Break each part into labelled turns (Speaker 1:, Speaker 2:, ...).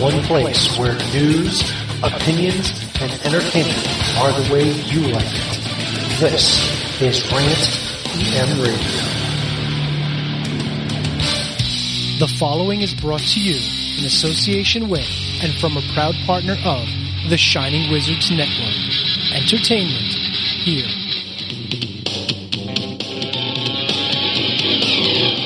Speaker 1: one place where news, opinions, and entertainment are the way you like it. This is Rant E EM Radio.
Speaker 2: The following is brought to you in association with and from a proud partner of the Shining Wizards Network. Entertainment here.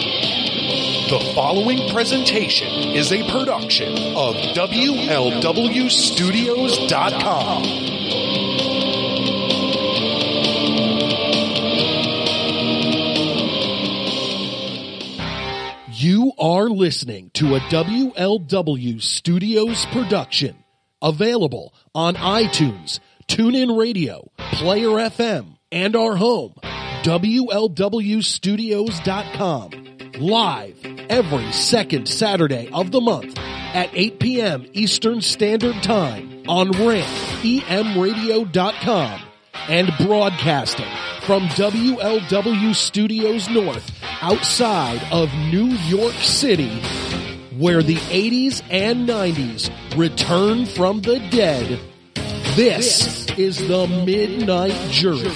Speaker 3: The following presentation is a production of WLWstudios.com.
Speaker 4: You are listening to a WLW Studios production. Available on iTunes, TuneIn Radio, Player FM, and our home, WLWstudios.com. Live every second Saturday of the month at 8 p.m. Eastern Standard Time on E rantemradio.com and broadcasting from WLW Studios North outside of New York City, where the 80s and 90s return from the dead. This is the Midnight Jury.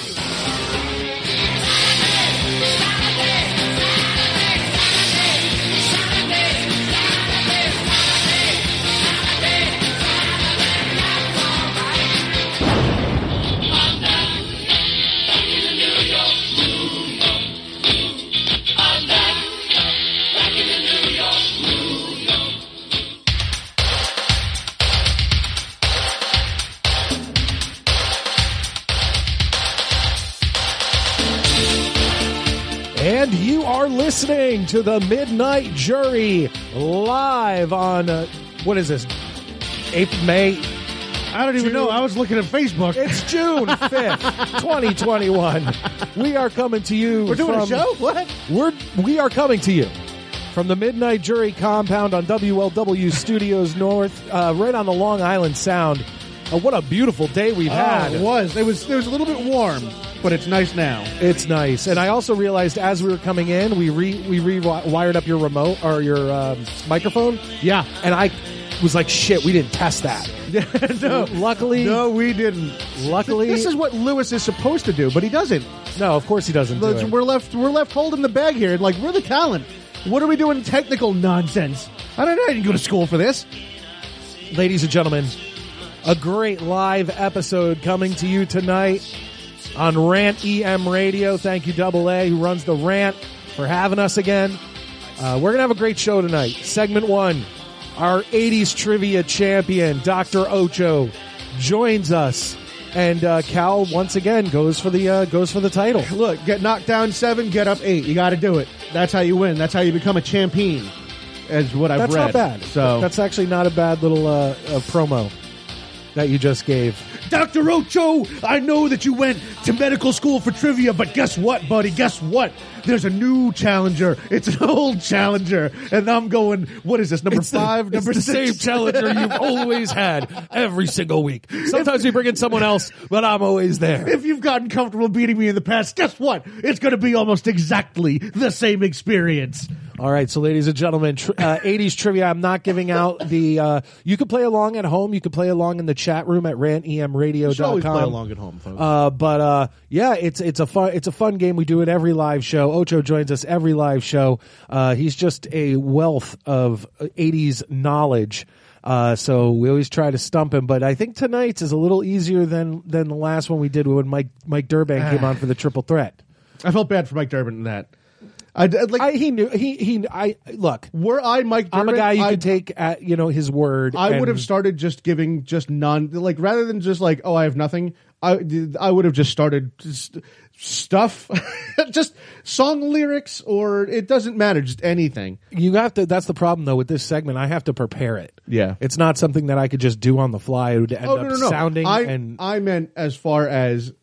Speaker 5: And you are listening to the Midnight Jury live on uh, what is this? April May.
Speaker 6: I don't even
Speaker 5: June.
Speaker 6: know. I was looking at Facebook.
Speaker 5: It's June fifth, twenty twenty one. We are coming to you.
Speaker 6: We're doing a
Speaker 5: from,
Speaker 6: show? What?
Speaker 5: We're we are coming to you from the Midnight Jury compound on WLW Studios North, uh, right on the Long Island Sound. Uh, what a beautiful day we've had.
Speaker 6: Oh, it was. It was. It was a little bit warm, but it's nice now.
Speaker 5: It's nice, and I also realized as we were coming in, we re we rewired up your remote or your um, microphone.
Speaker 6: Yeah.
Speaker 5: and I was like, "Shit, we didn't test that."
Speaker 6: no.
Speaker 5: Luckily,
Speaker 6: No, we didn't.
Speaker 5: Luckily-
Speaker 6: this is what Lewis is supposed to do, but he doesn't.
Speaker 5: no, of course he doesn't. Do
Speaker 6: Let's-
Speaker 5: it.
Speaker 6: We're left. We're left holding the bag here. Like we're the talent. What are we doing? Technical nonsense. I don't know. I didn't go to school for this.
Speaker 5: Ladies and gentlemen, a great live episode coming to you tonight on Rant EM Radio. Thank you, Double A, who runs the Rant, for having us again. Uh, we're gonna have a great show tonight. Segment one, our '80s trivia champion, Doctor Ocho, joins us, and uh, Cal once again goes for the uh, goes for the title.
Speaker 6: Look, get knocked down seven, get up eight. You got to do it. That's how you win. That's how you become a champion. Is what I've
Speaker 5: That's
Speaker 6: read.
Speaker 5: not bad.
Speaker 6: So
Speaker 5: that's actually not a bad little uh, uh, promo that you just gave.
Speaker 6: Dr. Ocho, I know that you went to medical school for trivia, but guess what, buddy? Guess what? There's a new challenger. It's an old challenger. And I'm going, what is this, number five?
Speaker 5: It's
Speaker 6: number
Speaker 5: the
Speaker 6: six?
Speaker 5: same challenger you've always had every single week. Sometimes we bring in someone else, but I'm always there.
Speaker 6: If you've gotten comfortable beating me in the past, guess what? It's going to be almost exactly the same experience.
Speaker 5: All right, so ladies and gentlemen, tr- uh, 80s trivia. I'm not giving out the. Uh, you can play along at home. You can play along in the chat room at rantemradio.com.
Speaker 6: at home, folks.
Speaker 5: Uh, but uh, yeah, it's it's a fun it's a fun game. We do it every live show. Ocho joins us every live show. Uh, he's just a wealth of '80s knowledge. Uh, so we always try to stump him, but I think tonight's is a little easier than than the last one we did when Mike Mike Durban came on for the triple threat.
Speaker 6: I felt bad for Mike Durbin in that. I, I'd like,
Speaker 5: I, he knew he he I look.
Speaker 6: were I Mike Durbin,
Speaker 5: I'm a guy you
Speaker 6: I,
Speaker 5: could take at you know his word.
Speaker 6: I would
Speaker 5: and-
Speaker 6: have started just giving just non like rather than just like oh I have nothing I I would have just started just stuff just song lyrics or it doesn't matter just anything
Speaker 5: you have to that's the problem though with this segment i have to prepare it
Speaker 6: Yeah.
Speaker 5: it's not something that i could just do on the fly it would end
Speaker 6: oh
Speaker 5: up
Speaker 6: no no no
Speaker 5: sounding
Speaker 6: I
Speaker 5: and
Speaker 6: I meant as far as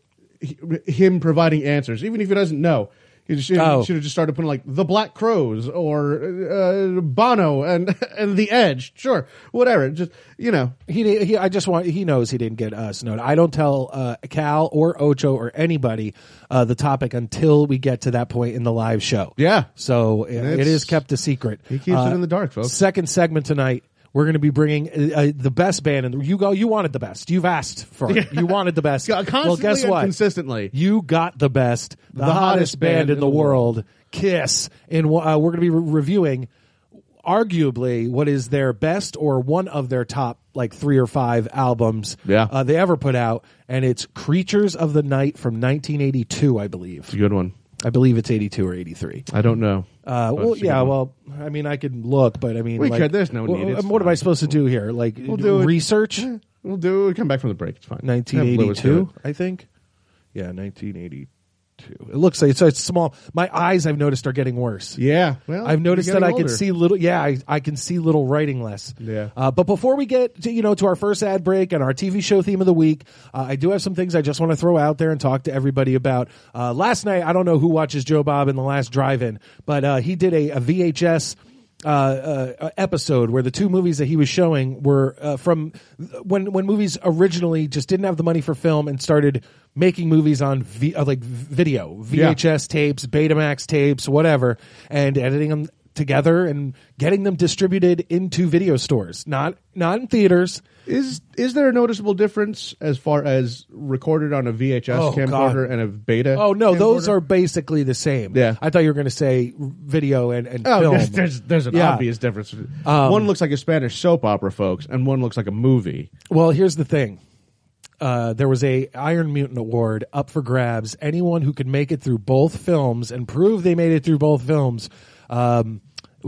Speaker 6: h- him providing answers even if he doesn't know he should,
Speaker 5: Oh.
Speaker 6: should have just started putting like the Black Crows or uh, Bono and and the Edge sure whatever just you know
Speaker 5: he, di- he i just want he knows he didn't get uh snowed i don't tell uh cal or ocho or anybody uh the topic until we get to that point in the live show
Speaker 6: Yeah.
Speaker 5: so uh, it, it
Speaker 6: it's-
Speaker 5: is kept a secret Uh,
Speaker 6: He keeps it in the dark, folks.
Speaker 5: second segment tonight We're going to be bringing uh, uh, the best band, and you go. You wanted the best. You've asked for it. You wanted the best.
Speaker 6: Constantly
Speaker 5: well, guess
Speaker 6: and
Speaker 5: what?
Speaker 6: Consistently.
Speaker 5: You got the best, the, hottest, band, in the world, Kiss, and uh, we're going to be re- reviewing arguably what is their best or one of their top like three or five albums
Speaker 6: Yeah.
Speaker 5: uh, they ever put out, and it's Creatures of the Night from 1982, I believe.
Speaker 6: Good one.
Speaker 5: I believe it's 82 or 83.
Speaker 6: I don't know.
Speaker 5: Uh, well,
Speaker 6: it's Oh, a
Speaker 5: yeah,
Speaker 6: good one.
Speaker 5: well, I mean, I could look, but I mean,
Speaker 6: We
Speaker 5: like,
Speaker 6: could. There's no
Speaker 5: Well,
Speaker 6: need.
Speaker 5: um,
Speaker 6: It's
Speaker 5: what am
Speaker 6: fine.
Speaker 5: I supposed to do here? Like,
Speaker 6: do it.
Speaker 5: research.
Speaker 6: Eh, We'll do. We'll come back from the break. It's fine. Have Lewis do
Speaker 5: 1982,
Speaker 6: it.
Speaker 5: I think. Yeah, 1982. It looks like so it's small. My eyes, I've noticed, are getting worse.
Speaker 6: Yeah. Well,
Speaker 5: I've noticed
Speaker 6: you're
Speaker 5: that I
Speaker 6: getting
Speaker 5: can
Speaker 6: older.
Speaker 5: see little. Yeah, I, I can see little writing less.
Speaker 6: Yeah.
Speaker 5: Uh, but before we get to you know to our first ad break and our TV show theme of the week, uh, I do have some things I just want to throw out there and talk to everybody about. Uh, last night, I don't know who watches Joe Bob in the last drive-in, but uh, he did a, a VHS. Uh, uh, episode where the two movies that he was showing were uh, from when when movies originally just didn't have the money for film and started making movies on v- uh, like video
Speaker 6: Yeah.
Speaker 5: VHS VHS tapes, Betamax tapes, whatever, and editing them together and getting them distributed into video stores, not not in theaters.
Speaker 6: Is is there a noticeable difference as far as recorded on a VHS
Speaker 5: Oh,
Speaker 6: camcorder
Speaker 5: God.
Speaker 6: and a Beta?
Speaker 5: Oh no, those
Speaker 6: camcorder?
Speaker 5: are basically the same.
Speaker 6: Yeah.
Speaker 5: I thought you were going to say video and, and
Speaker 6: Oh,
Speaker 5: film.
Speaker 6: there's, there's there's an
Speaker 5: Yeah. Um,
Speaker 6: obvious difference. one looks like a Spanish soap opera, folks, and one looks like a movie.
Speaker 5: Well, here's the thing. Uh, there was a Iron Mutant Award up for grabs. Anyone who could make it through both films and prove they made it through both films, um,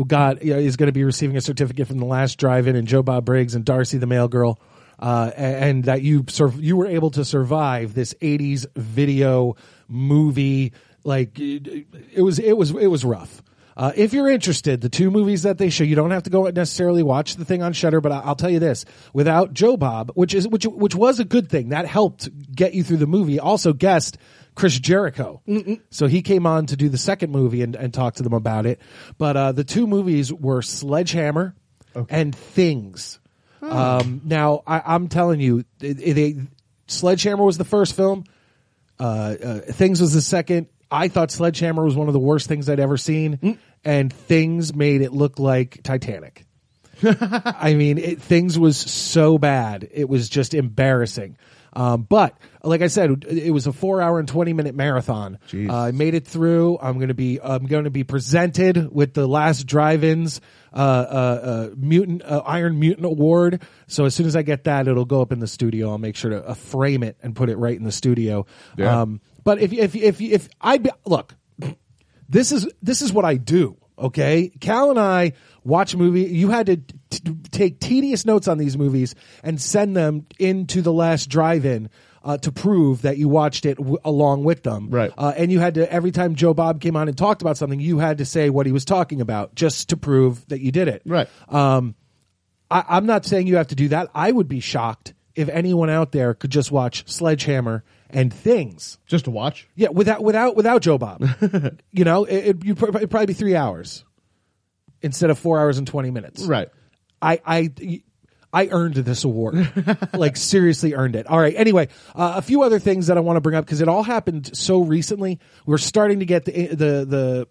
Speaker 5: got you know, is going to be receiving a certificate from the Last Drive-In and Joe Bob Briggs and Darcy the Mail Girl, uh, a- and, that you sur- you were able to survive this '80s video movie. Like it it was it was it was rough. Uh, if you're interested, the two movies that they show, you don't have to go necessarily watch the thing on Shutter. But I, I'll tell you this: without Joe Bob, which is which which was a good thing that helped get you through the movie. Also, guest Chris Jericho, so he came on to do the second movie and, and talk to them about it. But uh, the two movies were Sledgehammer and Things. Um, now I, I'm telling you, they, they Sledgehammer was the first film. uh, Things was the second. I thought Sledgehammer was one of the worst things I'd ever seen, and Things made it look like Titanic. I mean, it, Things was so bad; it was just embarrassing. Um, but like I said, it was a four-hour and twenty-minute marathon. Uh, I made it through. I'm gonna be I'm gonna be presented with the last drive-ins uh, uh, uh, mutant uh, Iron Mutant Award. So as soon as I get that, it'll go up in the studio. I'll make sure to uh, frame it and put it right in the studio.
Speaker 6: Yeah.
Speaker 5: Um, but if if if if I be, look, this is this is what I do. Okay, Cal and I watch a movie. You had to t- t- take tedious notes on these movies and send them into the last drive-in uh, to prove that you watched it w- along with them.
Speaker 6: Right.
Speaker 5: Uh, and you had to every time Joe Bob came on and talked about something, you had to say what he was talking about just to prove that you did it.
Speaker 6: Right.
Speaker 5: Um, I, I'm not saying you have to do that. I would be shocked if anyone out there could just watch Sledgehammer and Things.
Speaker 6: Just to watch.
Speaker 5: Yeah, without without without Joe Bob, you know, it, it you'd prob- it'd probably be three hours instead of four hours and twenty minutes.
Speaker 6: Right.
Speaker 5: I I I earned this award. like seriously earned it. All right. Anyway, uh, a few other things that I want to bring up because it all happened so recently. We're starting to get the eh, the the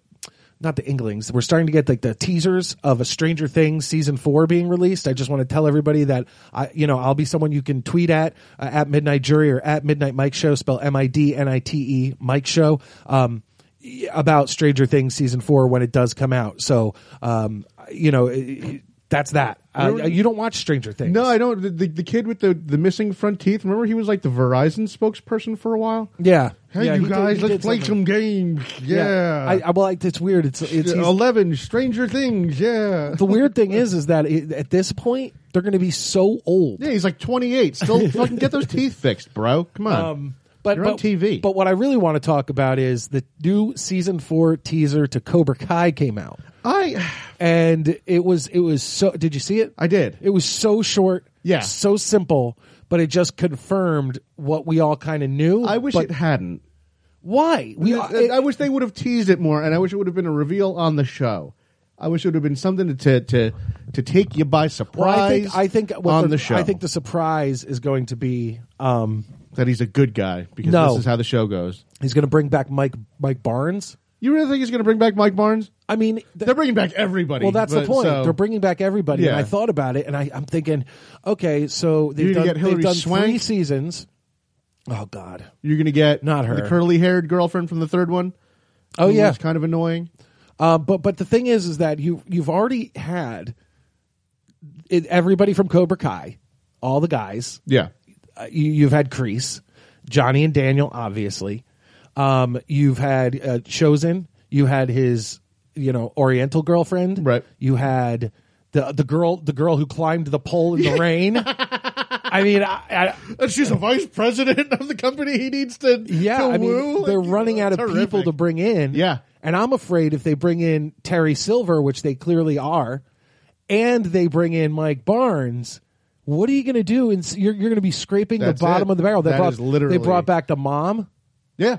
Speaker 5: not the inglings. We're starting to get like the teasers of a Stranger Things season four being released. I just want to tell everybody that I, you know, I'll be someone you can tweet at uh, at Midnight Jury or at Midnight Mike Show. Spell M I D N I T E Mike Show. Um, y- about Stranger Things season four when it does come out. So, um, you know, it- it- that's that. Uh, you don't watch Stranger Things.
Speaker 6: No, I don't. The, the, the kid with the, the missing front teeth. Remember, he was like the Verizon spokesperson for a while.
Speaker 5: Yeah.
Speaker 6: Hey,
Speaker 5: Yeah, he
Speaker 6: you
Speaker 5: did-
Speaker 6: guys,
Speaker 5: he did
Speaker 6: let's play
Speaker 5: something.
Speaker 6: some games. Yeah.
Speaker 5: I, I well, like, it's weird. It's it's he's-
Speaker 6: Eleven Stranger Things. Yeah.
Speaker 5: the weird thing is is that it, at this point they're going to be so old.
Speaker 6: Yeah, he's like 28. Still fucking get those teeth fixed, bro. Come on.
Speaker 5: Um, But,
Speaker 6: You're on
Speaker 5: but-
Speaker 6: TV.
Speaker 5: But what I really want to talk about is the new season four teaser to Cobra Kai came out,
Speaker 6: I
Speaker 5: and it was it was so. Did you see it?
Speaker 6: I did.
Speaker 5: It was so short,
Speaker 6: Yeah.
Speaker 5: so simple, but it just confirmed what we all kind of knew.
Speaker 6: I wish
Speaker 5: but
Speaker 6: it hadn't.
Speaker 5: why we
Speaker 6: I,
Speaker 5: it-
Speaker 6: I wish they would have teased it more, and I wish it would have been a reveal on the show. I wish it would have been something to to to, to take you by
Speaker 5: well,
Speaker 6: surprise.
Speaker 5: I think I think what
Speaker 6: on
Speaker 5: they're-
Speaker 6: the show,
Speaker 5: I think the surprise is going to be um,
Speaker 6: that he's a good guy because
Speaker 5: No.
Speaker 6: this is how the show goes.
Speaker 5: he's going to bring back Mike Mike Barnes.
Speaker 6: You really think he's going to bring back Mike Barnes?
Speaker 5: I mean, th-
Speaker 6: They're bringing back everybody.
Speaker 5: well, that's the
Speaker 6: but-
Speaker 5: point.
Speaker 6: so-
Speaker 5: They're bringing back everybody. And
Speaker 6: Yeah.
Speaker 5: I thought about it, and I, I'm thinking, okay, so they've
Speaker 6: You're
Speaker 5: done,
Speaker 6: gonna get
Speaker 5: they've
Speaker 6: Hillary
Speaker 5: done three
Speaker 6: Swank?
Speaker 5: seasons. Oh God!
Speaker 6: You're gonna get
Speaker 5: Not her.
Speaker 6: the curly haired girlfriend from the third one.
Speaker 5: Oh
Speaker 6: who
Speaker 5: yeah.
Speaker 6: was kind of annoying.
Speaker 5: Uh, but but the thing is, is that you you've already had it, everybody from Cobra Kai, all the guys.
Speaker 6: Yeah,
Speaker 5: Uh, you, you've had Crease, Johnny and Daniel, obviously. Um, you've had uh, Chosen. You had his, you know, Oriental girlfriend.
Speaker 6: Right.
Speaker 5: You had the the girl the girl who climbed the pole in the rain. I mean, I, I,
Speaker 6: and she's a vice president of the company. He needs to
Speaker 5: yeah,
Speaker 6: to
Speaker 5: I mean,
Speaker 6: woo.
Speaker 5: they're
Speaker 6: Like,
Speaker 5: running out of
Speaker 6: terrific.
Speaker 5: people to bring in.
Speaker 6: Yeah.
Speaker 5: And I'm afraid if they bring in Terry Silver, which they clearly are, and they bring in Mike Barnes, what are you going to do? And s- you're, you're going to be scraping
Speaker 6: That's
Speaker 5: the bottom
Speaker 6: it.
Speaker 5: of the barrel. They
Speaker 6: That
Speaker 5: brought,
Speaker 6: is literally-
Speaker 5: They brought back the mom.
Speaker 6: Yeah,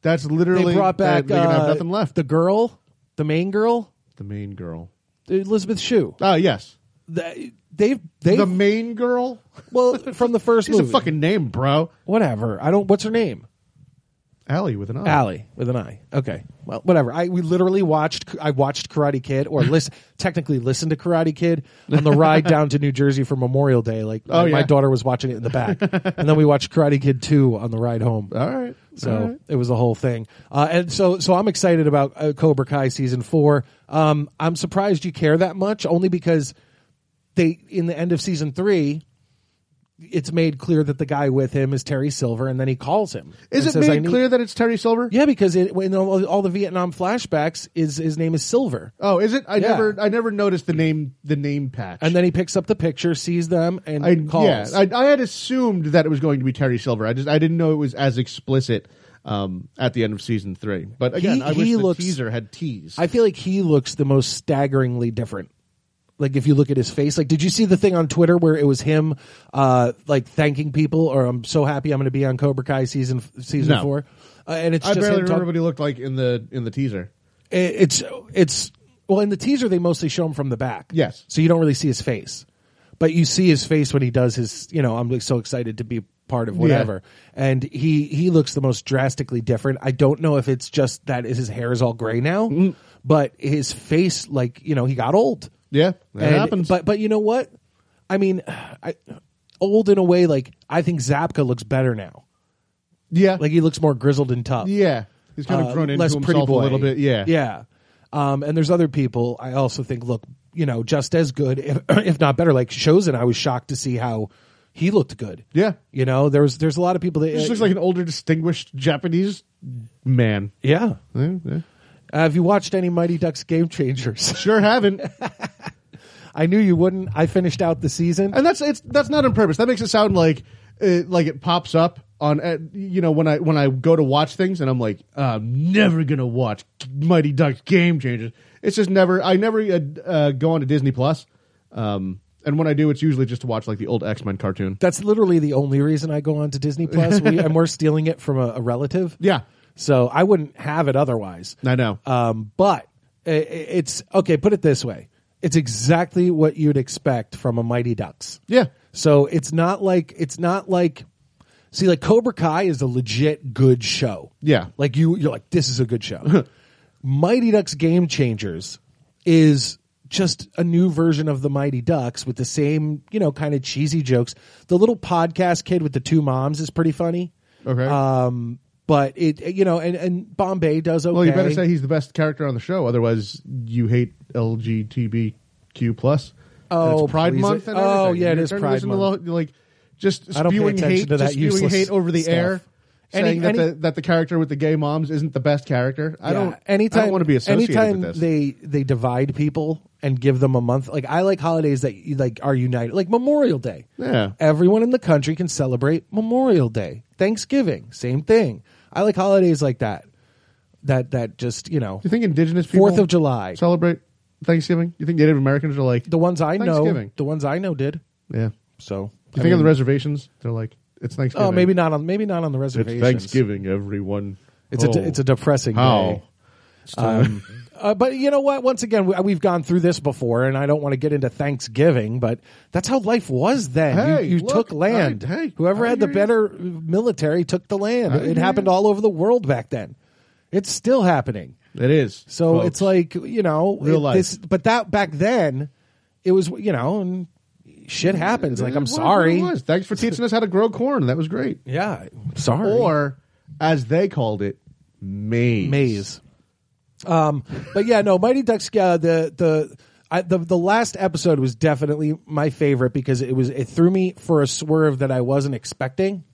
Speaker 6: that's literally
Speaker 5: They brought back.
Speaker 6: They're gonna have
Speaker 5: uh,
Speaker 6: nothing left.
Speaker 5: The girl, the main girl,
Speaker 6: the main girl.
Speaker 5: Elizabeth Shue.
Speaker 6: Oh yes,
Speaker 5: They, they, they
Speaker 6: the main girl.
Speaker 5: well from the first
Speaker 6: She's a
Speaker 5: movie.
Speaker 6: fucking name, bro.
Speaker 5: whatever. I don't. What's her name?
Speaker 6: Allie with an I.
Speaker 5: Alley with an I. Okay. Well, whatever. I we literally watched. I watched Karate Kid, or listen, technically listened to Karate Kid on the ride down to New Jersey for Memorial Day. Like
Speaker 6: Oh,
Speaker 5: my, my
Speaker 6: yeah.
Speaker 5: daughter was watching it in the back, and then we watched Karate Kid two on the ride home.
Speaker 6: All right.
Speaker 5: So
Speaker 6: All right.
Speaker 5: it was a whole thing, uh, and so so I'm excited about uh, Cobra Kai season four. Um, I'm surprised you care that much, only because they in the end of season three, it's made clear that the guy with him is Terry Silver, and then he calls him.
Speaker 6: Is
Speaker 5: and
Speaker 6: it
Speaker 5: says, "I
Speaker 6: made
Speaker 5: need-
Speaker 6: clear that it's Terry Silver?
Speaker 5: yeah, because it, in all, all the Vietnam flashbacks, is his name is Silver,
Speaker 6: Oh, is it? I
Speaker 5: Yeah.
Speaker 6: never, I never noticed the name, the name patch.
Speaker 5: and then he picks up the picture, sees them, and
Speaker 6: I
Speaker 5: calls.
Speaker 6: yeah, I, I had assumed that it was going to be Terry Silver. I just, I didn't know it was as explicit um, at the end of season three. But again,
Speaker 5: He-
Speaker 6: I wish
Speaker 5: he
Speaker 6: the
Speaker 5: looks-
Speaker 6: teaser had teased.
Speaker 5: I feel like he looks the most staggeringly different. Like if you look at his face, like did you see the thing on Twitter where it was him, uh, like thanking people, or I'm so happy I'm going to be on Cobra Kai season season
Speaker 6: No.
Speaker 5: four, uh, and it's
Speaker 6: I
Speaker 5: just
Speaker 6: barely
Speaker 5: him
Speaker 6: remember
Speaker 5: talk-
Speaker 6: what he looked like in the in the teaser.
Speaker 5: it- it's it's well in the teaser they mostly show him from the back.
Speaker 6: Yes.
Speaker 5: So you don't really see his face. But you see his face when he does his, you know, I'm like so excited to be part of whatever. And he he looks the most drastically different. I don't know if it's just that his hair is all gray now,
Speaker 6: Mm.
Speaker 5: but his face like, you know, he got old.
Speaker 6: Yeah, that
Speaker 5: And-
Speaker 6: happens.
Speaker 5: But but you know what? I mean, I old in a way like I think Zapka looks better now.
Speaker 6: yeah,
Speaker 5: Like he looks more grizzled and tough
Speaker 6: yeah, he's kind of
Speaker 5: uh,
Speaker 6: grown into
Speaker 5: less
Speaker 6: himself
Speaker 5: pretty boy.
Speaker 6: a little bit. Yeah,
Speaker 5: yeah. Um, and there's other people I also think look, you know, just as good, if, if not better. Like Chosen, I was shocked to see how he looked good.
Speaker 6: Yeah.
Speaker 5: you know, there was there's a lot of people that uh,
Speaker 6: He just looks like an older, distinguished Japanese man.
Speaker 5: yeah.
Speaker 6: Yeah, yeah.
Speaker 5: Uh, have you watched any Mighty Ducks Game Changers?
Speaker 6: Sure haven't.
Speaker 5: I knew you wouldn't. I finished out the season.
Speaker 6: and that's it's that's not on purpose. That makes it sound like it, like it pops up on uh, you know when I when I go to watch things and I'm like I'm never gonna watch Mighty Ducks Game Changers. It's just never I never uh, uh, go on to Disney Plus, um, and when I do, it's usually just to watch like the old X Men cartoon.
Speaker 5: That's literally the only reason I go on to Disney Plus, we, and we're stealing it from a, a relative.
Speaker 6: Yeah,
Speaker 5: So I wouldn't have it otherwise.
Speaker 6: I know.
Speaker 5: Um, but i- i- it's okay. Put it this way: it's exactly what you'd expect from a Mighty Ducks.
Speaker 6: yeah,
Speaker 5: So it's not like it's not like see like Cobra Kai is a legit good show.
Speaker 6: Yeah.
Speaker 5: Like you you're like this is a good show. Mighty Ducks Game Changers is just a new version of the Mighty Ducks with the same, you know, kind of cheesy jokes. The little podcast kid with the two moms is pretty funny.
Speaker 6: okay.
Speaker 5: Um but it you know and and Bombay does okay.
Speaker 6: well, you better say he's the best character on the show, otherwise you hate LGBTQ plus.
Speaker 5: Oh,
Speaker 6: it's Pride
Speaker 5: please.
Speaker 6: Month. And
Speaker 5: Oh,
Speaker 6: everything.
Speaker 5: yeah, it
Speaker 6: You're
Speaker 5: is
Speaker 6: trying to
Speaker 5: Pride
Speaker 6: listen to
Speaker 5: Month.
Speaker 6: lo- like just
Speaker 5: I don't pay
Speaker 6: spewing
Speaker 5: attention
Speaker 6: hate,
Speaker 5: to that
Speaker 6: just spewing
Speaker 5: useless
Speaker 6: hate over the
Speaker 5: stuff.
Speaker 6: air.
Speaker 5: Any-
Speaker 6: saying that,
Speaker 5: any-
Speaker 6: the, that the character with the gay moms isn't the best character. I
Speaker 5: Yeah.
Speaker 6: don't.
Speaker 5: Anytime
Speaker 6: I don't want to be associated
Speaker 5: anytime
Speaker 6: with this.
Speaker 5: they they divide people and give them a month. Like I like holidays that you- like are united, like Memorial Day.
Speaker 6: Yeah.
Speaker 5: everyone in the country can celebrate Memorial Day. Thanksgiving, same thing. I like holidays like that. That that just you know
Speaker 6: you think Indigenous people
Speaker 5: Fourth of July.
Speaker 6: celebrate Thanksgiving? You think Native Americans are like
Speaker 5: the ones I know,
Speaker 6: Thanksgiving.
Speaker 5: the ones I know did.
Speaker 6: Yeah.
Speaker 5: So
Speaker 6: You
Speaker 5: I
Speaker 6: think on the
Speaker 5: mean,
Speaker 6: reservations they're like it's Thanksgiving.
Speaker 5: Oh, maybe not on maybe not on the
Speaker 6: It's
Speaker 5: reservations.
Speaker 6: Thanksgiving, everyone.
Speaker 5: It's a
Speaker 6: Oh.
Speaker 5: de- it's a depressing day.
Speaker 6: how.
Speaker 5: Um, uh, but you know what? Once again, we, we've gone through this before, and I don't want to get into Thanksgiving, but that's how life was then. You-
Speaker 6: Hey,
Speaker 5: you
Speaker 6: look,
Speaker 5: took land.
Speaker 6: I- hey,
Speaker 5: Whoever
Speaker 6: I
Speaker 5: had the
Speaker 6: hear you.
Speaker 5: better military took the land.
Speaker 6: I
Speaker 5: It
Speaker 6: hear
Speaker 5: happened
Speaker 6: you.
Speaker 5: all over the world back then. It's still happening.
Speaker 6: It is.
Speaker 5: So
Speaker 6: folks.
Speaker 5: it's like you know,
Speaker 6: Real
Speaker 5: it-
Speaker 6: life.
Speaker 5: This, but that back then, it was you know, and shit happens. Like I'm sorry.
Speaker 6: It was. Thanks for teaching us how to grow corn. That was great.
Speaker 5: Yeah, sorry.
Speaker 6: Or, as they called it, maize.
Speaker 5: maze. Um, but yeah, no, Mighty Ducks. Yeah, the the. I, the the last episode was definitely my favorite because it was it threw me for a swerve that I wasn't expecting.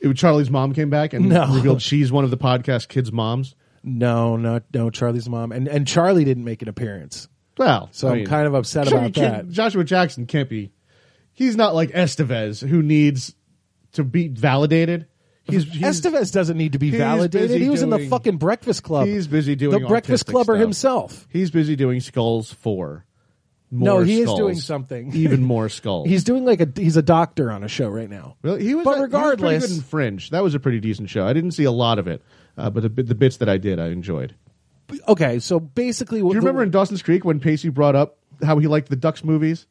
Speaker 6: It was Charlie's mom came back and
Speaker 5: No.
Speaker 6: revealed she's one of the podcast kids' moms.
Speaker 5: No, no, no, Charlie's mom and and Charlie didn't make an appearance.
Speaker 6: Well,
Speaker 5: So I'm kind of upset
Speaker 6: sure
Speaker 5: about
Speaker 6: you can't-
Speaker 5: that.
Speaker 6: Joshua Jackson can't be. He's not like Estevez who needs to be validated. He's, he's
Speaker 5: Estevez doesn't need to be
Speaker 6: he's
Speaker 5: validated.
Speaker 6: busy
Speaker 5: He was in the
Speaker 6: doing-
Speaker 5: fucking Breakfast Club.
Speaker 6: he's busy doing
Speaker 5: the Breakfast
Speaker 6: autistic
Speaker 5: Clubber
Speaker 6: stuff.
Speaker 5: himself.
Speaker 6: He's busy doing skulls four.
Speaker 5: No,
Speaker 6: More
Speaker 5: he is
Speaker 6: skulls.
Speaker 5: doing something.
Speaker 6: Even more skulls.
Speaker 5: He's doing like a he's a doctor on a show right now.
Speaker 6: Really? He was,
Speaker 5: But
Speaker 6: he was pretty
Speaker 5: regardless-
Speaker 6: good in Fringe. That was a pretty decent show. I didn't see a lot of it, uh, but the, bit- the bits that I did, I enjoyed.
Speaker 5: Okay, so basically,
Speaker 6: Do you remember in Dawson's Creek when Pacey brought up how he liked the Ducks movies?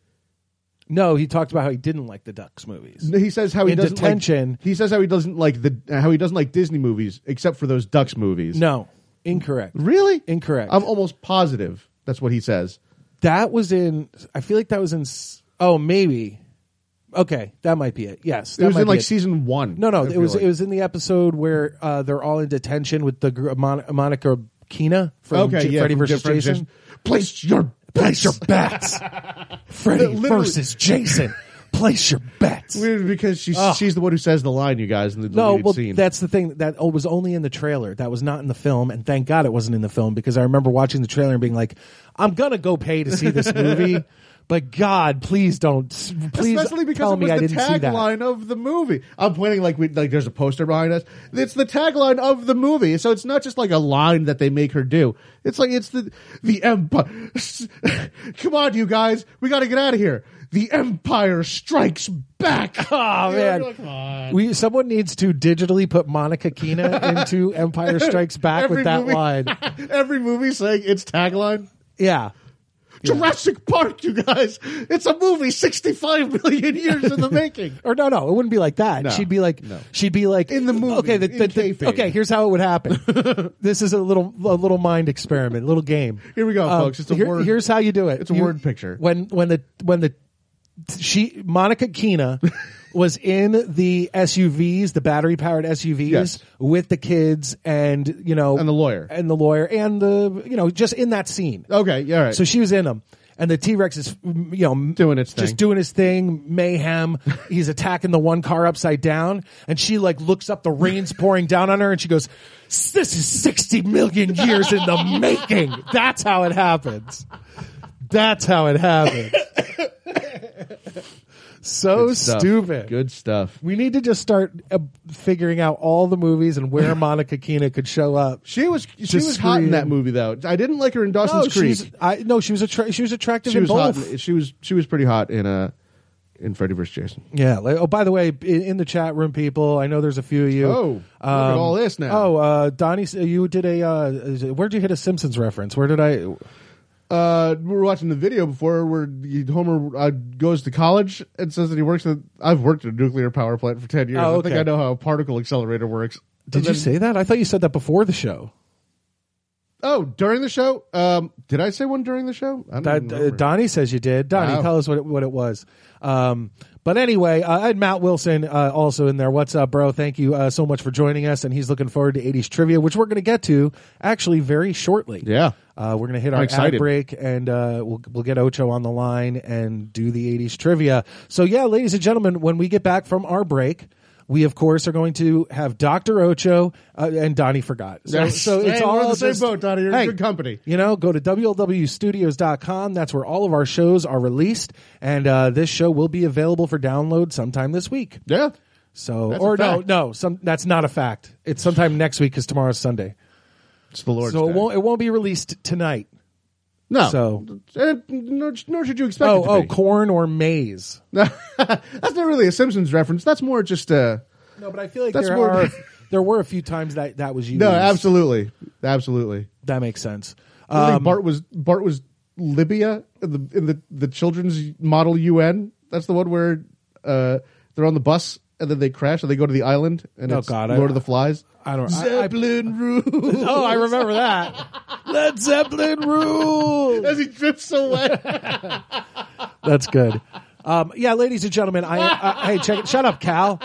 Speaker 5: No, he talked about how he didn't like the Ducks movies.
Speaker 6: He says how he
Speaker 5: In
Speaker 6: doesn't
Speaker 5: detention.
Speaker 6: Like, he says how he doesn't like the how he doesn't like Disney movies except for those Ducks movies.
Speaker 5: No, incorrect.
Speaker 6: really
Speaker 5: Incorrect.
Speaker 6: I'm almost positive that's what he says.
Speaker 5: That was in. I feel like that was in. s- Oh, maybe. Okay, that might be it. Yes, that
Speaker 6: It was
Speaker 5: might
Speaker 6: in
Speaker 5: be
Speaker 6: like
Speaker 5: it.
Speaker 6: season one.
Speaker 5: No, no,
Speaker 6: I
Speaker 5: it
Speaker 6: feel
Speaker 5: was
Speaker 6: like.
Speaker 5: it was in the episode where uh, they're all in detention with the gr- Mon- Monica Kina from
Speaker 6: okay.
Speaker 5: J-
Speaker 6: yeah,
Speaker 5: Freddy
Speaker 6: from
Speaker 5: versus
Speaker 6: Freddy
Speaker 5: Jason.
Speaker 6: Place your
Speaker 5: Place your bets, Freddy
Speaker 6: Literally-
Speaker 5: versus Jason. Place your bets.
Speaker 6: Weird, because she's she's the one who says the line, you guys, in the
Speaker 5: No,
Speaker 6: deleted
Speaker 5: well,
Speaker 6: scene.
Speaker 5: that's the thing that oh, was only in the trailer. That was not in the film, and thank God it wasn't in the film because I remember watching the trailer and being like, "I'm gonna go pay to see this movie." But God, please don't. Please
Speaker 6: Especially because
Speaker 5: tell
Speaker 6: it was
Speaker 5: me I
Speaker 6: the
Speaker 5: didn't see that.
Speaker 6: tagline of the movie. I'm pointing like we like there's a poster behind us. It's the tagline of the movie, so it's not just like a line that they make her do. It's like it's the the empire. Come on, you guys, we got to get out of here. The Empire Strikes Back.
Speaker 5: Oh man, we someone needs to digitally put Monica Keena into Empire Strikes Back
Speaker 6: Every
Speaker 5: with that
Speaker 6: movie-
Speaker 5: line.
Speaker 6: Every movie saying its tagline.
Speaker 5: Yeah,
Speaker 6: Jurassic Park, you guys. It's a movie 65 million years in the making.
Speaker 5: or no, no, it wouldn't be like that.
Speaker 6: No,
Speaker 5: she'd be like,
Speaker 6: no.
Speaker 5: she'd be like
Speaker 6: In the movie,
Speaker 5: Okay, the,
Speaker 6: in
Speaker 5: the, the-
Speaker 6: kayfabe.
Speaker 5: okay. Here's how it would happen. this is a little a little mind experiment, a little game.
Speaker 6: Here we go,
Speaker 5: Um,
Speaker 6: folks. It's a
Speaker 5: here-
Speaker 6: word.
Speaker 5: Here's how you do it.
Speaker 6: It's a
Speaker 5: You-
Speaker 6: word picture.
Speaker 5: When when the when the she Monica Keena was in the SUVs, the battery powered SUVs
Speaker 6: Yes.
Speaker 5: with the kids and you know
Speaker 6: And the lawyer.
Speaker 5: and the lawyer and the you know just in that scene.
Speaker 6: Okay, yeah, all right.
Speaker 5: So she was in them. And the T Rex is, mm, you know,
Speaker 6: Doing its
Speaker 5: just
Speaker 6: thing.
Speaker 5: doing his thing, mayhem. He's attacking the one car upside down, and she like looks up, the rain's pouring down on her, and she goes, "This is sixty million years in the making." That's how it happens. That's how it happens. so
Speaker 6: Good stuff.
Speaker 5: stupid.
Speaker 6: Good stuff.
Speaker 5: We need to just start uh, figuring out all the movies and where Monica Keena could show up.
Speaker 6: She was she
Speaker 5: Just
Speaker 6: was hot in
Speaker 5: scream.
Speaker 6: that movie though. I didn't like her in
Speaker 5: No,
Speaker 6: Dawson's Creek.
Speaker 5: Oh, she's I no, she was attra- she was attractive
Speaker 6: she
Speaker 5: in
Speaker 6: was
Speaker 5: both.
Speaker 6: hot. in- She was she was pretty hot in uh in Freddy vs Jason.
Speaker 5: Yeah. Like, oh, by the way, in, in the chat room, people, I know there's a few of you.
Speaker 6: Oh, look at all this now.
Speaker 5: Oh, uh, Donnie, s- you did a. Uh, is it- where'd you hit a Simpsons reference? Where did I?
Speaker 6: Uh, we were watching the video before where he- Homer uh, goes to college and says that he works at. I've worked at a nuclear power plant for ten years.
Speaker 5: Oh,
Speaker 6: I
Speaker 5: okay.
Speaker 6: think I know how a particle accelerator works.
Speaker 5: Did
Speaker 6: And
Speaker 5: you
Speaker 6: then-
Speaker 5: say that? I thought you said that before the show.
Speaker 6: Oh, during the show. Um, did I say one during the show? I don't
Speaker 5: That,
Speaker 6: even
Speaker 5: uh,
Speaker 6: remember.
Speaker 5: Donnie says you did. Donnie,
Speaker 6: Wow.
Speaker 5: tell us what it, what it was. Um, but anyway, uh, I had Matt Wilson uh, also in there. What's up, bro? Thank you uh, so much for joining us, and he's looking forward to '80s trivia, which we're going to get to actually very shortly.
Speaker 6: Yeah.
Speaker 5: uh, we're going to hit our ad
Speaker 6: excited.
Speaker 5: break, and uh, we'll we'll get Ocho on the line and do the '80s trivia. So yeah, ladies and gentlemen, when we get back from our break. We of course are going to have Doctor Ocho uh, and Donnie forgot. So,
Speaker 6: Yes.
Speaker 5: so it's
Speaker 6: Hey,
Speaker 5: all
Speaker 6: we're in the same
Speaker 5: just-
Speaker 6: boat, Donnie. You're in
Speaker 5: Hey,
Speaker 6: good company.
Speaker 5: you know, go to WLWstudios.com. That's where all of our shows are released. And uh, this show will be available for download sometime this week.
Speaker 6: Yeah.
Speaker 5: So,
Speaker 6: That's a
Speaker 5: or no,
Speaker 6: fact.
Speaker 5: no, some, that's not a fact. It's sometime next week because tomorrow's Sunday.
Speaker 6: It's the Lord's.
Speaker 5: so
Speaker 6: day.
Speaker 5: it won't, it won't be released tonight.
Speaker 6: No.
Speaker 5: so-
Speaker 6: Uh, nor, nor should you expect.
Speaker 5: Oh,
Speaker 6: it to
Speaker 5: oh,
Speaker 6: be.
Speaker 5: corn or maize.
Speaker 6: oh, That's not really a Simpsons reference. That's more just a.
Speaker 5: No, but I feel like
Speaker 6: That's
Speaker 5: there
Speaker 6: more-
Speaker 5: are, there were a few times that that was used.
Speaker 6: No, absolutely, absolutely.
Speaker 5: That makes sense.
Speaker 6: I think
Speaker 5: Um,
Speaker 6: Bart was Bart was Libya in the in the, the children's model UN. That's the one where uh, they're on the bus and then they crash and they go to the island and
Speaker 5: Oh,
Speaker 6: it's
Speaker 5: God, I-
Speaker 6: Lord of the Flies.
Speaker 5: I don't. I, I,
Speaker 6: Zeppelin rule.
Speaker 5: oh, I remember that. Led Zeppelin rules.
Speaker 6: As he drifts away.
Speaker 5: That's good. Um, yeah, ladies and gentlemen, I, I hey, check it. Shut up, Cal.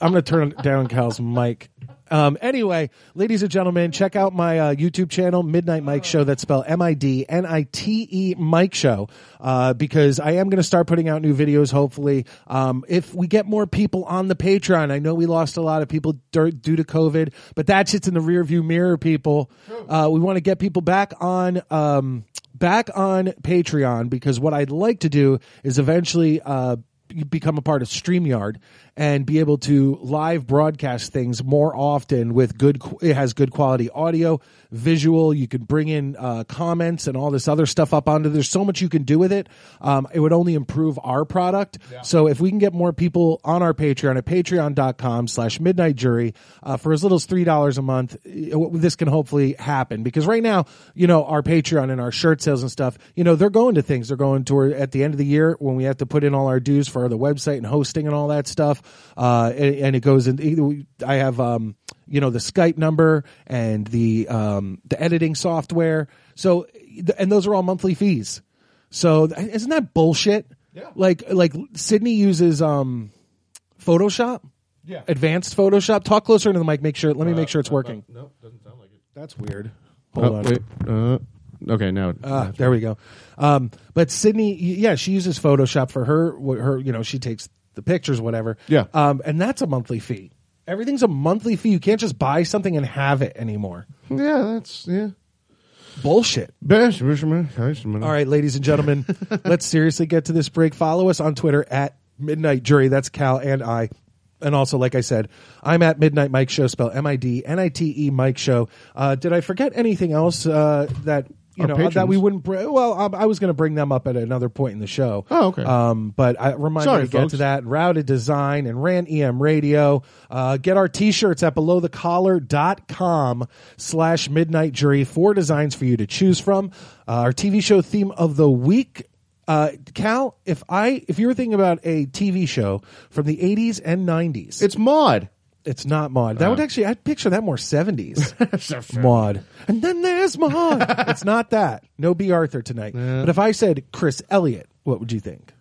Speaker 5: I'm going to turn down Cal's mic. Um, anyway, ladies and gentlemen, check out my uh, YouTube channel, Midnight Mike Show. That's spelled M I D N I T E Mike Show, uh, because I am going to start putting out new videos. Hopefully, um, if we get more people on the Patreon, I know we lost a lot of people dur- due to COVID, but that shit's in the rearview mirror. People, uh, we want to get people back on. Um, back on Patreon because what I'd like to do is eventually uh, be- become a part of StreamYard and be able to live broadcast things more often with good, qu- it has good quality audio, visual. You can bring in uh, comments and all this other stuff up onto there's so much you can do with it. Um, it would only improve our product. So if we can get more people on our Patreon at patreon.com slash midnight jury uh, for as little as $3 a month, eh, this can hopefully happen because right now, you know, our Patreon and our shirt sales and stuff, you know, they're going to things. They're going toward at the end of the year when we have to put in all our dues for the website and hosting and all that stuff. Uh, and, and it goes in, I have, um, you know, the Skype number and the, um, the editing software. So, and those are all monthly fees. So isn't that bullshit? Yeah. Like, like Sydney uses, um, Photoshop. Yeah. Uh, Advanced Photoshop. Talk closer into the mic. Make sure, let me make sure it's working.
Speaker 4: That's weird.
Speaker 5: Hold on.
Speaker 6: Oh, Uh, okay, now.
Speaker 5: Ah, there we go. Um, but Sydney, y- yeah, she uses Photoshop for her. wh- Her, you know, she takes the pictures, whatever.
Speaker 6: Yeah.
Speaker 5: Um, and that's a monthly fee. Everything's a monthly fee. You can't just buy something and have it anymore.
Speaker 6: yeah, that's yeah.
Speaker 5: Bullshit.
Speaker 6: Best fisherman, fisherman.
Speaker 5: All right, ladies and gentlemen, let's seriously get to this break. Follow us on Twitter at Midnight Jury. That's Cal and I. And also, like I said, I'm at Midnight Mike Show, spell M I D N I T E Mike Show. Uh, did I forget anything else uh, that you
Speaker 6: Our
Speaker 5: know
Speaker 6: patrons.
Speaker 5: that we wouldn't? Br- well, um, I was going to bring them up at another point in the show.
Speaker 6: Oh, okay.
Speaker 5: Um, but I remind
Speaker 6: Sorry,
Speaker 5: me to get
Speaker 6: folks.
Speaker 5: to that. Routed Design and Ran EM Radio. Uh, get our t-shirts at belowthecollar.com slash midnight jury. Four designs for you to choose from. Uh, our TV show theme of the week. Uh, Cal, if I if you were thinking about a TV show from the 80s and 90s,
Speaker 6: It's Uh. Maud.
Speaker 5: it's not Maud. That would actually, I'd picture that more 70s. Maud. And then there's Maud. it's not that. No B. Arthur tonight. But if I said Chris Elliott, what would you think?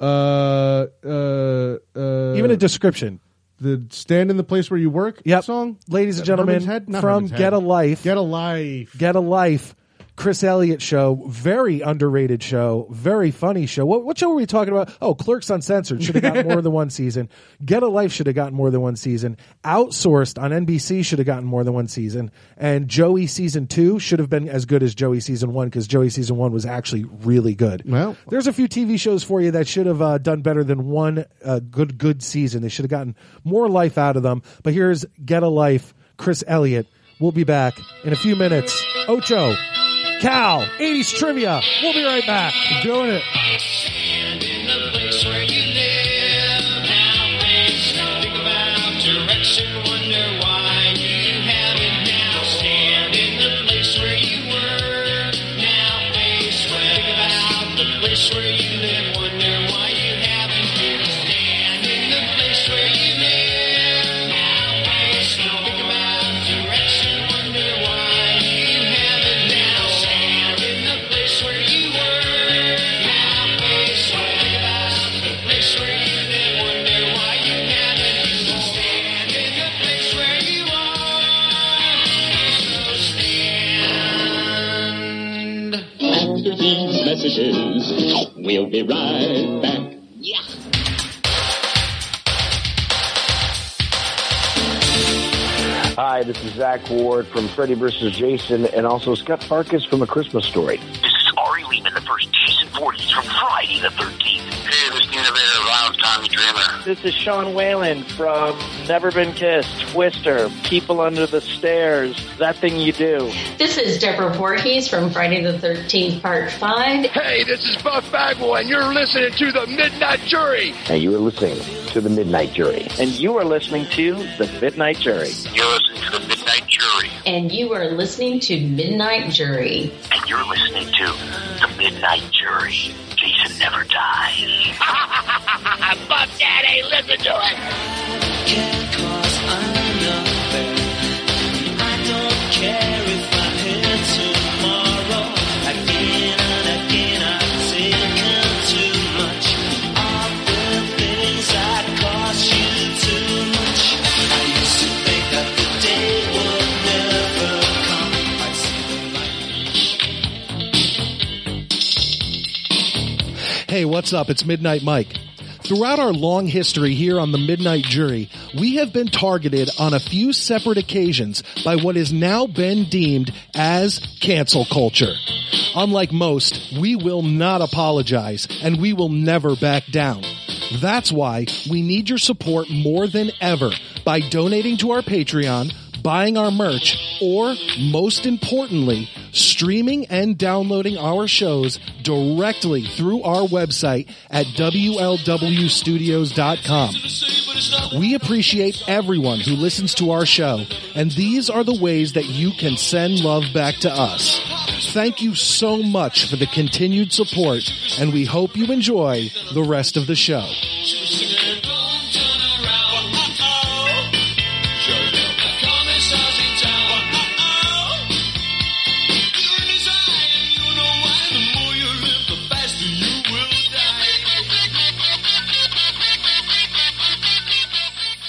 Speaker 6: Uh, uh, uh,
Speaker 5: Even a description.
Speaker 6: the stand in the place where you work
Speaker 5: Yep.
Speaker 6: song.
Speaker 5: Ladies and
Speaker 6: Uh, Herman's
Speaker 5: gentlemen,
Speaker 6: Head? Not
Speaker 5: from
Speaker 6: Herman's Head.
Speaker 5: Get a Life.
Speaker 6: Get a life.
Speaker 5: Get a Life. Chris Elliott show, very underrated show, very funny show. What, what show were we talking about? Oh, Clerks Uncensored should have gotten more than one season. Get a Life should have gotten more than one season. Outsourced on NBC should have gotten more than one season. And Joey season two should have been as good as Joey season one because Joey season one was actually really good.
Speaker 6: Well-
Speaker 5: there's a few TV shows for you that should have uh, done better than one uh, good good season. They should have gotten more life out of them. But here's Get a Life, Chris Elliott. We'll be back in a few minutes. Ocho, Cal, 80s trivia. We'll be right back.
Speaker 6: Doing it.
Speaker 7: in the place where you live. Now makes you think about direction, wonder why you have it now. Stand in the place where you were. Now face where think about the place where you live, wonder why you have it here. Stand in the place where you live. Now face no think about direction, wonder why you have it now. Stand in the place where you were. Now face where think about the place where you live, wonder why you have it. Stand in the place where you are. So stand.
Speaker 8: After these messages, we'll be right back.
Speaker 9: Hi, this is Zach Ward from Freddy vs. Jason and also Scott Farkas from A Christmas Story.
Speaker 10: This is Ari Lehman, the first Jason Voorhees from Friday the 13th. Hey, this is the innovator of Loud Tommy Dreamer.
Speaker 11: This is Sean Whalen from Never Been Kissed, Twister, People Under the Stairs, That Thing You Do.
Speaker 12: This is Deborah Voorhees from Friday the 13th, Part 5.
Speaker 10: Hey, this is Buff Bagwell, and you're listening to The Midnight Jury.
Speaker 9: And you are listening to The Midnight Jury.
Speaker 11: And you are listening to The Midnight Jury.
Speaker 10: You're listening to The Midnight Jury,
Speaker 12: And you are listening to Midnight Jury.
Speaker 10: and you're listening to The Midnight Jury. Jason never dies. Buff Daddy, listen to it.
Speaker 7: Can't cause I know
Speaker 5: Hey, what's up? It's Midnight Mike. Throughout our long history here on the Midnight Jury, we have been targeted on a few separate occasions by what has now been deemed as cancel culture. Unlike most, we will not apologize and we will never back down. That's why we need your support more than ever by donating to our Patreon, buying our merch, or most importantly, streaming and downloading our shows directly through our website at WLWstudios.com. We appreciate everyone who listens to our show, and these are the ways that you can send love back to us. Thank you so much for the continued support, and we hope you enjoy the rest of the show.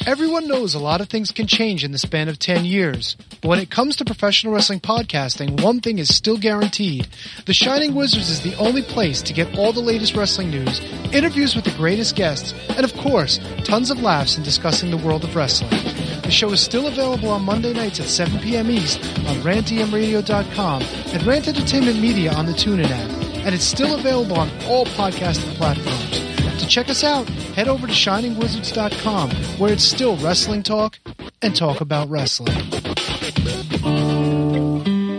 Speaker 2: Everyone knows a lot of things can change in the span of 10 years. But when it comes to professional wrestling podcasting, one thing is still guaranteed. The Shining Wizards is the only place to get all the latest wrestling news, interviews with the greatest guests, and of course, tons of laughs in discussing the world of wrestling. The show is still available on Monday nights at 7 p.m. East on rantdmradio.com and Rant Entertainment Media on the TuneIn app. And it's still available on all podcasting platforms. To check us out, head over to shiningwizards.com where it's still wrestling talk and talk about wrestling.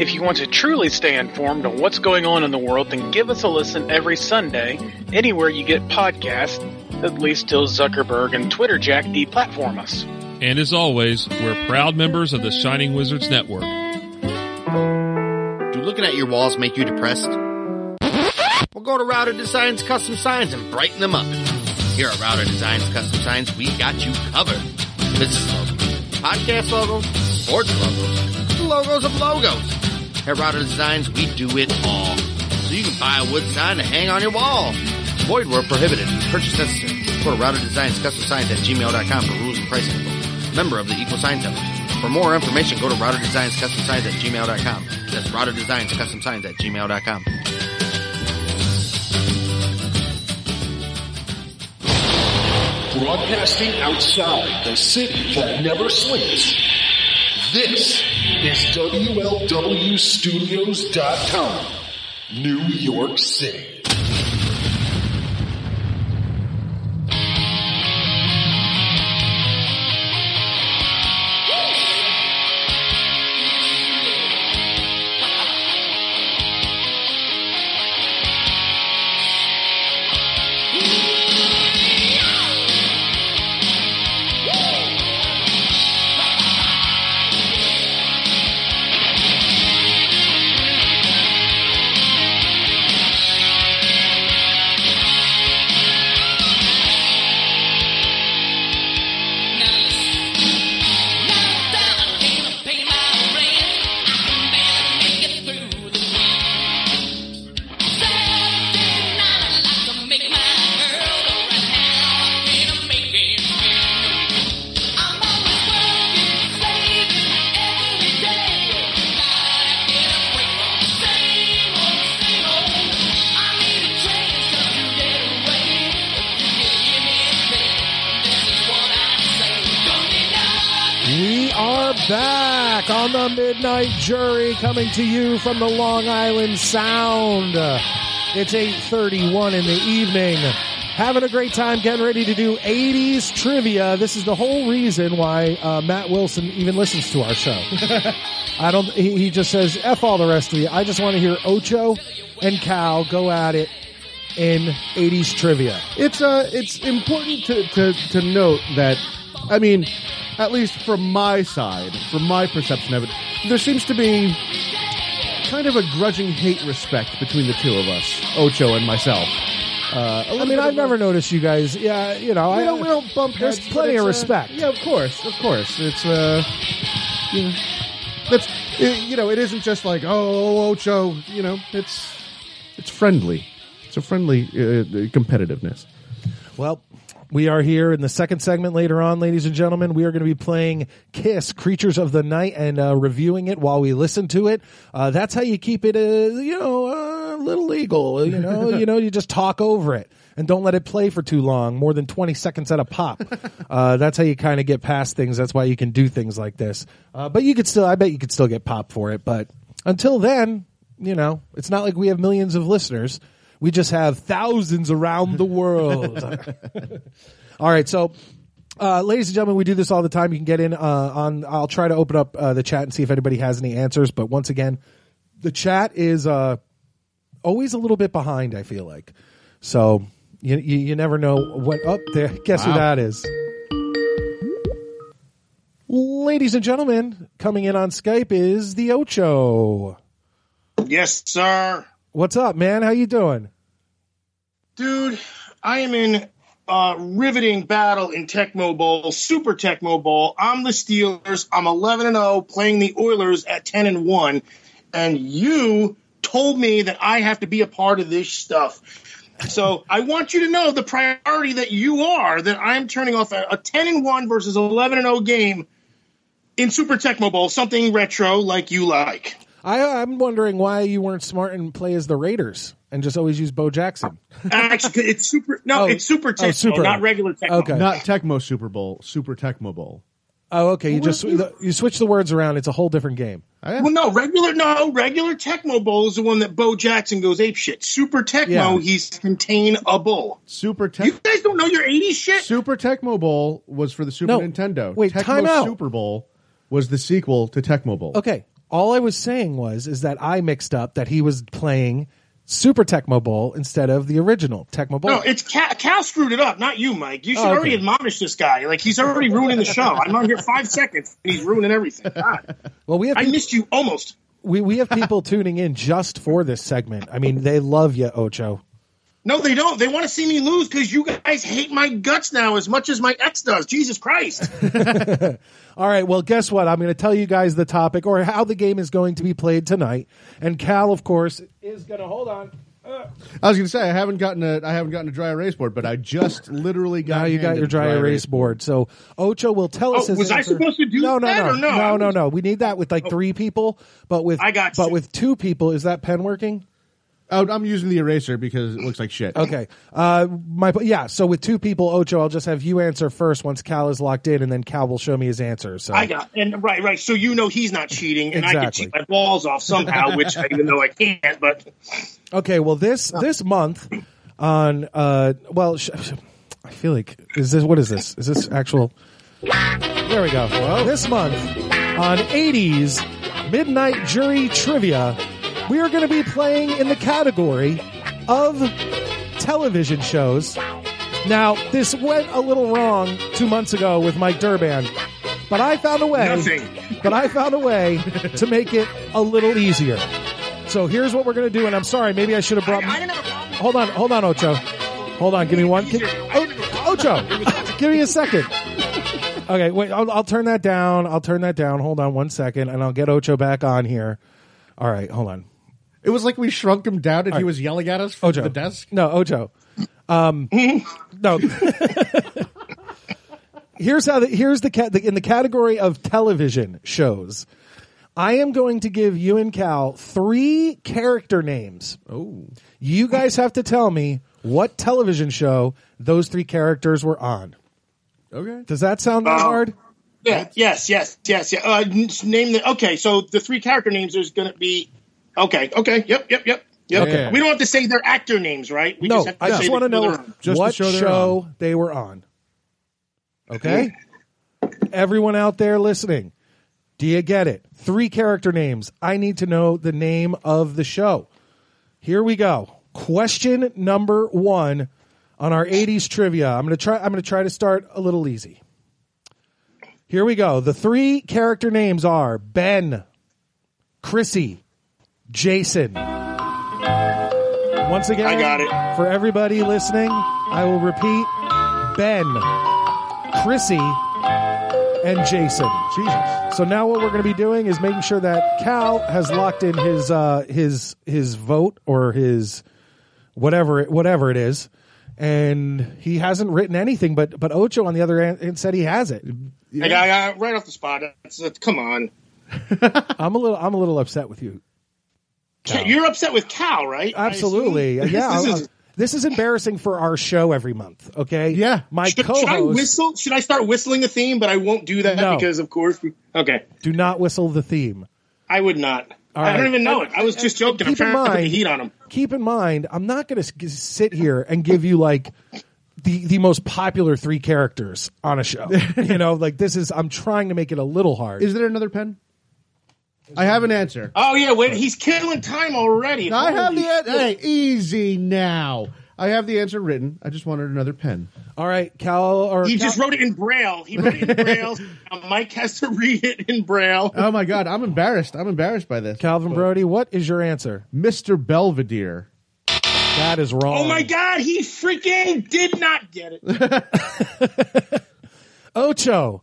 Speaker 13: If you want to truly stay informed on what's going on in the world, then give us a listen every Sunday, anywhere you get podcasts, at least till Zuckerberg and Twitter Jack deplatform us.
Speaker 14: And as always, we're proud members of the Shining Wizards Network.
Speaker 15: Do looking at your walls make you depressed? Well, go to Router Designs Custom Signs and brighten them up. Here at Router Designs Custom Signs, we got you covered. Business logos, podcast logos, sports logos, logos of logos. At Router Designs, we do it all. So you can buy a wood sign to hang on your wall. Void where prohibited. Purchase necessary. Go to Router Designs Custom Signs at gmail.com for rules and pricing. Member of the Equal Sign Temple. For more information, go to Router Designs Custom Signs at gmail.com. That's Router Designs Custom Signs at gmail.com.
Speaker 4: Broadcasting outside the city that never sleeps. This is WLWstudios.com, New York City.
Speaker 7: We are back on the Midnight Jury coming to you from the Long Island Sound. It's 8:31 in the evening. Having a great time getting ready to do 80s trivia. This is the whole reason why uh, Matt Wilson even listens to our show. I don't he, he just says F all the rest of you. I just want to hear Ocho and Cal go at it in 80s trivia.
Speaker 6: It's uh, it's important to, to to note that, I mean, at least from my side, from my perception of it, there seems to be kind of a grudging hate respect between the two of us, Ocho and myself.
Speaker 5: Uh, I mean, I've never noticed you guys. Yeah, you know,
Speaker 6: we
Speaker 5: I
Speaker 6: don't we don't bump
Speaker 5: There's
Speaker 6: heads, but
Speaker 5: plenty
Speaker 6: it's, uh,
Speaker 5: of respect.
Speaker 6: yeah, of course, of course. It's uh, you know, that's it, you know, it isn't just like oh Ocho. You know, it's it's friendly. It's a friendly uh, competitiveness.
Speaker 5: Well, we are here in the second segment later on, ladies and gentlemen. We are going to be playing Kiss Creatures of the Night and uh, reviewing it while we listen to it. Uh, that's how you keep it, uh, you know, uh, a little legal. You know, you know, you just talk over it and don't let it play for too long, more than 20 seconds at a pop. Uh, that's how you kind of get past things. That's why you can do things like this. Uh, but you could still, I bet you could still get pop for it. But until then, you know, it's not like we have millions of listeners. We just have thousands around the world. all right, so. Uh, ladies and gentlemen, we do this all the time. You can get in uh, on. I'll try to open up uh, the chat and see if anybody has any answers. But once again, the chat is uh, always a little bit behind. I feel like, so you you, you never know what up there. Guess who
Speaker 16: Wow.
Speaker 5: that is? Ladies and gentlemen, coming in on Skype is the Ocho.
Speaker 16: Yes, sir.
Speaker 5: What's up, man? How you doing?
Speaker 16: Dude, I am in uh, riveting battle in Tecmo Bowl, Super Tecmo Bowl. I'm the Steelers. I'm 11 and 0, playing the Oilers at 10 and 1. And you told me that I have to be a part of this stuff. So I want you to know the priority that you are that I'm turning off a, a 10 and 1 versus 11 and 0 game in Super Tecmo Bowl, something retro like you like.
Speaker 5: I, I'm wondering why you weren't smart and play as the Raiders and just always use Bo Jackson.
Speaker 16: Actually, it's super. No, it's super Tecmo, not regular Tecmo.
Speaker 6: Not Tecmo Super Bowl, Super Tecmo Bowl.
Speaker 5: Oh, okay. You just you switch the words around. It's a whole different game.
Speaker 16: Well, no, regular no regular Tecmo Bowl is the one that Bo Jackson goes ape shit. Super Tecmo,
Speaker 6: Yeah.
Speaker 16: he's contain a bull.
Speaker 6: Super Tecmo.
Speaker 16: You guys don't know your '80s shit.
Speaker 6: Super Tecmo Bowl was for the Super
Speaker 5: No.
Speaker 6: Nintendo.
Speaker 5: Wait,
Speaker 6: Tecmo
Speaker 5: time out.
Speaker 6: Super Bowl was the sequel to Tecmo Bowl.
Speaker 5: Okay. All I was saying was is that I mixed up that he was playing Super Tecmo Bowl instead of the original Tecmo Bowl.
Speaker 16: No, it's Cal, Cal screwed it up, not you, Mike. You should
Speaker 5: Oh, okay.
Speaker 16: already admonish this guy. Like he's already ruining the show. I'm on here five seconds, and he's ruining everything. God.
Speaker 5: Well, we have
Speaker 16: I missed you almost.
Speaker 5: we we have people tuning in just for this segment. I mean, they love you, Ocho.
Speaker 16: No, they don't. They want to see me lose because you guys hate my guts now as much as my ex does. Jesus Christ.
Speaker 5: All right. Well, guess what? I'm going to tell you guys the topic or how the game is going to be played tonight. And Cal, of course, is going to hold on.
Speaker 6: I was going to say I haven't gotten a I haven't gotten a dry erase board, but I just literally got.
Speaker 5: Now you got
Speaker 6: handed
Speaker 5: your
Speaker 6: a
Speaker 5: dry erase board. So Ocho will tell us.
Speaker 6: Oh,
Speaker 5: his
Speaker 6: was I
Speaker 5: answer.
Speaker 6: supposed to do
Speaker 5: no, no,
Speaker 6: that
Speaker 5: no,
Speaker 6: or no? Oh.
Speaker 5: no, no, no. We need that with like three people, but with I got but with two people, is that pen working?
Speaker 6: Oh, I'm using the eraser because it looks like shit.
Speaker 5: Okay. Uh, my yeah. So with two people, Ocho, I'll just have you answer first once Cal is locked in, and then Cal will show me his answer. So
Speaker 16: I got and right, right. So you know he's not cheating, and I can
Speaker 5: Exactly.
Speaker 16: cheat my balls off somehow, which I even though I can't. But
Speaker 5: Okay, well this this month on uh well sh- I feel like is this what is this? Is this actual There we go. This month on 80s Midnight Jury Trivia, we are going to be playing in the category of television shows. Now, this went a little wrong 2 months ago with Mike Durban, but I found a way but I found a way to make it a little easier. So here's what we're gonna do, and I'm sorry, maybe I should have brought. hold on, hold on, Ocho. Hold on, give me one. O- Ocho, give me a second. Okay, wait. I'll, I'll turn that down. I'll turn that down. Hold on one second, and I'll get Ocho back on here. All right, hold on.
Speaker 6: It was like we shrunk him down, and
Speaker 5: All
Speaker 6: he
Speaker 5: right. Oh,
Speaker 6: was yelling at us from
Speaker 5: Ocho.
Speaker 6: the desk.
Speaker 5: No, Ocho. Um, no. here's how. The, here's the, cat the in the category of television shows. I am going to give you and Cal three character names. Oh. You guys have to tell me what television show those three characters were on.
Speaker 6: Okay.
Speaker 5: Does that sound
Speaker 16: Um,
Speaker 5: hard?
Speaker 16: yeah, yes, yes, yes, yeah. Uh, n- name the okay. So the three character names is going to be okay. Okay. Yep. Yep. Yep. Yep.
Speaker 5: Okay.
Speaker 16: We don't have to say their actor names, right? We
Speaker 5: no,
Speaker 16: have
Speaker 5: I just
Speaker 16: say
Speaker 5: want to
Speaker 16: who they're
Speaker 5: know
Speaker 16: on.
Speaker 5: what show, they were on. Okay? Everyone out there listening, do you get it? Three character names. I need to know the name of the show. Here we go. Question number 1 on our 80s trivia. I'm going to try I'm going to try to start a little easy. Here we go. The three character names are Ben, Chrissy, Jason. Once again,
Speaker 16: I got it.
Speaker 5: For everybody listening, I will repeat Ben, Chrissy, and Jason. Jesus. So now what we're going to be doing is making sure that Cal has locked in his uh, his his vote or his whatever it, whatever it is. And he hasn't written anything, but but Ocho on the other hand said he has it.
Speaker 16: I got, I got right off the spot. That's, that's, come on.
Speaker 5: I'm a little I'm a little upset with you.
Speaker 16: Ca- You're upset with Cal, right? I
Speaker 5: Absolutely.
Speaker 16: assume?
Speaker 5: yeah.
Speaker 16: This
Speaker 5: I- I-
Speaker 16: is-
Speaker 5: this is embarrassing for our show every month, okay? Yeah. My
Speaker 16: should,
Speaker 5: co-host
Speaker 16: should I whistle? Should I start whistling a theme? But I won't do that
Speaker 5: No.
Speaker 16: because, of course, we, okay,
Speaker 5: do not whistle the theme.
Speaker 16: I would not.
Speaker 5: All
Speaker 16: I
Speaker 5: right.
Speaker 16: don't even know
Speaker 5: And-
Speaker 16: it. I was
Speaker 5: and-
Speaker 16: just
Speaker 5: and
Speaker 16: joking. I'm trying to put the heat on him.
Speaker 5: Keep in mind, I'm not going to sit here and give you like the the most popular three characters on a show. you know, like this is I'm trying to make it a little hard.
Speaker 6: Is there another pen? I have an answer.
Speaker 16: Oh yeah, wait, he's killing time already.
Speaker 6: I have the
Speaker 16: Holy
Speaker 6: answer.
Speaker 16: shit.
Speaker 6: Hey, easy now. I have the answer written. I just wanted another pen.
Speaker 5: All right, Cal. Or
Speaker 16: He just wrote it in braille. He wrote it in braille. Now Mike has to read it in braille.
Speaker 6: Oh my god, I'm embarrassed. I'm embarrassed by this.
Speaker 5: Calvin Brody, what is your answer?
Speaker 6: Mr. Belvedere.
Speaker 5: That is wrong.
Speaker 16: Oh my god, he freaking did not get it.
Speaker 5: Ocho,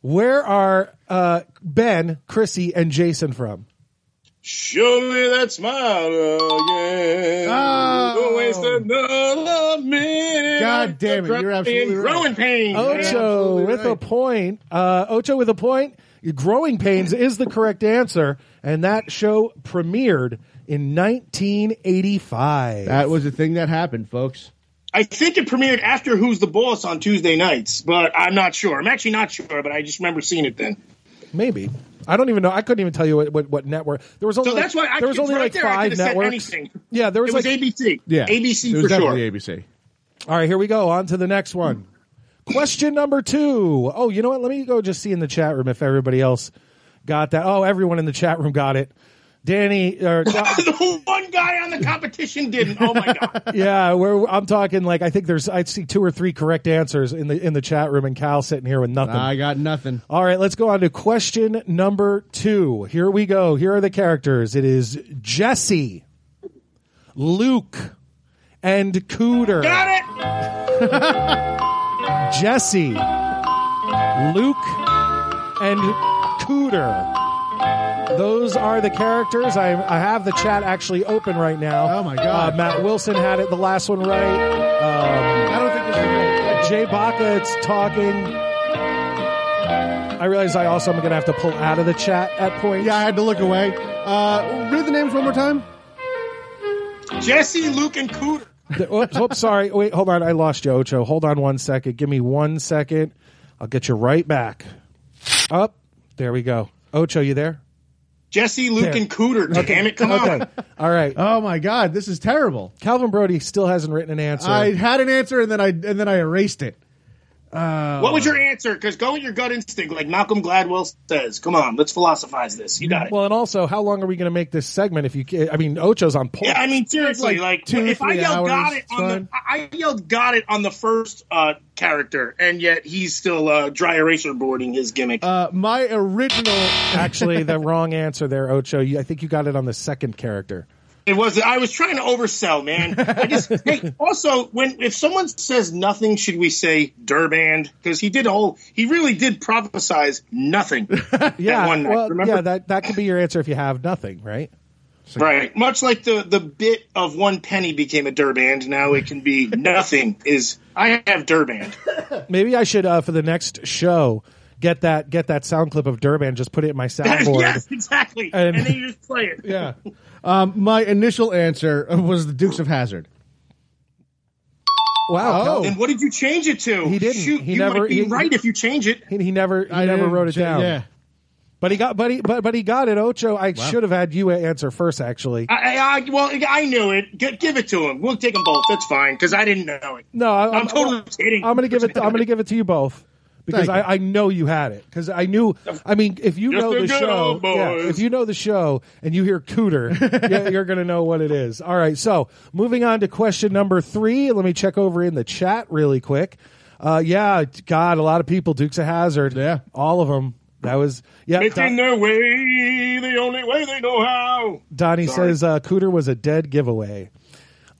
Speaker 5: where are uh, Ben, Chrissy, and Jason from?
Speaker 16: Show me that smile again. Don't waste another minute.
Speaker 6: God damn it, you're absolutely right.
Speaker 16: Growing pain.
Speaker 5: Ocho with a point. Uh, Ocho with a point. Growing Pains is the correct answer, and that show premiered in 1985.
Speaker 6: That was a thing that happened, folks.
Speaker 16: I think it premiered after Who's the Boss on Tuesday nights, but I'm not sure. I'm actually not sure, but I just remember seeing it then.
Speaker 5: Maybe I don't even know. I couldn't even tell you what, what, what network. There was only
Speaker 16: So
Speaker 5: like,
Speaker 16: that's why I
Speaker 5: there was
Speaker 16: it's
Speaker 5: only
Speaker 16: right
Speaker 5: like
Speaker 16: there, I
Speaker 5: five
Speaker 16: could've said
Speaker 5: networks.
Speaker 16: anything.
Speaker 5: Yeah, there was
Speaker 16: it was
Speaker 5: like-
Speaker 16: ABC.
Speaker 5: Yeah.
Speaker 16: ABC
Speaker 5: It was
Speaker 16: for sure.
Speaker 5: definitely
Speaker 6: ABC.
Speaker 5: All right, here we go. On to the next one. Question number two. Oh, you know what? Let me go just see in the chat room if everybody else got that. Oh, everyone in the chat room got it. Danny, or, uh,
Speaker 16: the one guy on the competition didn't. Oh my god.
Speaker 5: yeah, we're, I'm talking like I think there's I see two or three correct answers in the in the chat room, and Kyle sitting here with nothing.
Speaker 6: I got nothing.
Speaker 5: All right, let's go on to question number two. Here we go. Here are the characters. It is Jesse, Luke, and Cooter.
Speaker 16: Got it.
Speaker 5: Jesse, Luke, and Cooter. Those are the characters. I, I have the chat actually open right now. Oh my god! Uh, Matt Wilson had it the last one right. Um, I don't think this is Jay Baca. It's talking. I realize I also am going to have to pull out of the chat at points. Yeah, I
Speaker 6: had to look away. Uh, read the names one more time.
Speaker 16: Jesse, Luke, and Cooter.
Speaker 5: The- Oops, oops, sorry. Wait, hold on. I lost you, Ocho. Hold on one second. Give me one second. I'll get you right back. Up. There we go. Ocho, you there?
Speaker 16: Jesse, Luke,
Speaker 5: There.
Speaker 16: and Cooter. Damn it, come on.
Speaker 5: Okay. All right.
Speaker 6: Oh my god, this is terrible.
Speaker 5: Calvin Brody still hasn't written an answer.
Speaker 6: I had an answer and then I and then I erased it. Uh,
Speaker 16: What was your answer? Because go with your gut instinct, like Malcolm Gladwell says. Come on, let's philosophize this. You got it.
Speaker 5: Well, and also, how long are we going to make this segment? If you, ca- I mean, Ocho's on point.
Speaker 16: Yeah, I mean seriously, like,
Speaker 5: two or
Speaker 16: if I
Speaker 5: three
Speaker 16: yelled
Speaker 5: hours,
Speaker 16: "got it"
Speaker 5: it's
Speaker 16: on the,
Speaker 5: fine.
Speaker 16: I I yelled "got it" on the first uh, character, and yet he's still uh, dry eraser boarding his gimmick.
Speaker 6: Uh, my original.
Speaker 5: Actually, the wrong answer there, Ocho. You, I think you got it on the second character.
Speaker 16: It was. I was trying to oversell, man. I just hey, also when if someone says nothing, should we say Durband? Because he did a whole. He really did prophesize nothing.
Speaker 5: Yeah,
Speaker 16: that one night,
Speaker 5: well,
Speaker 16: remember?
Speaker 5: yeah, that that could be your answer if you have nothing, right?
Speaker 16: right. Much like the the bit of one penny became a Durband. Now it can be nothing. Is I have Durband.
Speaker 5: Maybe I should uh, for the next show get that get that sound clip of Durban, just put it in my soundboard.
Speaker 16: yes, exactly. And,
Speaker 5: And-
Speaker 16: then you just play it.
Speaker 5: Yeah.
Speaker 6: Um, my initial answer was the Dukes of Hazard.
Speaker 5: Wow.
Speaker 6: Oh.
Speaker 16: And what did you change it to? He didn't. Shoot,
Speaker 5: He
Speaker 16: you
Speaker 5: never-
Speaker 16: might be
Speaker 5: he-
Speaker 16: right if you change it.
Speaker 5: He, he never he
Speaker 16: I
Speaker 5: never
Speaker 16: didn't
Speaker 5: wrote it
Speaker 16: ch-
Speaker 5: down.
Speaker 16: yeah.
Speaker 5: But he got but he but, but he got it, Ocho. I
Speaker 16: Wow.
Speaker 5: should have had you answer first actually.
Speaker 16: I, I, I- well, I knew it. G- give it to him. We'll take them both. That's fine because I didn't know it.
Speaker 5: no, I,
Speaker 16: I'm totally kidding.
Speaker 5: I'm gonna give it I'm gonna give it to you both. Because
Speaker 16: Thank you.
Speaker 5: I, I know you had it. Because I knew I mean if you
Speaker 16: Just
Speaker 5: know
Speaker 16: the
Speaker 5: the
Speaker 16: good
Speaker 5: show
Speaker 16: old
Speaker 5: yeah,
Speaker 16: oh, boys.
Speaker 5: if you know the show and you hear cooter, yeah, you're gonna know what it is. All right, so moving on to question number three. Let me check over in the chat really quick. Uh, yeah, God, a lot of people, Dukes of Hazard. Yeah. All of them. That was yeah. Don-
Speaker 16: Making their way the only way they know how.
Speaker 5: Donnie
Speaker 16: Sorry.
Speaker 5: says uh, Cooter was a dead giveaway.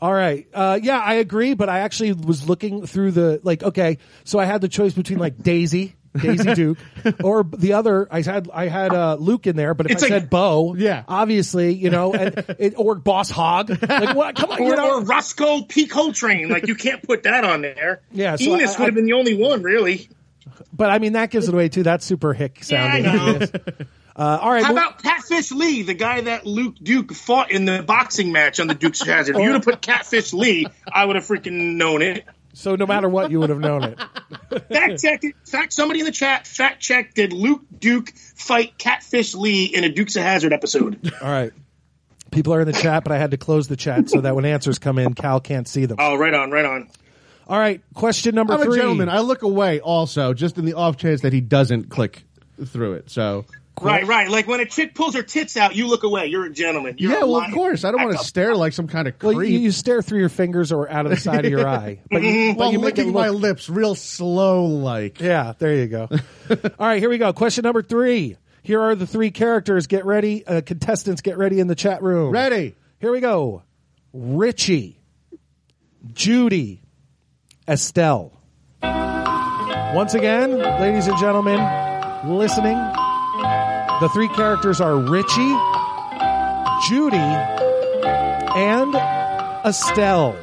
Speaker 5: All right. Uh, yeah, I agree, but I actually was looking through the like. Okay, so I had the choice between like Daisy, Daisy Duke, or the other. I had I had uh, Luke in there, but if
Speaker 16: It's
Speaker 5: I
Speaker 16: like-
Speaker 5: said Bo, yeah, obviously, you know, and it, or Boss Hog. Like what? Come on,
Speaker 16: or,
Speaker 5: you know.
Speaker 16: or Roscoe P. Coltrane. Like you can't put that on there.
Speaker 5: Yeah, so
Speaker 16: Enos
Speaker 5: I-
Speaker 16: would have been the only one, really.
Speaker 5: But I mean, that gives it away too. That's super hick sounding. Uh, all right.
Speaker 16: How
Speaker 5: well-
Speaker 16: about Catfish Lee, the guy that Luke Duke fought in the boxing match on the Duke's Hazard? If you'd have put Catfish Lee, I would have freaking known it.
Speaker 5: So no matter what, you would have known it.
Speaker 16: Fact check it. Fact somebody in the chat. Fact check. Did Luke Duke fight Catfish Lee in a Duke's of Hazard episode?
Speaker 5: All right. People are in the chat, but I had to close the chat so that when answers come in, Cal can't see them.
Speaker 16: Oh, right on, right on.
Speaker 5: All right, question number
Speaker 6: I'm
Speaker 5: three.
Speaker 6: a gentleman. I look away also, just in the off chance that he doesn't click through it. So
Speaker 16: Right, right. Like when a chick pulls her tits out, you look away. You're a gentleman. You're
Speaker 6: yeah,
Speaker 16: a
Speaker 6: well, of
Speaker 16: lion.
Speaker 6: course. I don't
Speaker 16: Back
Speaker 6: want to
Speaker 16: up.
Speaker 6: stare like some kind of
Speaker 5: Well,
Speaker 6: creep.
Speaker 5: you, you stare through your fingers or out of the side of your eye, but you,
Speaker 6: Mhm.
Speaker 5: but
Speaker 6: While
Speaker 5: you make it
Speaker 6: licking my
Speaker 5: look-
Speaker 6: lips real slow, like
Speaker 5: yeah. There you go. All right, here we go. Question number three. Here are the three characters. Get ready, uh, contestants. Get ready in the chat room.
Speaker 6: Ready.
Speaker 5: Here we go. Richie, Judy, Estelle. Once again, ladies and gentlemen, listening. The three characters are Richie, Judy, and Estelle.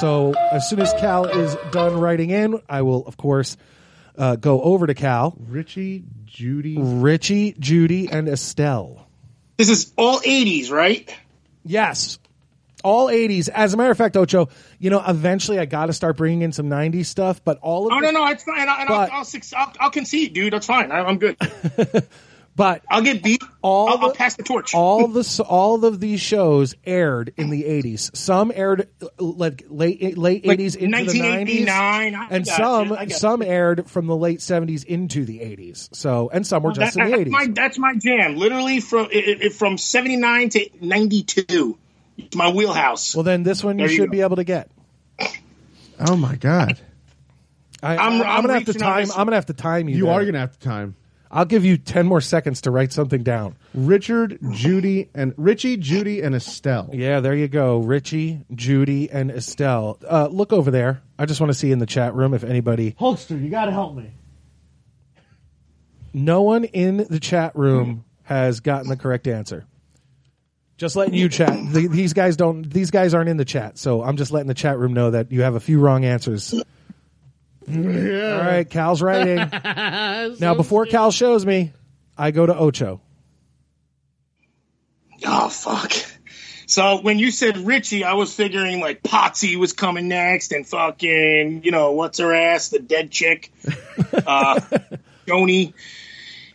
Speaker 5: So as soon as Cal is done writing in, I will, of course, uh, go over to Cal.
Speaker 6: Richie, Judy,
Speaker 5: Richie, Judy, and Estelle.
Speaker 16: This is all '80s, right?
Speaker 5: Yes, all '80s. As a matter of fact, Ocho, you know, eventually I got to start bringing in some '90s stuff, but all of
Speaker 16: Oh
Speaker 5: the-
Speaker 16: no, no, it's fine. And, I, and
Speaker 5: But-
Speaker 16: I'll, I'll, suc- I'll, I'll concede, dude. That's fine. I, I'm good.
Speaker 5: but
Speaker 16: I'll get beat.
Speaker 5: All
Speaker 16: I'll,
Speaker 5: the-
Speaker 16: I'll pass the torch.
Speaker 5: all the all of these shows aired in the 80s. Some aired uh, like late late
Speaker 16: Like
Speaker 5: 80s into the
Speaker 16: 1989.
Speaker 5: 90s,
Speaker 16: I
Speaker 5: and
Speaker 16: got
Speaker 5: some
Speaker 16: you. I got
Speaker 5: some aired from the late 70s into the 80s. So and some were just
Speaker 16: That-
Speaker 5: in the
Speaker 16: that's
Speaker 5: 80s.
Speaker 16: My, that's my jam. Literally from it, it, from '79 to '92. It's my wheelhouse.
Speaker 5: well, then this one you
Speaker 16: There you
Speaker 5: should
Speaker 16: go.
Speaker 5: be able to get.
Speaker 6: Oh my god!
Speaker 5: I,
Speaker 16: I'm-
Speaker 5: I'm,
Speaker 16: I'm
Speaker 5: gonna have to
Speaker 16: reaching on
Speaker 5: time.
Speaker 16: this-
Speaker 5: I'm gonna have to time you.
Speaker 6: You
Speaker 5: there.
Speaker 6: are gonna have to time.
Speaker 5: I'll give you ten more seconds to write something down.
Speaker 6: Richard, Judy, and Richie, Judy, and Estelle.
Speaker 5: Yeah, there you go. Richie, Judy, and Estelle. Uh, look over there. I just want to see in the chat room if anybody.
Speaker 6: Holster, you gotta help me.
Speaker 5: No one in the chat room has gotten the correct answer. Just letting you chat. The, these guys don't. These guys aren't in the chat, so I'm just letting the chat room know that you have a few wrong answers. All right, Cal's writing now. Before Cal shows me, I go to Ocho.
Speaker 16: Oh fuck. So when you said Richie, I was figuring like Potsy was coming next, and fucking you know what's her ass, the dead chick, uh, Joni.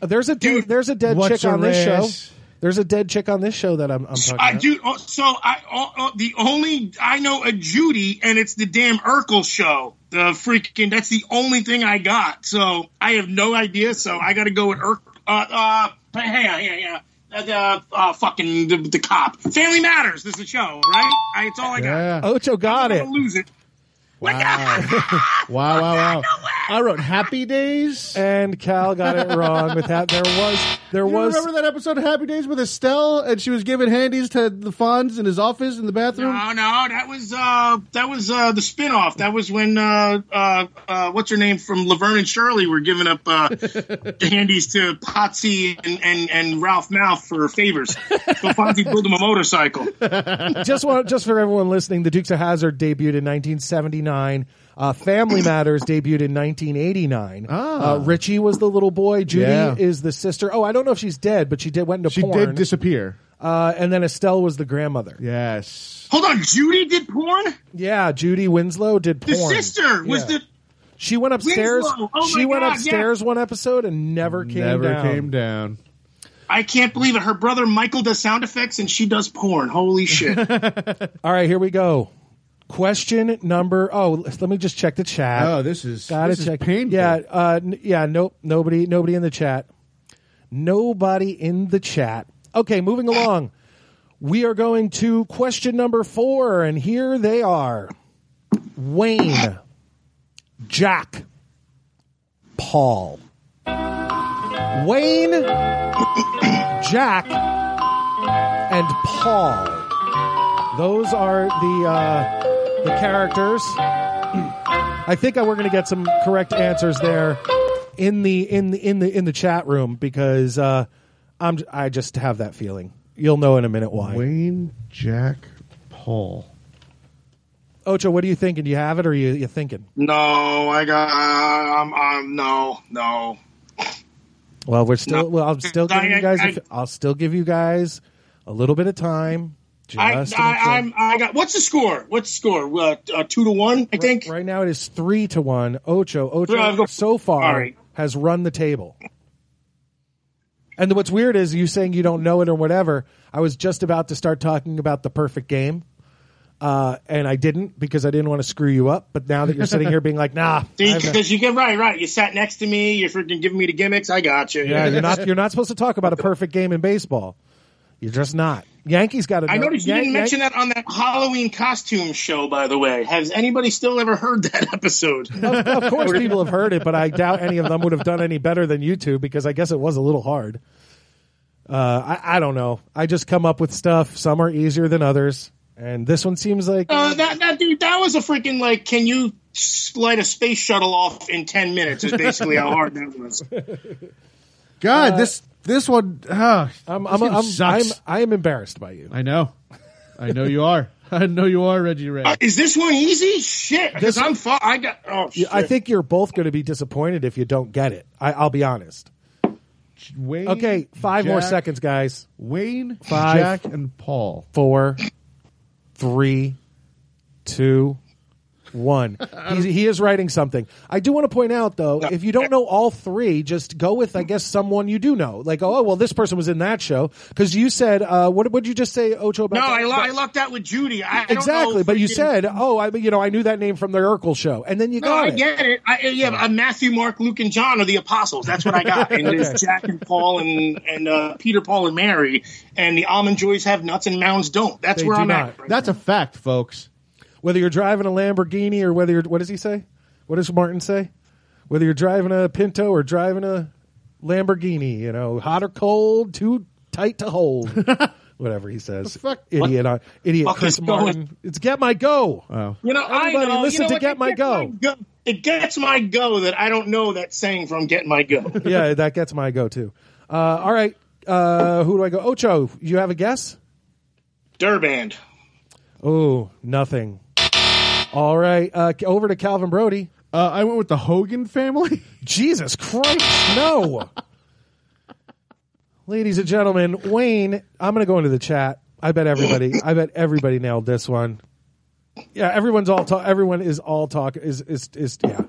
Speaker 5: There's a dude. There's a dead
Speaker 16: What's
Speaker 5: chick on
Speaker 16: her
Speaker 5: this
Speaker 16: ass?
Speaker 5: show. There's a dead chick on this show that I'm, I'm talking
Speaker 16: I
Speaker 5: about.
Speaker 16: do. oh, So I oh, oh, the only I know a Judy, and it's the damn Urkel show. The freaking that's the only thing I got. So I have no idea. So I got to go with Urkel. Uh, uh, hang on, hang on, hang on. Uh, uh, uh, fucking the, the cop. Family Matters. This is the show, right? I, it's all I got.
Speaker 5: Ocho got it.
Speaker 16: Lose it.
Speaker 6: Wow. wow, wow, wow. I wrote Happy Days.
Speaker 5: And Cal got it wrong with that. There was there
Speaker 6: You
Speaker 5: was
Speaker 6: remember that episode of Happy Days with Estelle and she was giving handies to the Fonz in his office in the bathroom?
Speaker 16: No, no, that was uh, that was uh, the spinoff. That was when uh, uh, uh, what's her name from Laverne and Shirley were giving up uh, handies to Potsy and, and, and Ralph Mouth for favors. So Potsy built him a motorcycle.
Speaker 5: just want just for everyone listening, The Dukes of Hazard debuted in 1979. Uh, Family Matters debuted in 1989.
Speaker 6: Ah.
Speaker 5: Uh, Richie was the little boy. Judy
Speaker 6: Yeah.
Speaker 5: is the sister. Oh, I don't know if she's dead, but she did went into
Speaker 6: she
Speaker 5: porn.
Speaker 6: did disappear.
Speaker 5: uh, and then Estelle was the grandmother.
Speaker 6: Yes.
Speaker 16: Hold on, Judy did porn.
Speaker 5: Yeah, Judy Winslow did
Speaker 16: The
Speaker 5: porn.
Speaker 16: sister was
Speaker 5: Yeah.
Speaker 16: the
Speaker 5: She went upstairs.
Speaker 16: Winslow! Oh my
Speaker 5: she went
Speaker 16: God, yeah.
Speaker 5: upstairs one episode and never came
Speaker 6: Never
Speaker 5: down.
Speaker 6: came down.
Speaker 16: I can't believe it. Her brother Michael does sound effects and she does porn. Holy shit!
Speaker 5: All right, here we go. Question number. Oh, let me just check the chat.
Speaker 6: Oh, this is
Speaker 5: Gotta
Speaker 6: this is
Speaker 5: check.
Speaker 6: painful.
Speaker 5: Yeah, uh, n- yeah. Nope. Nobody. Nobody in the chat. Nobody in the chat. Okay, moving along. We are going to question number four, and here they are: Wayne, Jack, Paul, Wayne, Jack, and Paul. Those are the uh, the characters. I think I, we're going to get some correct answers there in the in the in the in the chat room because uh, I'm I just have that feeling. You'll know in a minute why.
Speaker 6: Wayne Jack Paul.
Speaker 5: Ocho, what are you thinking? Do you have it, or are you you thinking?
Speaker 16: No, I got. I'm. I'm. No. No.
Speaker 5: Well, we're still. Well, I'm still
Speaker 16: I-
Speaker 5: giving
Speaker 16: I-
Speaker 5: you guys.
Speaker 16: I-
Speaker 5: a, I'll still give you guys a little bit of time.
Speaker 16: I,
Speaker 5: Just to make sure.
Speaker 16: I, I'm, I got. What's the score? What's the score? Uh, t- uh, two to one, I think.
Speaker 5: Right now it is three to one. Ocho, Ocho
Speaker 16: Yeah, I've got-
Speaker 5: so far
Speaker 16: All right.
Speaker 5: has run the table. And what's weird is you saying you don't know it or whatever. I was just about to start talking about the perfect game, uh, and I didn't because I didn't want to screw you up. But now that you're sitting here being like, nah, I have no-
Speaker 16: Because you get right, right. You sat next to me. You're freaking giving me the gimmicks. I got you.
Speaker 5: yeah, you're not you're not supposed to talk about a perfect game in baseball. You're just not. Yankees got to.
Speaker 16: I noticed you
Speaker 5: Yan-
Speaker 16: didn't
Speaker 5: Yan-
Speaker 16: mention that on that Halloween costume show, by the way. Has anybody still ever heard that episode? Uh,
Speaker 5: of course, people have heard it, but I doubt any of them would have done any better than you two because I guess it was a little hard. Uh, I, I don't know. I just come up with stuff. Some are easier than others, and this one seems like
Speaker 6: Oh,
Speaker 16: Uh, that, that dude, that was a freaking like, can you s- light a space shuttle off in 10 minutes? Is basically how hard that was.
Speaker 6: God, this this one. Uh,
Speaker 5: Uh,
Speaker 6: this
Speaker 5: I'm I'm,
Speaker 6: game
Speaker 5: I'm, I'm
Speaker 6: sucks.
Speaker 5: I am embarrassed by you.
Speaker 6: I know. I know you are. I know you are, Reggie Ray.
Speaker 16: Uh, is this one easy? Shit, because I'm fu- I got. Oh,
Speaker 5: You-
Speaker 16: shit.
Speaker 5: I think you're both going to be disappointed if you don't get it. I, I'll be honest.
Speaker 6: Wayne,
Speaker 5: Okay, five more
Speaker 6: Jack-
Speaker 5: seconds, guys.
Speaker 6: Wayne,
Speaker 5: Five.
Speaker 6: Jack, and Paul.
Speaker 5: four, three, two, one. He's, he is writing something. I do want to point out, though, if you don't know all three, just go with, I guess, someone you do know. Like, oh, well, this person was in that show. Because you said, uh, what would you just say, Ocho? About
Speaker 16: no,
Speaker 5: that?
Speaker 16: I, lo- I lucked out with Judy. I, I don't
Speaker 5: Exactly,
Speaker 16: know
Speaker 5: but you
Speaker 16: freaking-
Speaker 5: said, "Oh, I, you know, I knew that name from the Urkel show," and then you
Speaker 16: No,
Speaker 5: got
Speaker 16: I
Speaker 5: it.
Speaker 16: get it. I, yeah, uh, Matthew, Mark, Luke, and John are the apostles. That's what I got. And
Speaker 5: Okay.
Speaker 16: there's Jack and Paul and and uh, Peter, Paul, and Mary. And the almond joys have nuts and mounds don't. That's
Speaker 5: They
Speaker 16: where
Speaker 5: do
Speaker 16: I'm
Speaker 5: not.
Speaker 16: at. right
Speaker 6: That's a fact, folks.
Speaker 5: Whether you're driving a Lamborghini or whether you're, what does he say? What does Martin say? Whether you're driving a Pinto or driving a Lamborghini, you know, hot or cold, too tight to hold. Whatever he says.
Speaker 16: fuck?
Speaker 5: Idiot, uh, idiot
Speaker 16: Fuck
Speaker 5: Chris
Speaker 16: is going-
Speaker 5: Martin. It's Get My Go.
Speaker 6: Oh.
Speaker 16: You know, I
Speaker 5: Everybody
Speaker 16: know,
Speaker 5: listen
Speaker 16: you know
Speaker 5: to
Speaker 16: what?
Speaker 5: Get
Speaker 16: It
Speaker 5: My
Speaker 16: gets
Speaker 5: Go.
Speaker 16: It gets my go that I don't know that saying from Get My Go.
Speaker 5: yeah, that gets my go too. Uh, all right. Uh, who do I go? Ocho, you have a guess?
Speaker 16: Durband.
Speaker 5: Oh, nothing. All right. Uh, over to Calvin Brody.
Speaker 6: Uh, I went with the Hogan family.
Speaker 5: Jesus Christ, no. Ladies and gentlemen, Wayne, I'm going to go into the chat. I bet everybody, I bet everybody nailed this one. Yeah, everyone's all talk. Everyone is all talk. Is is is yeah.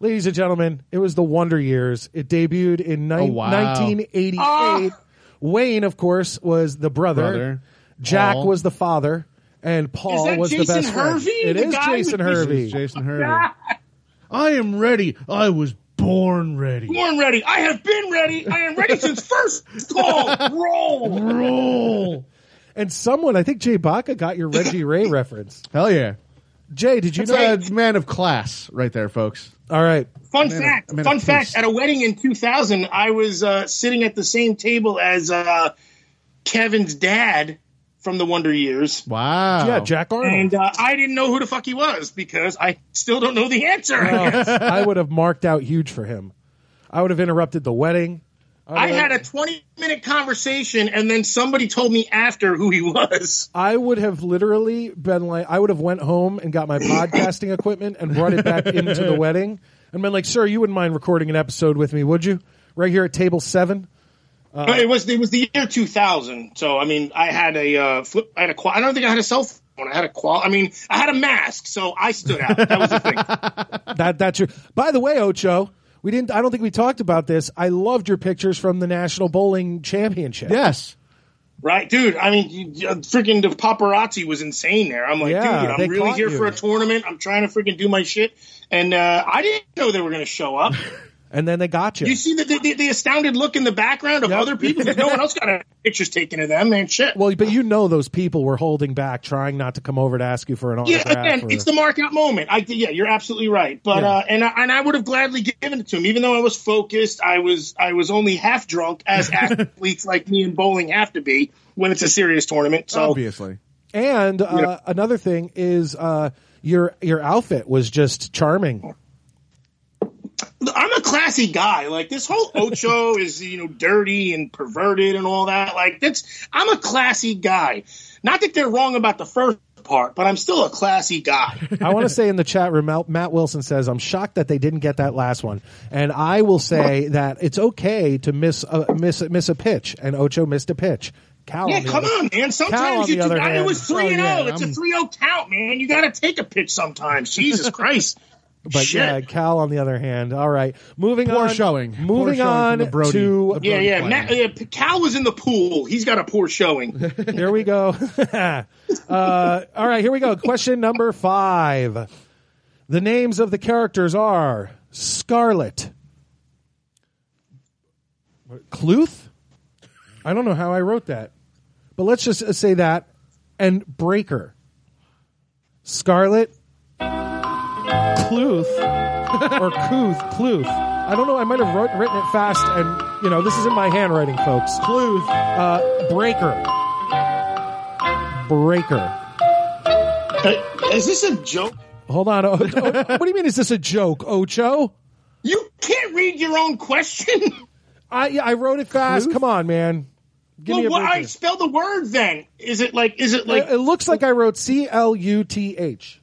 Speaker 5: Ladies and gentlemen, it was the Wonder Years. It debuted in ni-
Speaker 6: Oh, wow.
Speaker 5: 1988. Wayne, of course, was the brother.
Speaker 6: Brother.
Speaker 5: Jack
Speaker 6: Paul.
Speaker 5: was the father, and
Speaker 16: Is
Speaker 5: Paul
Speaker 16: that
Speaker 5: was the
Speaker 16: Jason
Speaker 5: best
Speaker 16: Hervey?
Speaker 5: friend. It
Speaker 16: The
Speaker 5: is
Speaker 16: guy with
Speaker 5: Jason
Speaker 16: the-
Speaker 5: Hervey.
Speaker 6: Jason
Speaker 16: Ah.
Speaker 6: Hervey. I am ready. I was born ready.
Speaker 16: Born ready. I have been ready. I am ready since first call. Roll.
Speaker 6: Roll.
Speaker 5: And someone, I think Jay Baca got your Reggie Ray reference.
Speaker 6: Hell yeah.
Speaker 5: Jay, did you
Speaker 6: It's
Speaker 5: know?
Speaker 6: a man of class right there, folks.
Speaker 5: All right.
Speaker 16: Fun
Speaker 6: Man,
Speaker 16: fact.
Speaker 6: I made a
Speaker 16: fun
Speaker 6: post.
Speaker 16: fact. At a wedding in 2000, I was uh, sitting at the same table as uh, Kevin's dad from the Wonder Years,
Speaker 6: Wow.
Speaker 5: Yeah, Jack Arnold.
Speaker 16: and uh, I didn't know who the fuck he was because I still don't know the answer. I guess.
Speaker 5: I would have marked out huge for him. I would have interrupted the wedding.
Speaker 16: I had a 20 minute conversation, and then somebody told me after who he was.
Speaker 5: I would have literally been like, I would have went home and got my podcasting equipment and brought it back into the wedding and been like, sir, you wouldn't mind recording an episode with me, would you? Right here at table seven.
Speaker 6: Uh.
Speaker 16: But it was it was the year 2000, so I mean, I had a uh, flip. I had a qual. I don't think I had a cell phone. I had a qual. I mean, I had a mask, so I stood out. That was the thing.
Speaker 5: That that's your. By the way, Ocho, we didn't. I don't think we talked about this. I loved your pictures from the National Bowling Championship.
Speaker 6: Yes.
Speaker 16: Right, dude. I mean, you, you- freaking the paparazzi was insane there. I'm like,
Speaker 5: Yeah,
Speaker 16: dude,
Speaker 5: they
Speaker 16: I'm really
Speaker 5: caught
Speaker 16: here
Speaker 5: you.
Speaker 16: for a tournament. I'm trying to freaking do my shit, and uh, I didn't know they were going to show up.
Speaker 5: And then they got you.
Speaker 16: You see the, the the astounded look in the background of other people. 'Cause No one else got pictures taken of them, man. Shit.
Speaker 5: well, but you know those people were holding back, trying not to come over to ask you for an
Speaker 16: yeah,
Speaker 5: autograph.
Speaker 16: again,
Speaker 5: or-
Speaker 16: it's the mark out moment. I yeah, you're absolutely right. But
Speaker 5: Yeah.
Speaker 16: uh, and I, and I would have gladly given it to him, even though I was focused. I was I was only half drunk, as athletes like me in bowling have to be
Speaker 5: Oh,
Speaker 16: when it's a serious tournament. So
Speaker 6: Obviously.
Speaker 5: And uh, another thing is, uh, your your outfit was just charming.
Speaker 16: I'm a classy guy. Like this whole Ocho is you know dirty and perverted and all that. Like that's I'm a classy guy. Not that they're wrong about the first part, but I'm still a classy guy.
Speaker 5: I want to say in the chat room, Mal- Matt Wilson says, "I'm shocked that they didn't get that last one." And I will say that it's okay to miss a miss miss a pitch, and Ocho missed a pitch. Cal,
Speaker 16: yeah,
Speaker 5: on the
Speaker 16: come
Speaker 5: other-
Speaker 16: on, man.
Speaker 5: Cal, on
Speaker 16: Sometimes
Speaker 5: the
Speaker 16: you do.
Speaker 5: other
Speaker 16: I, it
Speaker 5: hand-
Speaker 16: was
Speaker 5: Oh,
Speaker 16: three and
Speaker 5: yeah,
Speaker 16: zero. It's
Speaker 5: I'm-
Speaker 16: a three zero count, man. You got to take a pitch sometimes. Jesus Christ.
Speaker 5: But
Speaker 16: Shit.
Speaker 5: yeah, Cal on the other hand. All right, moving
Speaker 6: Poor
Speaker 5: on.
Speaker 6: showing. Poor
Speaker 5: Moving
Speaker 6: showing
Speaker 5: on
Speaker 6: from the Brody.
Speaker 5: to
Speaker 16: yeah, yeah. Matt, yeah. P- Cal was in the pool. He's got a poor showing.
Speaker 5: Here we go. uh, all right, here we go. Question number five. The names of the characters are Scarlet, Cluth. I don't know how I wrote that, but let's just uh, say that and Breaker. Scarlet, Cluth, or Cluth, Cluth. I don't know. I might have wrote, written it fast, and you know this is in my handwriting, folks. Cluth, uh, Breaker. Breaker.
Speaker 16: Uh, is this a joke?
Speaker 5: Hold on. O- O- what do you mean? Is this a joke, Ocho?
Speaker 16: You can't read your own question.
Speaker 5: I yeah, I wrote it fast. Come on, man. Give
Speaker 16: well,
Speaker 5: me a Uh,
Speaker 16: what,
Speaker 5: breaker.
Speaker 16: I spell the word. Then is it like? Is it like?
Speaker 5: it, it looks like I wrote C L U T H.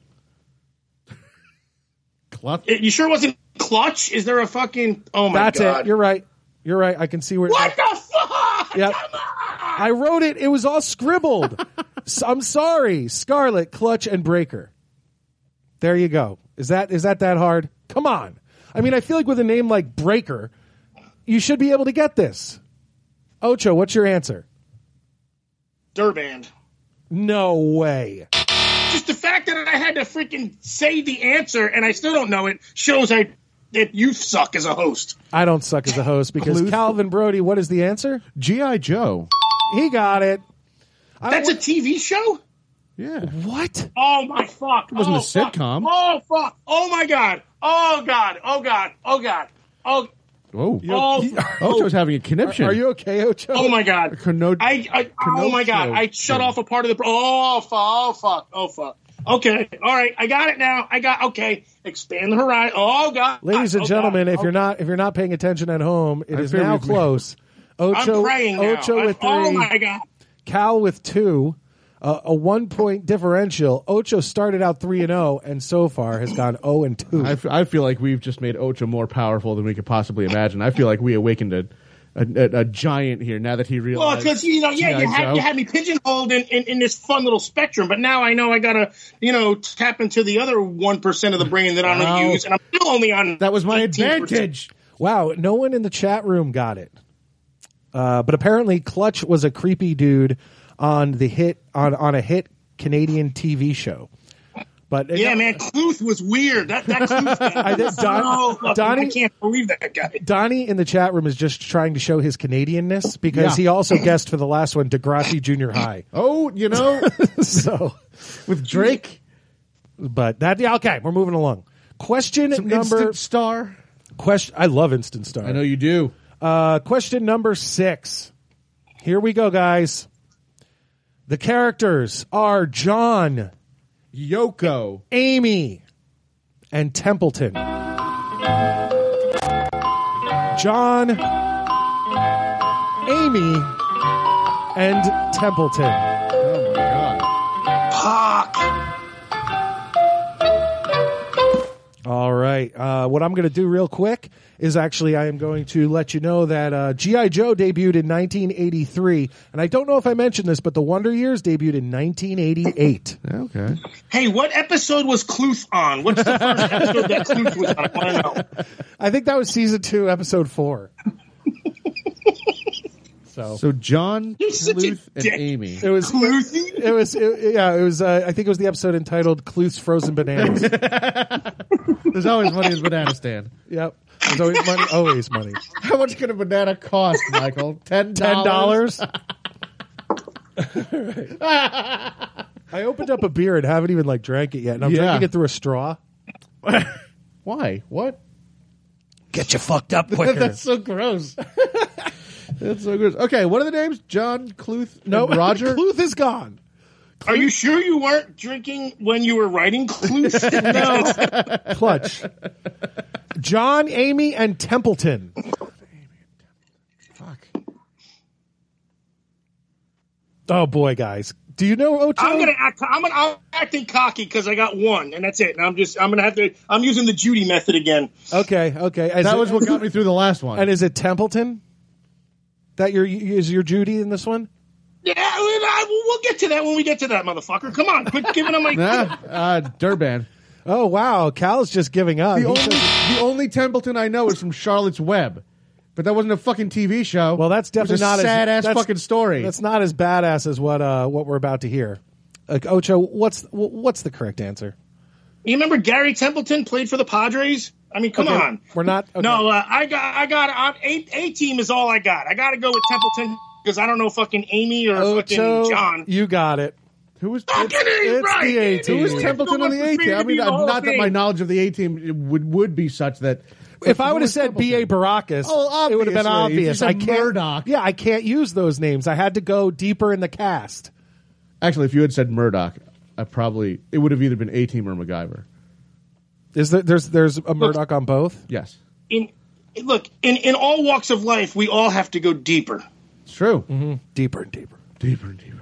Speaker 16: It- you sure wasn't clutch? Is there a fucking? Oh my
Speaker 5: That's
Speaker 16: god!
Speaker 5: it. You're right. You're right. I can see where.
Speaker 16: What the fuck?
Speaker 5: Yep. I wrote it. It was all scribbled. so, I'm sorry. Scarlet, Clutch, and Breaker. There you go. Is that is that that hard? Come on. I mean, I feel like with a name like Breaker, you should be able to get this. Ocho, what's your answer?
Speaker 16: Durband.
Speaker 5: No way.
Speaker 16: Just the fact that I had to freaking say the answer and I still don't know it shows I that you suck as a host.
Speaker 5: I don't suck as a host because
Speaker 16: Cluth.
Speaker 5: Calvin Brody, what is the answer?
Speaker 6: G.I. Joe.
Speaker 5: He got it.
Speaker 16: That's a TV show.
Speaker 6: Yeah.
Speaker 5: What?
Speaker 16: Oh my fuck! It
Speaker 6: wasn't
Speaker 16: oh,
Speaker 6: a sitcom.
Speaker 16: Fuck. Oh fuck! Oh my god! Oh god! Oh god! Oh god! Oh
Speaker 6: Oh,
Speaker 16: Oh.
Speaker 6: Ocho's having a conniption.
Speaker 5: Are, are you okay, Ocho?
Speaker 16: Oh my god!
Speaker 6: Conno-
Speaker 16: I, I oh my god! I shut off a part of the. Oh fuck! Oh fuck! Oh fuck! Okay, all right, I got it now. I got okay. Expand the horizon. Oh god,
Speaker 5: Ladies and
Speaker 16: Oh, God.
Speaker 5: gentlemen, if
Speaker 16: Oh,
Speaker 5: you're not if you're not paying attention at home, it
Speaker 6: I
Speaker 5: is
Speaker 6: figured
Speaker 5: now
Speaker 6: we'd-
Speaker 5: close. Ocho,
Speaker 16: I'm praying now.
Speaker 5: Ocho
Speaker 16: I'm-
Speaker 5: with three.
Speaker 16: Oh my god!
Speaker 5: Cal with two, uh, a one point differential. Ocho started out three and zero, and so far has gone zero and two.
Speaker 6: I, f- I feel like we've just made Ocho more powerful than we could possibly imagine. I feel like we awakened a a, a, a giant here now that he
Speaker 16: Well,
Speaker 6: realized.
Speaker 16: because you know, yeah,
Speaker 6: G.I.
Speaker 16: you
Speaker 6: Joe.
Speaker 16: had, you had me pigeonholed in, in, in this fun little spectrum, but now I know I gotta, you know, tap into the other one percent of the brain that I don't
Speaker 5: Wow.
Speaker 16: use, and I'm still only on. That
Speaker 6: was my
Speaker 5: Wow, no one in the chat room got it, uh, but apparently Clutch was a creepy dude on the hit on on a hit Canadian TV show. But uh,
Speaker 16: Yeah, man, Cluth was weird. That that Cluth. guy.
Speaker 5: I think Don-
Speaker 16: no, fucking-
Speaker 5: Donnie-
Speaker 16: I can't believe that guy.
Speaker 5: Donnie in the chat room is just trying to show his Canadianness because
Speaker 6: Yeah.
Speaker 5: he also guessed for the last one Degrassi Junior High.
Speaker 6: oh, you know,
Speaker 5: so,
Speaker 6: with Drake,
Speaker 5: but that yeah, okay, we're moving along. Question
Speaker 6: some
Speaker 5: number
Speaker 6: instant star.
Speaker 5: question. I love Instant Star.
Speaker 6: I know you do.
Speaker 5: Uh, question number six. Here we go, guys. The characters are John,
Speaker 6: Yoko.
Speaker 5: Amy, and Templeton. John, Amy, and Templeton.
Speaker 6: Oh my god.
Speaker 16: Fuck.
Speaker 5: All right. Uh, what I'm going to do real quick is actually I am going to let you know that uh, GI Joe debuted in 1983, and I don't know if I mentioned this, but The Wonder Years debuted in 1988.
Speaker 6: Okay.
Speaker 16: Hey, what episode was Cluth on? What's the first episode that Cluth was on? I want to know.
Speaker 5: I think that was season two, episode four. so
Speaker 6: So John,
Speaker 16: You're such a
Speaker 6: Luth, and
Speaker 16: dick.
Speaker 6: Amy.
Speaker 5: it was.
Speaker 16: Cluthy?
Speaker 5: It was, it, yeah, it was, uh, I think it was the episode entitled Cluth's Frozen Bananas.
Speaker 6: There's always money in the banana stand.
Speaker 5: yep. There's always money, always money.
Speaker 6: How much could a banana cost, Michael? Ten
Speaker 5: Ten dollars. I opened up a beer and haven't even like drank it yet, and I'm
Speaker 6: Yeah.
Speaker 5: drinking it through a straw.
Speaker 6: Why? What?
Speaker 5: Get you fucked up quicker.
Speaker 6: That's so gross. That's so gross. Okay, what are the names? John Cluth.
Speaker 5: no,
Speaker 6: and Roger.
Speaker 5: Cluth is gone.
Speaker 16: Are you sure you weren't drinking when you were writing Clues? no.
Speaker 5: Clutch. John, Amy, and Templeton. Fuck. Oh boy, guys. Do you know Ocho?
Speaker 16: I'm gonna act. I'm gonna I'm acting cocky because I got one, and that's it. And I'm just. I'm gonna have to. I'm using the Judy method again.
Speaker 5: Okay, okay.
Speaker 16: That was what got me
Speaker 5: through the last one. And is it Templeton? That your is your Judy in this one?
Speaker 16: Yeah, we- I- we'll we'll get to that when we get to that motherfucker. Come on, quit giving him my.
Speaker 6: Nah, uh, Durban.
Speaker 5: Oh wow, Cal's just giving up.
Speaker 6: The only, the only Templeton I know is from Charlotte's Web, but that wasn't a fucking TV show. Well,
Speaker 5: that's definitely not as-
Speaker 6: sad ass
Speaker 5: that's-
Speaker 6: fucking story.
Speaker 5: That's not as badass as what uh, what we're about to hear. Uh, Ocho, what's wh- what's the correct answer?
Speaker 16: You remember Gary Templeton played for the Padres? I mean, come
Speaker 5: Okay,
Speaker 16: on.
Speaker 5: we're not.
Speaker 16: No, uh, I got, I got, I'm, a, a team is all I got. I got to go with Templeton because I don't know fucking Amy or
Speaker 5: Ocho,
Speaker 16: fucking John.
Speaker 5: you got it. Who was
Speaker 16: Fucking A,
Speaker 5: it's
Speaker 16: right.
Speaker 5: the A team.
Speaker 6: Who was Templeton on the A team? I mean, I'm- not that my knowledge of the A team would would be such that.
Speaker 5: If I would have said B.A. Baracus,
Speaker 6: Oh,
Speaker 5: it would have been
Speaker 6: obviously. If you
Speaker 5: obvious.
Speaker 6: said
Speaker 5: I can't. Yeah, I can't use those names. I had to go deeper in the cast.
Speaker 6: Actually, if you had said Murdoch, I probably it would have either been A team or MacGyver.
Speaker 5: Is there there's there's a Murdoch on both?
Speaker 6: Yes,
Speaker 16: In look, in in all walks of life, we all have to go deeper.
Speaker 6: it's true.
Speaker 5: Deeper and deeper.
Speaker 6: Deeper and deeper.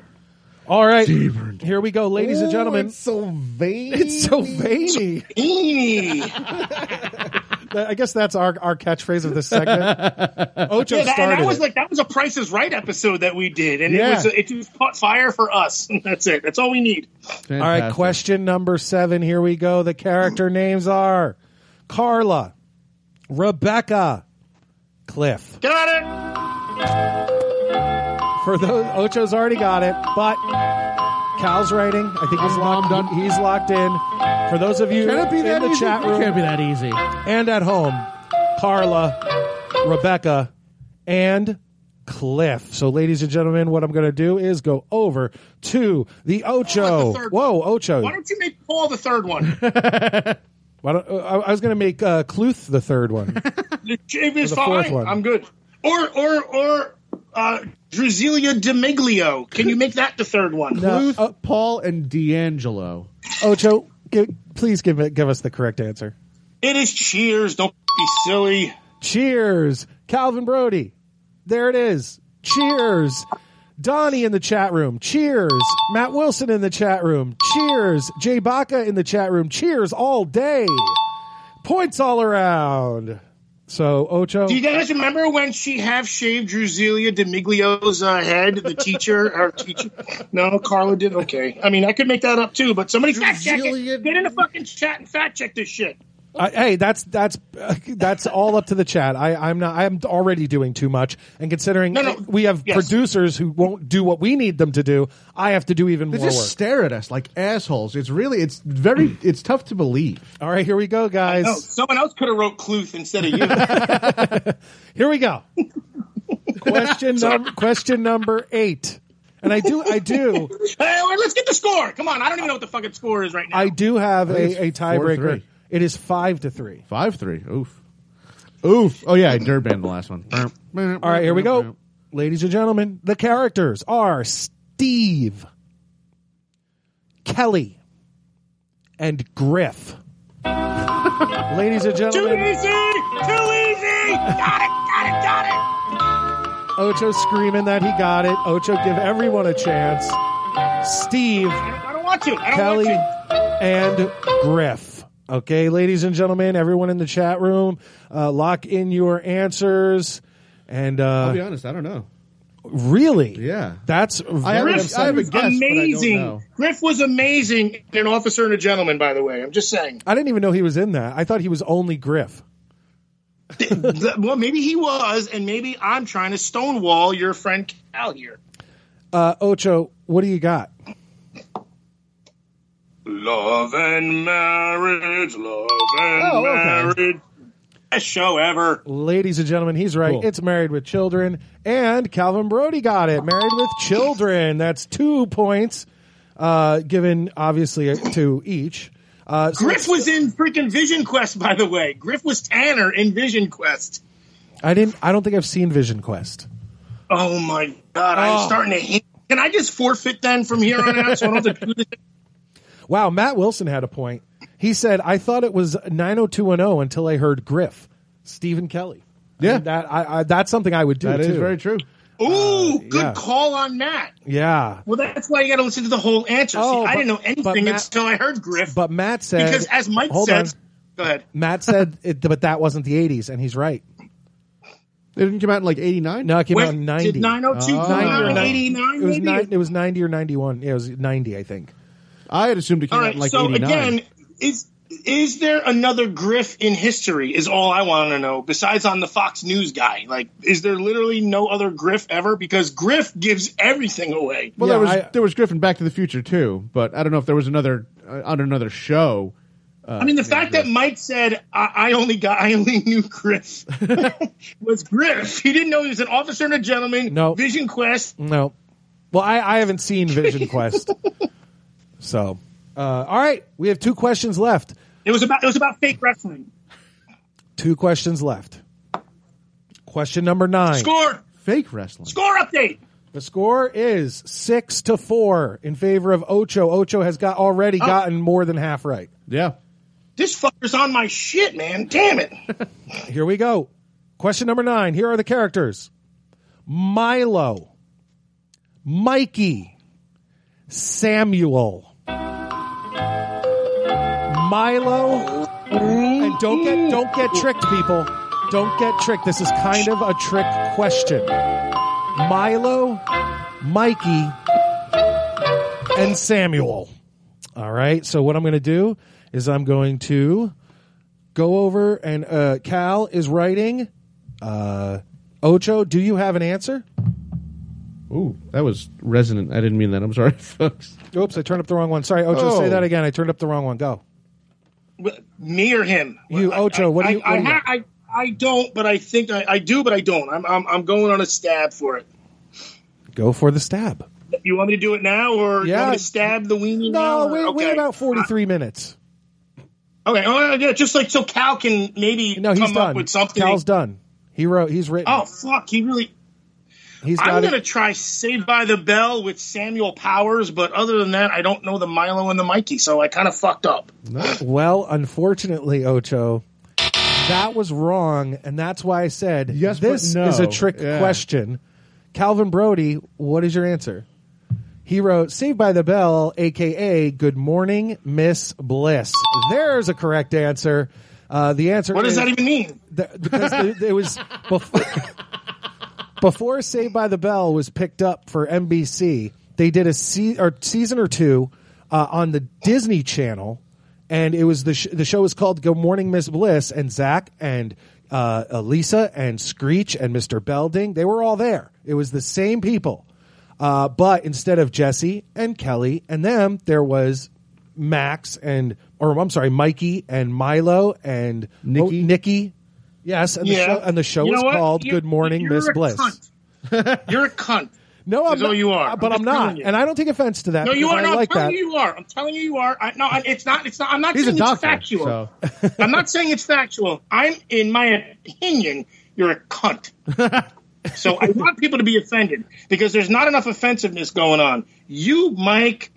Speaker 5: All right, here we go, ladies and
Speaker 6: Ooh,
Speaker 5: gentlemen.
Speaker 6: it's so veiny.
Speaker 5: It's so veiny. I guess that's our, our catchphrase of this segment. Ocho
Speaker 16: Yeah, that, and
Speaker 5: started.
Speaker 16: that was
Speaker 5: it.
Speaker 16: like that was a Price is Right episode that we did, and
Speaker 5: Yeah.
Speaker 16: it was it just caught fire for us. That's it. That's all we need.
Speaker 5: All right, question number seven. Here we go. The character names are Carla, Rebecca, Cliff.
Speaker 16: Got it.
Speaker 5: For those, Ocho's already got it, but Cal's writing. I think he's locked. He's locked in. For those of you
Speaker 6: Can it be
Speaker 5: in
Speaker 6: that
Speaker 5: the
Speaker 6: easy?
Speaker 5: chat
Speaker 6: It
Speaker 5: room,
Speaker 6: can't be that easy.
Speaker 5: And at home, Carla, Rebecca, and Cliff. So, ladies and gentlemen, what I'm going to do is go over to the Ocho. Whoa, Ocho!
Speaker 16: Why don't you make Paul the third one?
Speaker 5: Why don't, uh, I, I was going to make uh, Cluth the third one.
Speaker 16: It was
Speaker 5: The fourth
Speaker 16: fine.
Speaker 5: one.
Speaker 16: I'm good. Or or or uh, Drasilia Demiglio. Can you make that the third one?
Speaker 6: Bluth, Paul, and D'Angelo.
Speaker 5: Ocho, give, please give it, give us the correct answer.
Speaker 16: It is Cheers. Don't be silly.
Speaker 5: Cheers, Calvin Brody. There it is. Cheers. Donnie in the chat room. Cheers. Matt Wilson in the chat room. Cheers. Jay Baca in the chat room. Cheers all day. Points all around. So Ocho,
Speaker 16: Do you guys remember when she half shaved Drasilia Demiglio's uh, head? The teacher, her teacher. No, Carla did. Okay. I mean, I could make that up too, but somebody fact check it. Get in the fucking chat and fact check this shit.
Speaker 5: I, hey, that's that's that's all up to the chat. I, I'm not. I'm already doing too much, and considering we have producers who won't do what we need them to do, I have to do even
Speaker 6: They
Speaker 5: more
Speaker 6: just
Speaker 5: work.
Speaker 6: stare at us like assholes. It's really, it's very, it's tough to believe.
Speaker 5: All right, here we go, guys.
Speaker 16: No, someone else could have wrote Cluth instead of you.
Speaker 5: Here we go. question number question number eight, and I do I do
Speaker 16: Hey, let's get the score. Come on. I don't even know what the fucking score is right now.
Speaker 5: I do have
Speaker 16: I think
Speaker 5: a, a
Speaker 16: it's four,
Speaker 5: tiebreaker.
Speaker 16: three.
Speaker 5: It is five to three.
Speaker 6: Five three. Oof. Oof. Oh yeah, Durban the last one.
Speaker 5: All right, here we go, ladies and gentlemen. The characters are Steve, Kelly, and Griff. ladies and
Speaker 7: Too
Speaker 5: gentlemen,
Speaker 7: easy! Too easy! Got it! Got it! Got it!
Speaker 5: Ocho screaming that he got it. Ocho, give everyone a chance. Steve,
Speaker 16: I don't want to. I don't
Speaker 5: Kelly
Speaker 16: want to.
Speaker 5: and Griff. Okay, ladies and gentlemen, everyone in the chat room, uh, lock in your answers. And uh,
Speaker 6: I'll be honest, I don't know.
Speaker 5: really,
Speaker 6: yeah,
Speaker 5: that's very
Speaker 16: Griff
Speaker 5: upsetting.
Speaker 16: was amazing. Griff was amazing in an officer and a gentleman, by the way. I'm just saying.
Speaker 5: I didn't even know he was in that. I thought he was only Griff.
Speaker 16: Th- well, maybe he was, and maybe I'm trying to stonewall your friend Cal here.
Speaker 5: Uh, Ocho, what do you got?
Speaker 16: Love and marriage, love and
Speaker 5: Oh, okay.
Speaker 16: marriage. Best show ever.
Speaker 5: Ladies and gentlemen, he's right.
Speaker 16: Cool.
Speaker 5: It's Married with Children, and Calvin Brody got it. Married with Children. That's two points, uh, given obviously to each. Uh, so
Speaker 16: Griff was in freaking Vision Quest, by the way. Griff was Tanner in Vision Quest.
Speaker 5: I didn't. I don't think I've seen Vision Quest.
Speaker 16: Oh my god,
Speaker 5: Oh.
Speaker 16: I'm starting to hate Can I just forfeit then from here on out so I don't have to do this?
Speaker 5: Wow, Matt Wilson had a point. He said, "I thought it was 90210 until I heard Griff, Stephen Kelly." Yeah, that I, I, that's something I would do.
Speaker 6: That is
Speaker 5: too.
Speaker 6: very true.
Speaker 16: Ooh, good
Speaker 5: Uh, yeah.
Speaker 16: call on Matt.
Speaker 5: Yeah,
Speaker 16: Well, that's why you got to listen to the whole answer. See,
Speaker 5: Oh,
Speaker 16: I
Speaker 5: but-
Speaker 16: didn't know
Speaker 5: but
Speaker 16: anything
Speaker 5: Matt-
Speaker 16: until I heard Griff.
Speaker 5: but Matt said
Speaker 16: because as Mike
Speaker 5: hold
Speaker 16: said,
Speaker 5: on.
Speaker 16: go ahead.
Speaker 5: Matt said, it, but that wasn't the 80s, and he's right.
Speaker 6: It didn't come out in like 89?
Speaker 5: No, it came
Speaker 6: When-
Speaker 5: out in 90.
Speaker 6: did 902 come out in 89
Speaker 5: It was,
Speaker 6: maybe?
Speaker 5: nine, it was 90 or 91. Yeah, it was 90, I think.
Speaker 6: I had assumed it
Speaker 16: All right. so again, is is there another Griff in history? Is all I want to know. Besides on the Fox News guy, like, is there literally no other Griff ever? Because Griff gives everything away.
Speaker 6: Well, there was there was Griffin Back to the Future too, but I don't know if there was another uh, on another show. Uh,
Speaker 16: I mean, the fact that Mike said I, I only got I only knew Griff was Griff. He didn't know he was an officer and a gentleman.
Speaker 5: No.
Speaker 16: Vision Quest.
Speaker 5: No. Well, I, I haven't seen Vision Quest. So, uh, all right. We have two questions left.
Speaker 16: It was about it was about fake wrestling.
Speaker 5: Two questions left. Question number nine.
Speaker 16: Score
Speaker 6: fake wrestling.
Speaker 16: score update.
Speaker 5: The score is six to four in favor of Ocho. Ocho has got already
Speaker 16: Oh.
Speaker 5: gotten more than half right.
Speaker 6: Yeah.
Speaker 16: This fucker's on my shit, man. Damn it.
Speaker 5: Here we go. Question number nine. Here are the characters Milo, Mikey, Samuel. Milo, and don't get don't get tricked, people. Don't get tricked. This is kind of a trick question. Milo, Mikey, and Samuel. All right. So what I'm going to do is I'm going to go over and uh, Cal is writing. Uh, Ocho, do you have an answer?
Speaker 6: Ooh, that was resonant. I didn't mean that. I'm sorry, folks.
Speaker 5: Oops, I turned up the wrong one. Sorry, Ocho, say
Speaker 6: Oh.
Speaker 5: that again. I turned up the wrong one. Go.
Speaker 16: Me or him?
Speaker 5: You, Ocho, what do you?
Speaker 16: I,
Speaker 5: what do you
Speaker 16: I, I, I don't, but I think I, I do, but I don't. I'm, I'm I'm going on a stab for it.
Speaker 5: go for the stab.
Speaker 16: You want me to do it now, or you
Speaker 5: Yeah.
Speaker 16: want me to stab the weenie?
Speaker 5: No,
Speaker 16: now?
Speaker 5: wait,
Speaker 16: okay.
Speaker 5: wait about 43 minutes.
Speaker 16: Okay, oh, yeah, just like so Cal can maybe
Speaker 5: No, he's
Speaker 16: come
Speaker 5: done.
Speaker 16: up with something.
Speaker 5: Cal's done. He wrote, he's written.
Speaker 16: Oh fuck, he really.
Speaker 5: he's got
Speaker 16: I'm
Speaker 5: it.
Speaker 16: gonna try Saved by the Bell with Samuel Powers, but other than that, I don't know the Milo and the Mikey, so I kind of fucked up.
Speaker 5: Well, unfortunately, Ocho, that was wrong, and that's why I said
Speaker 6: Yes, but
Speaker 5: this
Speaker 6: no.
Speaker 5: is a trick
Speaker 6: Yeah.
Speaker 5: question. Calvin Brody, what is your answer? He wrote Saved by the Bell, aka Good Morning, Miss Bliss. There's a correct answer. Uh, the answer
Speaker 16: What does
Speaker 5: is-
Speaker 16: that even mean?
Speaker 5: the, because it, it was before, before Saved by the Bell was picked up for NBC. They did a se- or season or two uh, on the Disney Channel, and it was the sh- the show was called Good Morning Miss Bliss, and Zach and uh, Elisa and Screech and Mr. Belding they were all there. It was the same people, uh, but instead of Jesse and Kelly and them, there was Max and or I'm sorry, Mikey and Milo and Nikki. Nikki. Yes, and the
Speaker 16: Yeah.
Speaker 5: show and the show
Speaker 16: You know
Speaker 5: is
Speaker 16: what?
Speaker 5: called
Speaker 16: You-
Speaker 5: Good Morning
Speaker 16: you're
Speaker 5: Miss
Speaker 16: a
Speaker 5: Bliss.
Speaker 16: cunt. You're a cunt.
Speaker 5: No, I'm
Speaker 16: That's all
Speaker 5: not, uh,
Speaker 16: you are.
Speaker 5: but
Speaker 16: I'm just
Speaker 5: I'm not,
Speaker 16: telling you.
Speaker 5: and I don't take offense to that.
Speaker 16: No, you
Speaker 5: because
Speaker 16: are.
Speaker 5: I
Speaker 16: No,
Speaker 5: like
Speaker 16: I'm telling
Speaker 5: that.
Speaker 16: you, you are. I'm telling you, you are. I, no, I- it's not. It's not. I'm not
Speaker 6: He's a
Speaker 16: saying it's
Speaker 6: doctor.
Speaker 16: factual.
Speaker 6: So
Speaker 16: I'm not saying it's factual. I'm, in my opinion, you're a cunt. so I want people to be offended because there's not enough offensiveness going on. You, Mike,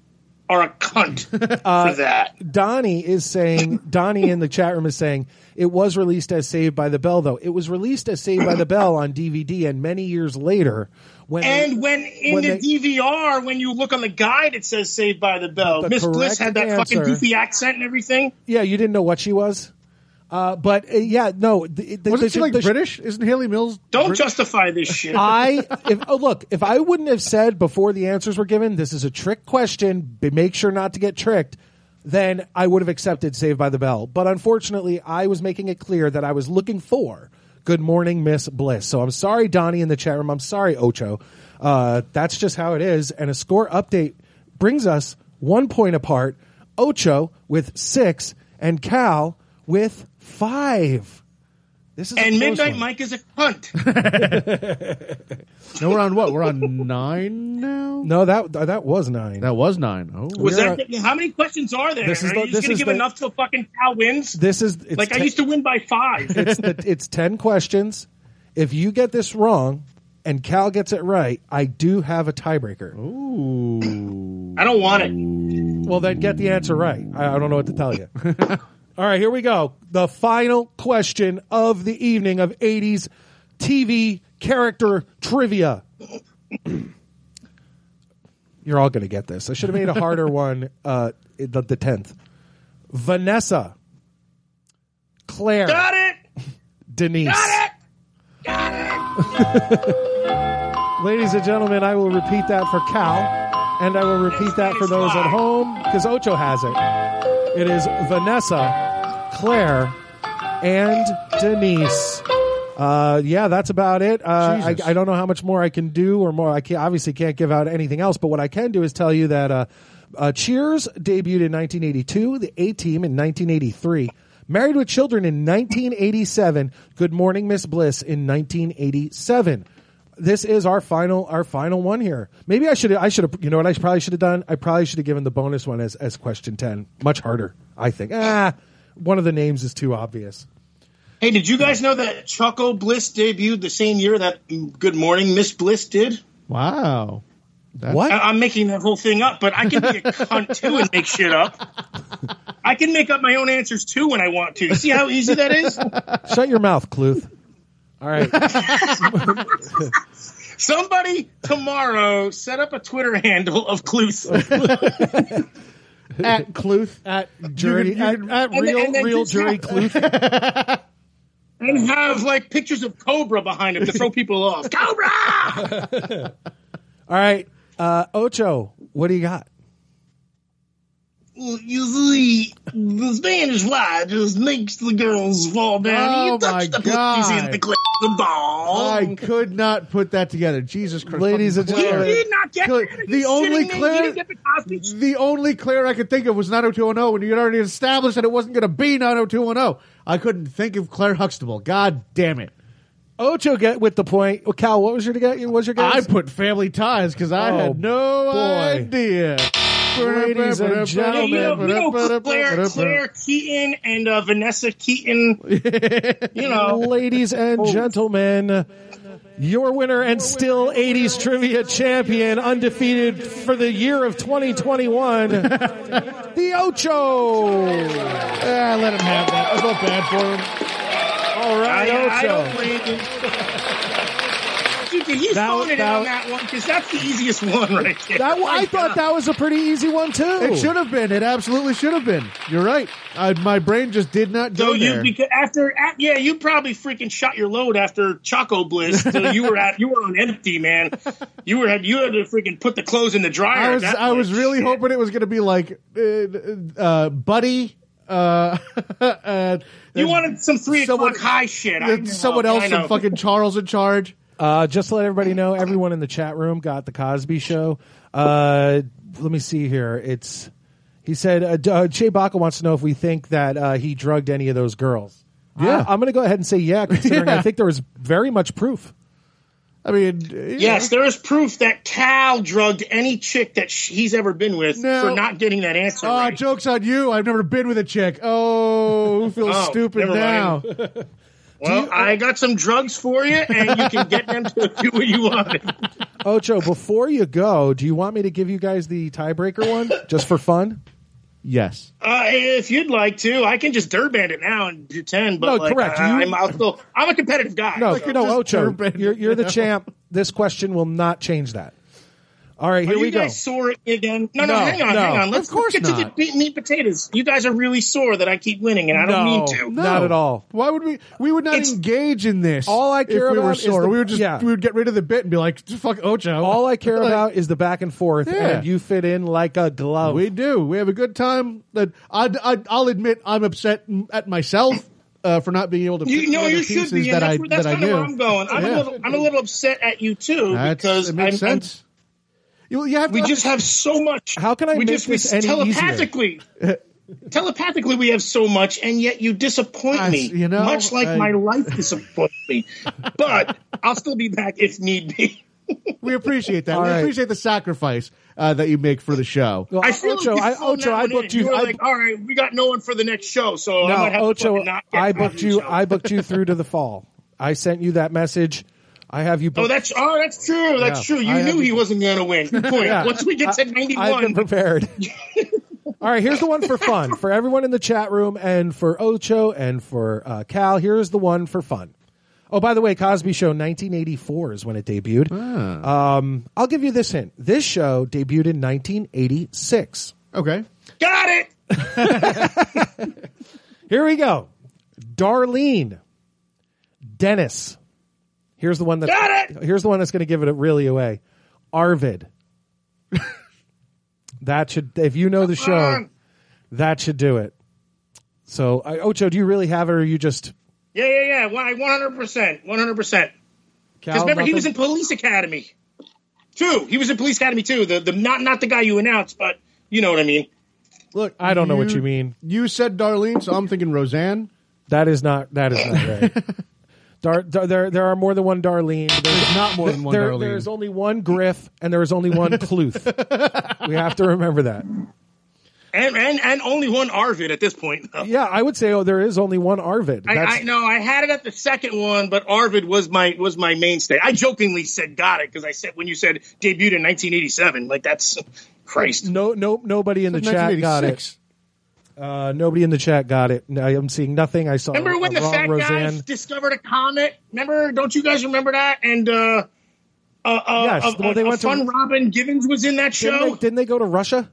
Speaker 16: are a cunt
Speaker 5: Uh,
Speaker 16: for that.
Speaker 5: Donnie is saying Donnie in the chat room is saying it was released as Saved by the Bell though. It was released as Saved by the Bell on DVD, and many years later, when
Speaker 16: And when in
Speaker 5: when
Speaker 16: the
Speaker 5: they-
Speaker 16: DVR, when you look on the guide, it says "Saved by the Bell."
Speaker 5: But the
Speaker 16: Miss Bliss
Speaker 5: correct
Speaker 16: had that fucking
Speaker 5: answer-
Speaker 16: goofy accent and everything.
Speaker 5: yeah, you didn't know what she was, uh, but uh, yeah, no, the, the,
Speaker 6: Wasn't
Speaker 5: the-
Speaker 6: she like
Speaker 5: the-
Speaker 6: British? Isn't Haley Mills?
Speaker 16: Don't justify this shit.
Speaker 5: I if oh look, if I wouldn't have said before the answers were given, this is a trick question, but make sure not to get tricked, then I would have accepted Saved by the Bell. But unfortunately, I was making it clear that I was looking for Good Morning Miss Bliss. So I'm sorry, Donnie in the chat room. I'm sorry, Ocho. Uh, that's just how it is. And a score update brings us one point apart. Ocho with six and Cal with five. This is a
Speaker 16: and
Speaker 5: close
Speaker 16: Midnight
Speaker 5: one.
Speaker 16: Mike is a cunt.
Speaker 6: No, we're on what? We're on nine now.
Speaker 5: No, that that was nine.
Speaker 6: That was nine. Oh,
Speaker 16: Was
Speaker 5: We're-
Speaker 16: that how many questions are there?
Speaker 5: This is
Speaker 16: are
Speaker 5: the-
Speaker 16: you
Speaker 5: this
Speaker 16: just gonna
Speaker 5: is
Speaker 16: give
Speaker 5: the-
Speaker 16: enough till fucking Cal wins?
Speaker 5: This is it's
Speaker 16: like I
Speaker 5: te-
Speaker 16: used to win by five.
Speaker 5: it's the, it's ten questions. If you get this wrong, and Cal gets it right, I do have a tiebreaker. Ooh.
Speaker 16: I don't want
Speaker 5: Mm.
Speaker 16: it.
Speaker 5: Well, then get the answer right. I, I don't know what to tell you. All right, here we go. The final question of the evening of 80s TV character trivia. You're all going to get this. I should have made a harder one, uh, the, the 10th. Vanessa, Claire,
Speaker 16: Got it.
Speaker 5: Denise. Ladies and gentlemen, I will repeat that for Cal, and I will repeat that for those at home because Ocho has it. It is Vanessa, Claire, and Denise. Uh, yeah, that's about it. Uh, I, I don't know how much more I can do or more. I can't, obviously can't give out anything else, but what I can do is tell you that uh, uh, Cheers debuted in 1982, The A Team in 1983, Married with Children in 1987, Good Morning Miss Bliss in 1987 this is our final our final one here. Maybe I should I should have you know what I probably should have done? I probably should have given the bonus one as as question 10. Much harder, I think. Ah, one of the names is too obvious.
Speaker 16: Hey, did you guys know that Choco Bliss debuted the same year that Good Morning Miss Bliss did?
Speaker 6: Wow.
Speaker 5: What?
Speaker 16: I, am making that whole thing up, but I can be a cunt too and make shit up. I can make up my own answers too when I want to. You see how easy that is?
Speaker 5: Shut your mouth, Cluth. All right.
Speaker 16: Somebody tomorrow set up a Twitter handle of Cluth.
Speaker 6: at Cluth. At
Speaker 5: Jury- at real- real Jury
Speaker 16: Cluth. And have like pictures of Cobra behind him to throw people off. Cobra!
Speaker 5: All right. Uh Ocho, what do you got?
Speaker 16: You see, the Spanish fly just makes the girls fall down.
Speaker 6: Oh
Speaker 16: you touch
Speaker 6: my
Speaker 16: the pussies
Speaker 6: God.
Speaker 16: and the clit, the ball.
Speaker 6: I could not put that together. Jesus Christ.
Speaker 5: Ladies
Speaker 6: Fucking
Speaker 5: and gentlemen.
Speaker 16: You did not get
Speaker 6: Claire-
Speaker 16: that. Are
Speaker 6: The
Speaker 16: you
Speaker 6: only
Speaker 16: shitting me?
Speaker 6: Claire,
Speaker 16: You didn't get the Cosby
Speaker 6: the only Claire I could think of was 90210, and you had already established that it wasn't going to be 90210. I couldn't think of Claire Huxtable. God damn it!
Speaker 5: Ocho get with the point. Well, Cal, what was your what was your
Speaker 6: I
Speaker 5: guess?
Speaker 6: put family ties because I
Speaker 5: Oh,
Speaker 6: had no
Speaker 5: boy.
Speaker 6: idea.
Speaker 5: Ladies and
Speaker 16: Yeah, you know, you know
Speaker 5: gentlemen.
Speaker 16: Claire, Claire Keaton and uh, Vanessa Keaton. you know,
Speaker 5: Ladies
Speaker 6: Oh.
Speaker 5: and gentlemen, your winner and still 80s trivia champion, undefeated for the year of 2021, the Ocho.
Speaker 6: Ah, let him have that. I felt bad for him.
Speaker 5: All right,
Speaker 16: I, I
Speaker 5: Ocho.
Speaker 16: don't blame him. Dude, did you
Speaker 5: That-
Speaker 16: phone it in
Speaker 5: that-
Speaker 16: on that one? Because that's the easiest one right there.
Speaker 5: That,
Speaker 16: My
Speaker 5: I
Speaker 16: God.
Speaker 5: thought that was a pretty easy one, too.
Speaker 6: It should have been. It absolutely should have been. You're right. I, my brain just did not go
Speaker 16: So you
Speaker 6: there.
Speaker 16: because after at, yeah you probably freaking shot your load after Choco Bliss so you were at you were on empty man you were you had to freaking put the clothes in the dryer
Speaker 6: I
Speaker 16: at
Speaker 6: was
Speaker 16: that
Speaker 6: I
Speaker 16: point.
Speaker 6: was really
Speaker 16: Shit.
Speaker 6: hoping it was going to be like uh, uh, Buddy. Uh, and
Speaker 16: you wanted some three
Speaker 6: someone-
Speaker 16: o'clock high shit I
Speaker 6: and
Speaker 16: know,
Speaker 6: someone else
Speaker 16: I know.
Speaker 6: from fucking Charles in charge.
Speaker 5: Uh, just to let everybody know, everyone in the chat room got the Cosby Show. Uh, let me see here. It's he said uh, D- uh, Jay Baca wants to know if we think that uh, he drugged any of those girls.
Speaker 6: Yeah.
Speaker 5: I, am going to go ahead and say yeah, considering
Speaker 6: Yeah.
Speaker 5: I think there was very much proof.
Speaker 6: I mean, uh,
Speaker 16: Yes, there is proof that Cal drugged any chick that sh- he's ever been with
Speaker 6: No.
Speaker 16: for not getting that answer.
Speaker 6: Oh,
Speaker 16: right.
Speaker 6: jokes on you! I've never been with a chick. Oh, who feels
Speaker 16: Oh,
Speaker 6: stupid
Speaker 16: never
Speaker 6: now?
Speaker 16: mind. Well, I got some drugs for you, and you can get them to do what you want.
Speaker 5: Ocho, before you go, do you want me to give you guys the tiebreaker one just for fun?
Speaker 6: Yes.
Speaker 16: Uh, if you'd like to, I can just dirband it now and pretend. But
Speaker 5: No,
Speaker 16: like,
Speaker 5: correct.
Speaker 16: I,
Speaker 5: You-
Speaker 16: I'm I'll still, I'm a competitive guy.
Speaker 5: No,
Speaker 16: so-
Speaker 5: no,
Speaker 6: just
Speaker 5: Ocho,
Speaker 6: turban,
Speaker 5: you're, you're the
Speaker 6: you know?
Speaker 5: champ. This question will not change that. All
Speaker 16: Are
Speaker 5: right, here
Speaker 16: you
Speaker 5: we go.
Speaker 16: guys sore again? No, no,
Speaker 5: No,
Speaker 16: hang on,
Speaker 5: no.
Speaker 16: hang on. Let's,
Speaker 6: Of course
Speaker 16: let's get to the
Speaker 6: not.
Speaker 16: beat meat potatoes. You guys are really sore that I keep winning, and I don't
Speaker 5: No.
Speaker 16: mean to.
Speaker 5: No. Not at all.
Speaker 6: Why would we? We would not
Speaker 16: It's-
Speaker 6: engage in this.
Speaker 5: All I care
Speaker 6: if we
Speaker 5: about
Speaker 6: were
Speaker 5: is
Speaker 6: sore.
Speaker 5: the-
Speaker 6: we would just
Speaker 5: yeah.
Speaker 6: we would get rid of the bit and be like, "Fuck Ocho."
Speaker 5: All I care
Speaker 6: Like-
Speaker 5: about is the back and forth,
Speaker 6: Yeah.
Speaker 5: and you fit in like a glove.
Speaker 6: We do. We have a good time. But I, I, I'll admit I'm upset m- at myself uh, for not being able to.
Speaker 16: You
Speaker 6: pick
Speaker 16: know,
Speaker 6: the
Speaker 16: you
Speaker 6: other
Speaker 16: should be,
Speaker 6: pieces
Speaker 16: and
Speaker 6: that I
Speaker 16: that's, where that's
Speaker 6: that I
Speaker 16: kind of where
Speaker 6: knew.
Speaker 16: I'm going. I'm,
Speaker 6: Yeah.
Speaker 16: a little, I'm a little upset at you too
Speaker 6: That's-
Speaker 16: because
Speaker 6: it makes
Speaker 16: I'm, I'm-
Speaker 6: sense. you, you have
Speaker 16: we
Speaker 6: to
Speaker 16: just have so much.
Speaker 5: How can I
Speaker 16: we
Speaker 5: make
Speaker 16: just, we
Speaker 5: this any
Speaker 16: telepathically? telepathically, we have so much, and yet you disappoint
Speaker 6: That's-
Speaker 16: me.
Speaker 6: you know,
Speaker 16: much like
Speaker 6: I-
Speaker 16: my life disappoints me. But I'll still be back if need be.
Speaker 6: We appreciate that.
Speaker 5: All
Speaker 6: we
Speaker 5: right.
Speaker 6: appreciate the sacrifice uh, that you make for the show.
Speaker 5: Well,
Speaker 16: I feel
Speaker 5: Ocho,
Speaker 16: like you
Speaker 5: I,
Speaker 16: phoned
Speaker 5: Ocho,
Speaker 16: that
Speaker 5: I
Speaker 16: one
Speaker 5: booked
Speaker 16: in.
Speaker 5: you.
Speaker 16: were
Speaker 5: I,
Speaker 16: like, all right, we got no one for the next show, so I might
Speaker 5: no,
Speaker 16: have to
Speaker 5: Ocho,
Speaker 16: fucking not get
Speaker 5: I
Speaker 16: Cosby
Speaker 5: booked you.
Speaker 16: Show.
Speaker 5: I booked you through to the fall. I sent you that message. I have you.
Speaker 16: Oh, that's oh, that's true. That's
Speaker 5: Yeah,
Speaker 16: true. You
Speaker 5: I
Speaker 16: knew
Speaker 5: have-
Speaker 16: he wasn't going to win. Good point.
Speaker 5: Yeah.
Speaker 16: Once we get to
Speaker 5: I've been
Speaker 16: ninety-one,
Speaker 5: prepared. All right, here's the one for fun for everyone in the chat room and for Ocho and for uh, Cal. Here's the one for fun. Oh, by the way, Cosby Show 1984 is when it debuted. Um, I'll give you this hint. This show debuted in 1986.
Speaker 6: Okay.
Speaker 16: got it.
Speaker 5: Here we go. Darlene. Dennis. Here's the one that
Speaker 16: Got
Speaker 5: Here's the one that's going to give it really away. Arvid. that should if you know the show,
Speaker 16: on.
Speaker 5: that should do it. So, I, Ocho, do you really have it or are you just
Speaker 16: Yeah, yeah, yeah. One hundred percent. One hundred percent.
Speaker 5: Cal,
Speaker 16: Because remember, he
Speaker 5: nothing?
Speaker 16: was in Police Academy, too. He was in Police Academy too. The the not not the guy you announced, but you know what I mean.
Speaker 6: Look,
Speaker 5: I don't know what you mean.
Speaker 6: You said Darlene, so I'm thinking Roseanne.
Speaker 5: That is not that is not right. Dar, dar, there there are more than one Darlene. There's
Speaker 6: not more than one Darlene.
Speaker 5: There's only one Griff and there is only one Cluth. we have to remember that.
Speaker 16: And and and only one Arvid at this point. though.
Speaker 5: Yeah, I would say oh there is only one Arvid.
Speaker 16: I,
Speaker 5: That's-
Speaker 16: I no, I had it at the second one, but Arvid was my was my mainstay. I jokingly said got it because I said when you said debuted in 1987, like that's Christ.
Speaker 5: No, no, nobody in the
Speaker 16: It's
Speaker 5: chat got it.
Speaker 16: 1986.
Speaker 5: Uh, nobody in the chat got it. No, I'm seeing nothing. I saw.
Speaker 16: Remember when
Speaker 5: a
Speaker 16: the
Speaker 5: wrong
Speaker 16: fat
Speaker 5: Roseanne.
Speaker 16: guys discovered a comet? Remember? Don't you guys remember that? And uh, uh, uh,
Speaker 5: Yes,
Speaker 16: uh,
Speaker 5: well, they
Speaker 16: uh,
Speaker 5: went to-
Speaker 16: Fun Robin Givens was in that
Speaker 5: Didn't they,
Speaker 16: show.
Speaker 5: didn't they go to Russia?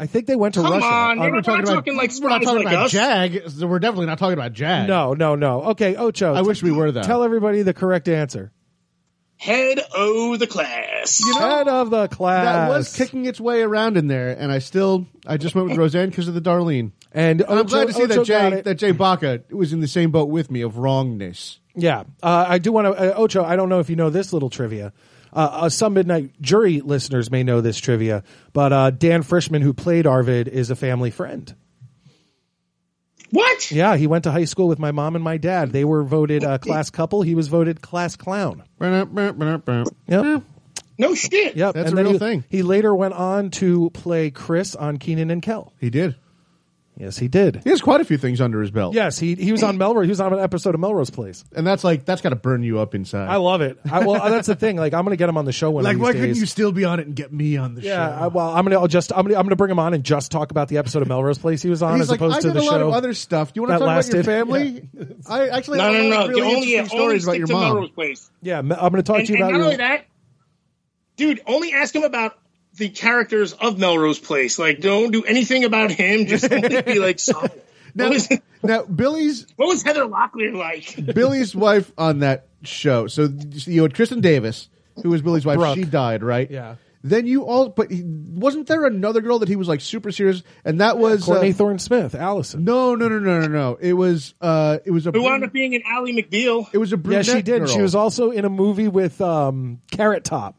Speaker 5: I think they went to
Speaker 16: Come
Speaker 5: Russia.
Speaker 16: on,
Speaker 5: Uh,
Speaker 16: we're not talking like
Speaker 6: We're not
Speaker 16: spies
Speaker 6: talking
Speaker 16: like
Speaker 6: about
Speaker 16: us.
Speaker 6: Jag. so We're definitely not talking about Jag.
Speaker 5: no, no, no. Okay, Ocho.
Speaker 6: I wish we were though.
Speaker 5: Tell everybody the correct answer.
Speaker 16: Head o the class.
Speaker 6: You know,
Speaker 5: Head of the class.
Speaker 6: that was kicking its way around in there, and I still I just went with Roseanne because of the Darlene.
Speaker 5: And
Speaker 6: I'm glad to see
Speaker 5: Ocho
Speaker 6: that
Speaker 5: got
Speaker 6: Jay
Speaker 5: it.
Speaker 6: that Jay Baca was in the same boat with me of wrongness.
Speaker 5: Yeah, uh, I do want to. Uh, Ocho, I don't know if you know this little trivia. Uh, uh, some midnight jury listeners may know this trivia, but uh, Dan Frischman, who played Arvid, is a family friend.
Speaker 16: What?
Speaker 5: Yeah, he went to high school with my mom and my dad. They were voted uh, class couple. He was voted class clown. Yep.
Speaker 16: No shit.
Speaker 5: Yep.
Speaker 6: That's
Speaker 5: and
Speaker 6: a
Speaker 5: then
Speaker 6: real
Speaker 5: he,
Speaker 6: thing.
Speaker 5: He later went on to play Chris on Keenan and Kel.
Speaker 6: He did.
Speaker 5: Yes, he did.
Speaker 6: He has quite a few things under his belt.
Speaker 5: Yes, he he was on Melrose. He was on an episode of Melrose Place.
Speaker 6: and that's like that's got to burn you up inside.
Speaker 5: I love it. I, well, that's the thing. Like, I'm going to get him on the show one
Speaker 6: like,
Speaker 5: of these
Speaker 6: why
Speaker 5: days.
Speaker 6: couldn't you still be on it and get me on the
Speaker 5: yeah,
Speaker 6: show?
Speaker 5: I, well, I'm gonna I'll just I'm gonna I'm gonna bring him on and just talk about the episode of Melrose Place he was on,
Speaker 6: He's
Speaker 5: as
Speaker 6: like,
Speaker 5: opposed
Speaker 6: I
Speaker 5: to
Speaker 6: did
Speaker 5: the
Speaker 6: a lot
Speaker 5: show
Speaker 6: of other stuff. Do you want to
Speaker 5: that
Speaker 6: talk
Speaker 5: lasted.
Speaker 6: about your family? I actually
Speaker 16: No,
Speaker 6: have a
Speaker 16: no,
Speaker 6: lot
Speaker 16: no.
Speaker 6: of really
Speaker 16: the only,
Speaker 6: interesting
Speaker 16: only
Speaker 6: stories about
Speaker 16: stick
Speaker 6: your
Speaker 16: to
Speaker 6: mom.
Speaker 16: Melrose Place.
Speaker 5: Yeah, I'm going to talk
Speaker 16: and,
Speaker 5: to you
Speaker 16: and
Speaker 5: about
Speaker 16: not
Speaker 5: your,
Speaker 16: only that, dude. Only ask him about the characters of Melrose Place. Like, don't do anything about him. Just only be like, so,
Speaker 6: Now,
Speaker 16: what, was,
Speaker 6: now Billy's
Speaker 16: what was Heather Locklear like?
Speaker 6: Billy's wife on that show. So you had Kristen Davis, who was Billy's wife.
Speaker 5: Brooke.
Speaker 6: She died, right?
Speaker 5: Yeah.
Speaker 6: Then you all, but he, wasn't there another girl that he was like super serious? And that was
Speaker 5: Courtney
Speaker 6: uh,
Speaker 5: Thorne Smith, Allison.
Speaker 6: no, no, no, no, no, no. It was uh, it was a
Speaker 16: Who
Speaker 6: brun-
Speaker 16: wound up being an Ally McBeal?
Speaker 6: it was a
Speaker 5: Yeah,
Speaker 6: brunette
Speaker 5: she did. She
Speaker 6: girl.
Speaker 5: was also in a movie with um, Carrot Top.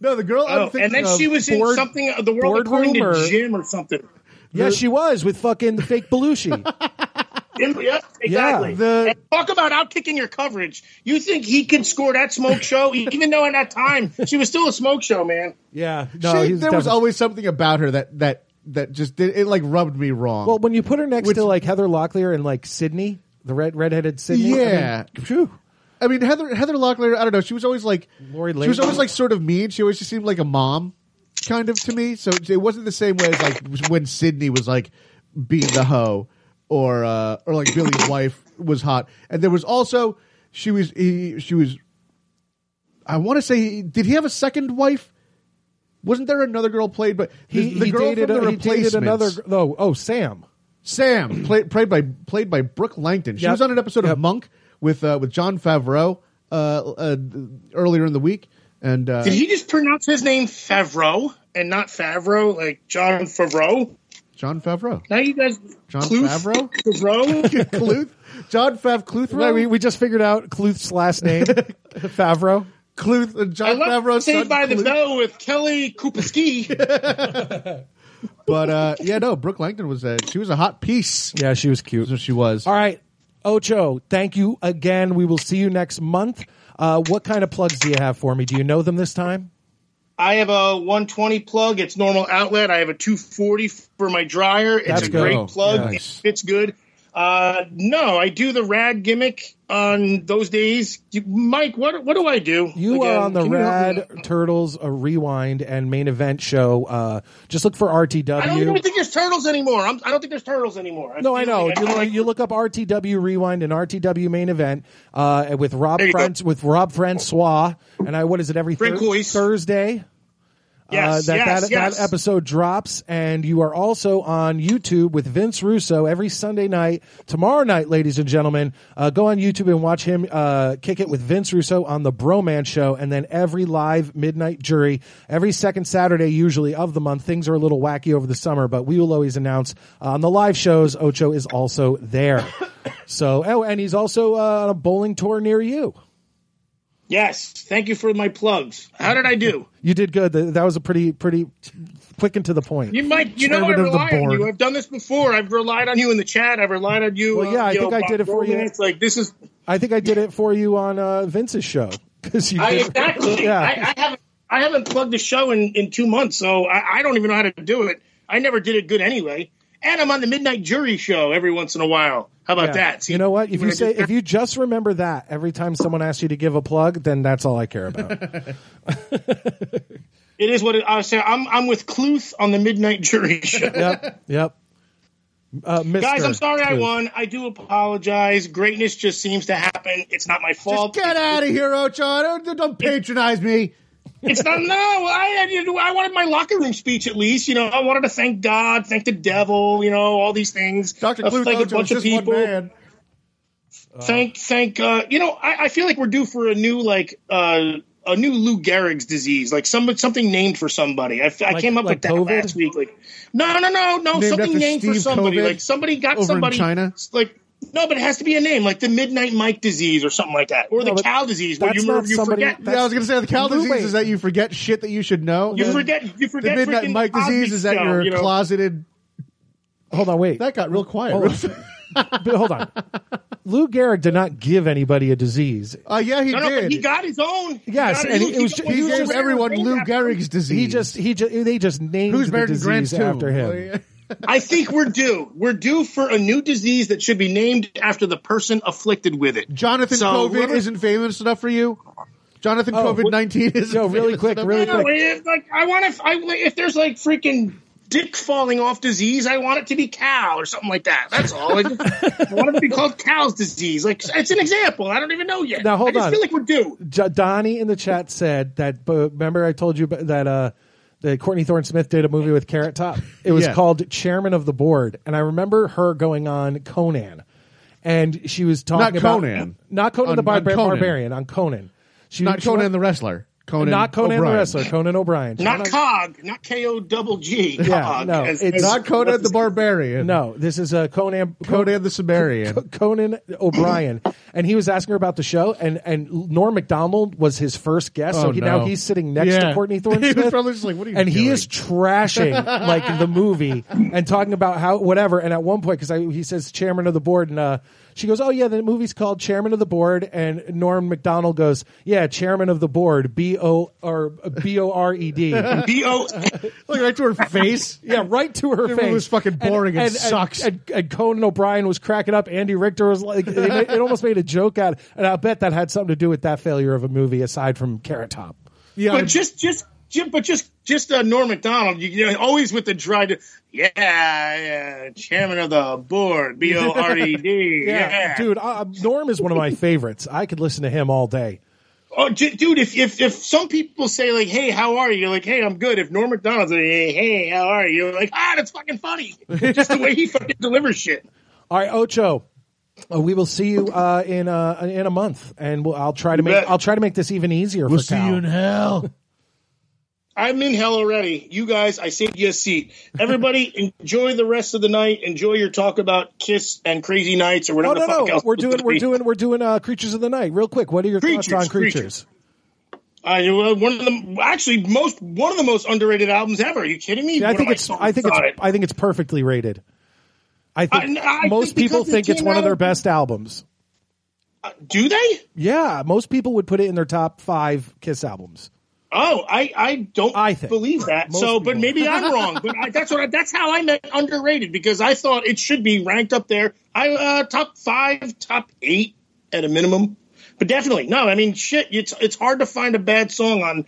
Speaker 6: no the girl. I'm
Speaker 16: Oh,
Speaker 6: thinking
Speaker 16: and then
Speaker 6: of-
Speaker 16: she was in
Speaker 5: board-
Speaker 16: something of the world according
Speaker 5: boardroom or-
Speaker 16: to Jim or something.
Speaker 5: yeah, she was with fucking the fake Belushi.
Speaker 16: In- yeah, exactly.
Speaker 6: the-
Speaker 16: And talk about outkicking your coverage. You think he could score that smoke show, even though in that time she was still a smoke show, man.
Speaker 5: yeah, no,
Speaker 6: she,
Speaker 5: he's
Speaker 6: there was
Speaker 5: definitely-
Speaker 6: always something about her that that that just did it like rubbed me wrong.
Speaker 5: Well, when you put her next
Speaker 6: Which-
Speaker 5: to like Heather Locklear and like Sydney, the red redheaded Sydney,
Speaker 6: yeah.
Speaker 5: I mean, phew.
Speaker 6: I mean, Heather Heather Locklear. I don't know. She was always like
Speaker 5: Lori
Speaker 6: she was
Speaker 5: Latham.
Speaker 6: always like sort of mean. She always just seemed like a mom, kind of to me. So it wasn't the same way as like when Sydney was like being the hoe, or uh, or like Billy's wife was hot. And there was also she was he, she was. I want to say, did he have a second wife? Wasn't there another girl played? But the,
Speaker 5: he,
Speaker 6: the
Speaker 5: he
Speaker 6: girl
Speaker 5: dated
Speaker 6: from the
Speaker 5: he dated
Speaker 6: Replacements,
Speaker 5: another. gr- No, oh Sam.
Speaker 6: Sam, played played by played by Brooke Langton. She
Speaker 5: Yep.
Speaker 6: was on an episode
Speaker 5: Yep.
Speaker 6: of Monk with uh, with John Favreau uh, uh, earlier in the week, and uh,
Speaker 16: Did he just pronounce his name Favreau and not Favreau, like John Favreau?
Speaker 6: John Favreau,
Speaker 16: Now you guys,
Speaker 6: John
Speaker 16: Cluth?
Speaker 6: Favreau,
Speaker 16: Favreau.
Speaker 6: Cluth, John Fav Cluthrow,
Speaker 5: we, we just figured out Cluth's last name, Favreau.
Speaker 6: Cluth, uh,
Speaker 16: I
Speaker 6: John
Speaker 16: love
Speaker 6: Favreau's son,
Speaker 16: Saved by the
Speaker 6: Cluth.
Speaker 16: Bell with Kelly Kupiski.
Speaker 6: But uh, yeah, no, Brooke Langton was a she was a hot piece.
Speaker 5: Yeah, she was cute.
Speaker 6: That's what she was.
Speaker 5: All right, Ocho, thank you again. We will see you next month. Uh, what kind of plugs do you have for me? Do you know them this time?
Speaker 16: I have a 120 plug. It's normal outlet. I have a 240 for my dryer. It's
Speaker 5: That's
Speaker 16: a
Speaker 5: good.
Speaker 16: great plug.
Speaker 6: Nice.
Speaker 16: It fits good. Uh, no, I do the rad gimmick on those days. You- Mike, what what do I do?
Speaker 5: You are
Speaker 16: again?
Speaker 5: on the
Speaker 16: Can you help me?
Speaker 5: Rad Turtles a Rewind and main event show. Uh, just look for RTW.
Speaker 16: I don't even think there's turtles anymore. I'm, I don't think there's turtles anymore.
Speaker 5: No, I know.
Speaker 16: I
Speaker 5: You,
Speaker 16: don't like-
Speaker 5: you look up RTW Rewind and RTW Main Event uh, with Rob
Speaker 16: There you go.
Speaker 5: Fran- with Rob Francois, and I what is it every thir- Thursday?
Speaker 16: Yes,
Speaker 5: Uh, that,
Speaker 16: yes,
Speaker 5: that,
Speaker 16: yes.
Speaker 5: that episode drops, and you are also on YouTube with Vince Russo every Sunday night. Tomorrow night, ladies and gentlemen, uh, go on YouTube and watch him uh, kick it with Vince Russo on the Broman Show, and then every live midnight jury every second Saturday, usually of the month. Things are a little wacky over the summer, but we will always announce uh, on the live shows. Ocho is also there. So, oh, and he's also uh, on a bowling tour near you.
Speaker 16: Yes, thank you for my plugs. How did I do?
Speaker 5: You did good. Th- That was a pretty, pretty quick and to the point.
Speaker 16: You might, you know, I
Speaker 5: Chairman of the
Speaker 16: rely on
Speaker 5: board.
Speaker 16: you. I've done this before. I've relied on you in the chat. I've relied on you.
Speaker 5: Well, yeah,
Speaker 16: uh,
Speaker 5: I
Speaker 16: you
Speaker 5: think
Speaker 16: know,
Speaker 5: I did it for you.
Speaker 16: It's like this is
Speaker 5: I think I did it for you on uh, Vince's show because you
Speaker 16: I,
Speaker 5: did,
Speaker 16: exactly.
Speaker 5: Yeah,
Speaker 16: I, I haven't, I haven't plugged the show in in two months, so I, I don't even know how to do it. I never did it good anyway. And I'm on the midnight jury show every once in a while. How about
Speaker 5: Yeah.
Speaker 16: that? See,
Speaker 5: you know what? If
Speaker 16: when
Speaker 5: you
Speaker 16: I
Speaker 5: say
Speaker 16: did-
Speaker 5: if you just remember that every time someone asks you to give a plug, then that's all I care about.
Speaker 16: it is what it, I was saying. I'm I'm with Cluth on the midnight jury show.
Speaker 5: yep, yep. Uh,
Speaker 16: Guys,
Speaker 5: Mr.
Speaker 16: I'm sorry I
Speaker 5: Clues.
Speaker 16: won. I do apologize. Greatness just seems to happen. It's not my fault.
Speaker 6: Get out of here, Ocho. Don't, don't patronize me.
Speaker 16: It's not. No, I, I, you know, I wanted my locker room speech at least. You know, I wanted to thank God, thank the devil. You know, all these things. Doctor
Speaker 6: Clute
Speaker 16: thank a
Speaker 6: Ocho
Speaker 16: bunch
Speaker 6: is
Speaker 16: of
Speaker 6: just one
Speaker 16: people. Thank, thank. Uh, you know, I, I feel like we're due for a new like uh, a new Lou Gehrig's disease, like some something named for somebody. I, f- I
Speaker 6: Like-
Speaker 16: came up
Speaker 6: like
Speaker 16: with that
Speaker 6: COVID?
Speaker 16: last week. Like, no, no, no, no,
Speaker 6: Named
Speaker 16: something
Speaker 6: after
Speaker 16: named for
Speaker 6: Steve
Speaker 16: somebody.
Speaker 6: COVID
Speaker 16: Like somebody got
Speaker 6: over in
Speaker 16: somebody
Speaker 6: China?
Speaker 16: Like. No, but it has to be a name, like the Midnight Mike disease or something like that, or
Speaker 6: No,
Speaker 16: the
Speaker 6: but
Speaker 16: cow disease, where
Speaker 6: That's
Speaker 16: you,
Speaker 6: not
Speaker 16: you
Speaker 6: somebody-
Speaker 16: forget.
Speaker 6: Yeah, I was going to say the cow disease is that you forget shit that you should know.
Speaker 16: You
Speaker 6: The-
Speaker 16: forget- you forget
Speaker 6: The midnight
Speaker 16: freaking
Speaker 6: Mike disease
Speaker 16: Cosby
Speaker 6: is that
Speaker 16: show,
Speaker 6: you're
Speaker 16: you know?
Speaker 6: closeted.
Speaker 5: Hold on, wait.
Speaker 6: That got real quiet.
Speaker 5: Hold But hold on. Lou Gehrig did not give anybody a disease.
Speaker 6: Uh, yeah, he
Speaker 16: No, no, but
Speaker 6: did.
Speaker 16: he got his own. He
Speaker 5: Yes,
Speaker 16: got
Speaker 5: and
Speaker 16: his-
Speaker 5: it was
Speaker 16: got
Speaker 5: ju-
Speaker 16: one
Speaker 5: he
Speaker 16: of those
Speaker 5: gave
Speaker 16: rare
Speaker 6: everyone
Speaker 16: things
Speaker 6: Lou
Speaker 16: after-
Speaker 6: Gehrig's disease.
Speaker 5: He just he just they just named
Speaker 6: Who's
Speaker 5: the
Speaker 6: buried in Grant's
Speaker 5: disease
Speaker 6: tomb? Oh,
Speaker 5: after him.
Speaker 16: I think we're due. We're due for a new disease that should be named after the person afflicted with it.
Speaker 6: Jonathan
Speaker 16: So,
Speaker 6: COVID
Speaker 16: whoever-
Speaker 6: isn't famous enough for you. Jonathan
Speaker 16: Oh,
Speaker 6: COVID nineteen is
Speaker 5: no, really quick,
Speaker 16: I don't know, if, like I want to. I, if there's like freaking dick falling off disease, I want it to be cow or something like that. That's all. I, just- I want it to be called cow's disease. Like it's an example. I don't even know yet.
Speaker 5: Now, hold
Speaker 16: I just
Speaker 5: on.
Speaker 16: feel like we're due.
Speaker 5: J- Donnie in the chat said that. But remember, I told you b- that uh, that Courtney Thorne Smith did a movie with Carrot Top. It was
Speaker 6: Yeah.
Speaker 5: called Chairman of the Board, and I remember her going on Conan, and she was
Speaker 6: Not
Speaker 5: talking about
Speaker 6: Conan.
Speaker 5: not Conan
Speaker 6: On-
Speaker 5: the Barbar-
Speaker 6: on Conan.
Speaker 5: Barbarian, on Conan. She,
Speaker 6: not
Speaker 5: she
Speaker 6: Conan
Speaker 5: went-
Speaker 6: the wrestler. Conan,
Speaker 5: not Conan
Speaker 6: O'Brien.
Speaker 5: the wrestler, Conan O'Brien. She
Speaker 16: Not
Speaker 5: went on-
Speaker 16: cog. Not K O double G.
Speaker 5: Yeah,
Speaker 16: Cog,
Speaker 5: no,
Speaker 16: as- as-
Speaker 5: it's
Speaker 6: Not Conan the Barbarian.
Speaker 5: No, this is uh, Conan
Speaker 6: Conan the Sumerian.
Speaker 5: Co- Conan O'Brien, and he was asking her about the show, and and Norm Macdonald was his first guest, so
Speaker 6: Oh,
Speaker 5: he,
Speaker 6: no.
Speaker 5: now he's sitting next
Speaker 6: Yeah.
Speaker 5: to Courtney Thorne
Speaker 6: He was
Speaker 5: Smith,
Speaker 6: probably just like, "What are you
Speaker 5: and he
Speaker 6: doing?"
Speaker 5: is trashing like the movie and talking about how whatever. And at one point, because he says chairman of the board, and uh, she goes, "Oh yeah, the movie's called Chairman of the Board," and Norm Macdonald goes, "Yeah, Chairman of the Board, B O or B O R E D."
Speaker 16: B O.
Speaker 6: Look right to her face.
Speaker 5: Yeah, right to her
Speaker 6: It
Speaker 5: face.
Speaker 6: was fucking boring. It sucks.
Speaker 5: And, and Conan O'Brien was cracking up. Andy Richter was like, it, it almost made a joke out. And I bet that had something to do with that failure of a movie, aside from Carrot Top.
Speaker 6: Yeah,
Speaker 16: but just just ju- but just just uh, Norm Macdonald, you, you know, always with the dry. yeah, yeah, chairman of the board, B O R E D. Yeah,
Speaker 5: dude, uh, Norm is one of my favorites. I could listen to him all day.
Speaker 16: Oh, j- dude, if, if if some people say like, "Hey, how are you?" You're like, "Hey, I'm good." If Norm Macdonald's like, "Hey, hey, how are you?" You're like, "Ah, that's fucking funny." just the way he fucking delivers shit.
Speaker 5: All right, Ocho. Uh, we will see you uh, in uh, in a month, and we'll, I'll try to
Speaker 16: You
Speaker 5: make
Speaker 16: bet.
Speaker 5: I'll try to make this even easier.
Speaker 6: We'll
Speaker 5: for
Speaker 6: see
Speaker 5: Cal.
Speaker 6: you in hell.
Speaker 16: I'm in hell already. You guys, I saved you a seat. Everybody, enjoy the rest of the night. Enjoy your talk about Kiss and Crazy Nights or
Speaker 5: No,
Speaker 16: whatever.
Speaker 5: Oh, no,
Speaker 16: the fuck
Speaker 5: no.
Speaker 16: else
Speaker 5: We're
Speaker 16: it's gonna
Speaker 5: doing we're
Speaker 16: be.
Speaker 5: doing we're doing uh, creatures of the night. Real quick, what are your
Speaker 16: Creatures,
Speaker 5: thoughts on creatures?
Speaker 16: Creatures. I well, Uh, one of the actually most one of the most underrated albums ever. Are you kidding me?
Speaker 5: Yeah, I
Speaker 16: One of
Speaker 5: think
Speaker 16: my
Speaker 5: it's
Speaker 16: songs
Speaker 5: I think it's
Speaker 16: on it.
Speaker 5: I think it's perfectly rated. I think
Speaker 16: I- I think because
Speaker 5: most people
Speaker 16: it
Speaker 5: think it's
Speaker 16: came
Speaker 5: one of
Speaker 16: out-
Speaker 5: their best albums.
Speaker 16: Uh, do they?
Speaker 5: Yeah, most people would put it in their top five Kiss albums.
Speaker 16: Oh, I, I don't I believe that.
Speaker 5: Most
Speaker 16: So, but
Speaker 5: people.
Speaker 16: maybe I'm wrong. But I, that's what I, that's how I meant underrated because I thought it should be ranked up there. I uh, top five, top eight at a minimum. But definitely no. I mean, shit, it's it's hard to find a bad song on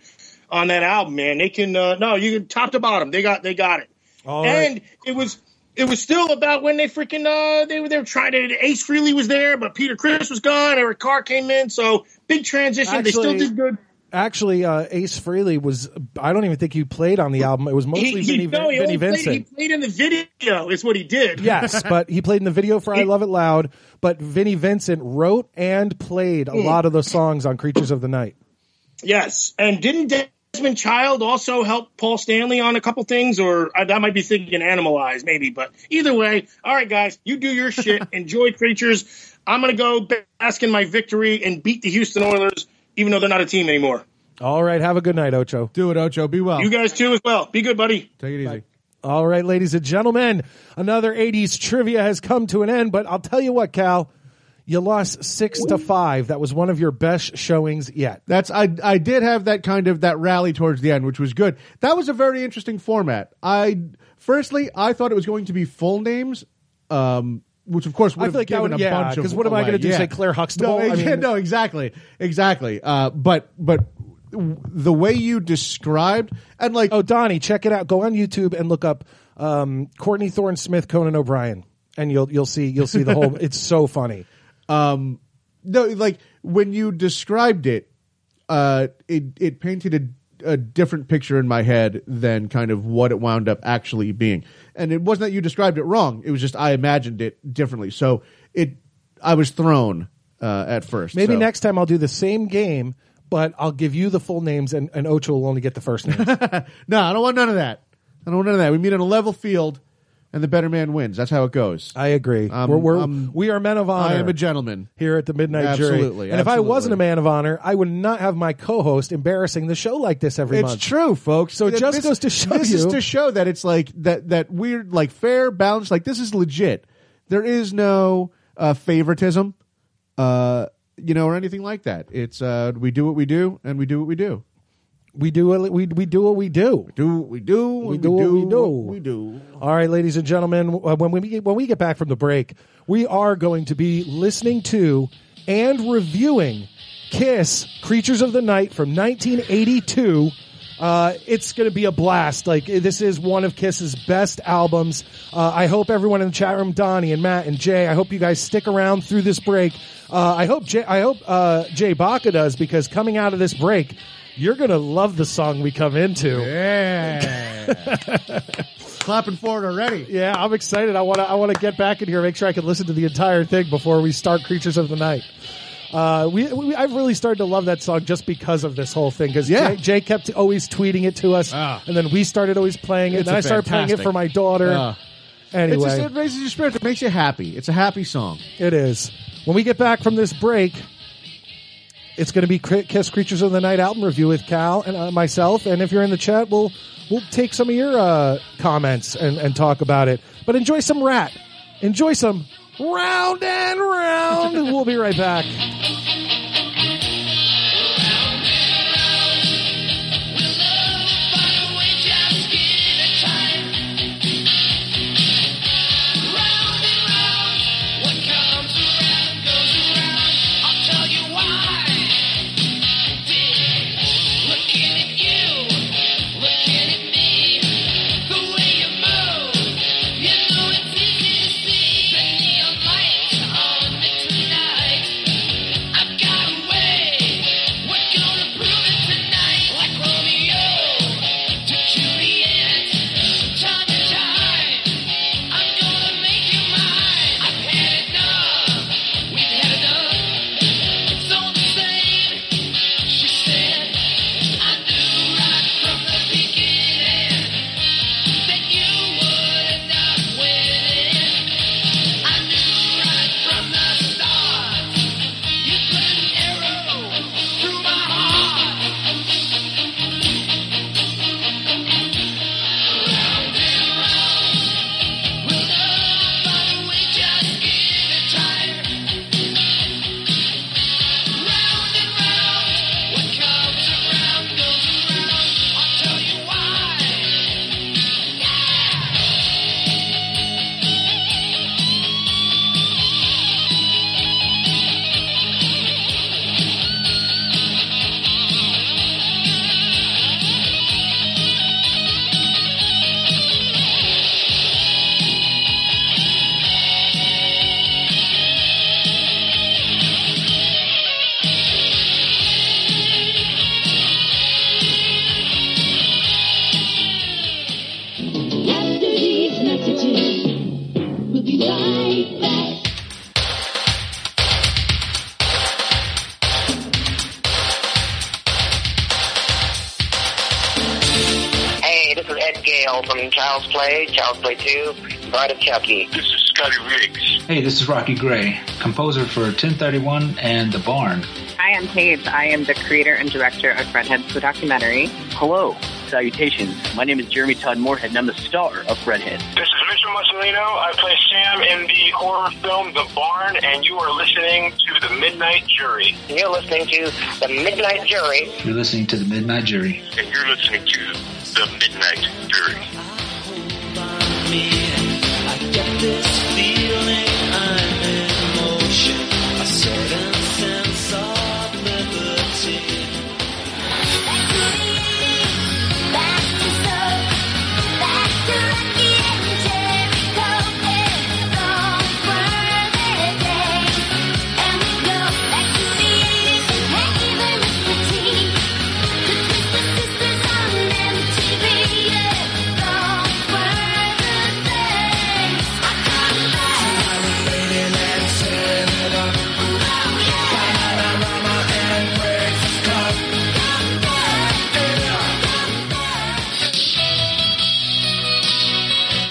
Speaker 16: on that album, man. They can uh, no, you can top to bottom. They got they got it.
Speaker 5: All right.
Speaker 16: and it was it was still about when they freaking uh they were they were trying to Ace Freely was there, but Peter Chris was gone. Eric Carr came in, so big transition. they still
Speaker 5: Actually-
Speaker 16: did good.
Speaker 5: Actually, uh, Ace Frehley was, I don't even think he played on the album. It was
Speaker 16: he,
Speaker 5: mostly Vinnie
Speaker 16: he, no, he
Speaker 5: Vinnie
Speaker 16: only played,
Speaker 5: Vincent.
Speaker 16: he played in the video. Is what he did.
Speaker 5: yes, but he played in the video for I Love It Loud, but Vinnie Vincent wrote and played a
Speaker 16: Hmm.
Speaker 5: lot of the songs on Creatures of the Night.
Speaker 16: yes, and didn't Desmond Child also help Paul Stanley on a couple things? Or I, that might be thinking Animal Eyes, maybe. But either way, all right, guys, you do your shit. Enjoy creatures. I'm gonna go bask in my victory and beat the Houston Oilers, even though they're not a team anymore.
Speaker 5: All right, have a good night, Ocho.
Speaker 6: Do it, Ocho. Be well.
Speaker 16: You guys too as well. Be good, buddy.
Speaker 6: Take it easy.
Speaker 5: All right, ladies and gentlemen, another 80s trivia has come to an end, but I'll tell you what, Cal, you lost 6 to 5. That was one of your best showings yet.
Speaker 6: That's I I did have that kind of that rally towards the end, which was good. That was a very interesting format. I firstly I thought it was going to be full names, um, which of course would
Speaker 5: I
Speaker 6: have
Speaker 5: feel like that
Speaker 6: given
Speaker 5: would-
Speaker 6: a
Speaker 5: yeah,
Speaker 6: bunch of.
Speaker 5: 'cause what am I
Speaker 6: away.
Speaker 5: gonna do,
Speaker 6: Yeah.
Speaker 5: say Claire Huxtable?
Speaker 6: No,
Speaker 5: I
Speaker 6: yeah,
Speaker 5: mean-
Speaker 6: no, exactly, exactly. Uh, but but w- the way you described and like
Speaker 5: Oh, Donnie, check it out. Go on YouTube and look up um, Courtney Thorne Smith Conan O'Brien and you'll you'll see you'll see the whole it's so funny.
Speaker 6: um no like when you described it uh it it painted a, a different picture in my head than kind of what it wound up actually being and it wasn't that you described it wrong it was just i imagined it differently so it i was thrown uh at first
Speaker 5: Maybe
Speaker 6: so.
Speaker 5: next time I'll do the same game, but I'll give you the full names and, and Ocho will only get the first name.
Speaker 6: no i don't want none of that i don't want none of that we meet on a level field and the better man wins that's how it goes
Speaker 5: I agree.
Speaker 6: Um,
Speaker 5: we're, we're,
Speaker 6: um,
Speaker 5: we are men of honor.
Speaker 6: i am a gentleman
Speaker 5: here at the Midnight Jury.
Speaker 6: Absolutely,
Speaker 5: And if I
Speaker 6: absolutely.
Speaker 5: wasn't a man of honor, I would not have my co-host embarrassing the show like this every
Speaker 6: it's
Speaker 5: month.
Speaker 6: true, folks.
Speaker 5: So it
Speaker 6: Th-
Speaker 5: just
Speaker 6: this-
Speaker 5: goes to show
Speaker 6: this
Speaker 5: you-
Speaker 6: is to show that it's like that that weird, like fair balance. Like this is legit. There is no uh, favoritism, uh, you know, or anything like that. It's uh, we do what we do, and we do what we do.
Speaker 5: We do what we we do what we do.
Speaker 6: Do what we do. and
Speaker 5: We do what we do.
Speaker 6: what we do.
Speaker 5: All right, ladies and gentlemen, uh, when we get, when we get back from the break, we are going to be listening to and reviewing Kiss Creatures of the Night from 1982. Uh, it's going to be a blast. Like this is one of Kiss's best albums. Uh, I hope everyone in the chat room, Donnie and Matt and Jay, I hope you guys stick around through this break. Uh, I hope Jay, I hope uh, Jay Baca does because coming out of this break, you're going to love the song we come into.
Speaker 6: Yeah. Clapping for it already.
Speaker 5: Yeah, I'm excited. I want to. I want to get back in here, make sure I can listen to the entire thing before we start Creatures of the Night. Uh, we, we, I've really started to love that song just because of this whole thing. Because
Speaker 6: Yeah. Ah.
Speaker 5: Jay, Jay kept always tweeting it to us, and then we started always playing it.
Speaker 6: It's
Speaker 5: and then
Speaker 6: a
Speaker 5: I started playing it
Speaker 6: fantastic-
Speaker 5: for my daughter.
Speaker 6: Ah.
Speaker 5: anyway,
Speaker 6: It's just, it raises your spirits. It makes you happy. It's a happy song.
Speaker 5: it is. When we get back from this break, it's going to be Cri- Kiss Creatures of the Night album review with Cal and uh, myself. And if you're in the chat, we'll we'll take some of your uh, comments and, and talk about it. But enjoy some Rat. Enjoy some Round and Round. we'll be right back.
Speaker 7: Tonight,
Speaker 10: Dale from Child's Play, Child's Play 2, Bride of Chucky. This is Scotty Riggs.
Speaker 17: Hey, this is Rocky Gray, composer for 1031 and The Barn.
Speaker 18: Hi, I'm Paige. I am the creator and director of Fred Redhead's documentary.
Speaker 19: Hello. Salutations. My name is Jeremy Todd Moorhead, and I'm the star of Redhead.
Speaker 10: This is Mitchell Mussolino. I play Sam in the horror film The Barn, and you are listening to The Midnight Jury. You're listening to The Midnight Jury.
Speaker 17: You're listening to The Midnight Jury.
Speaker 10: And you're listening to The Midnight Jury.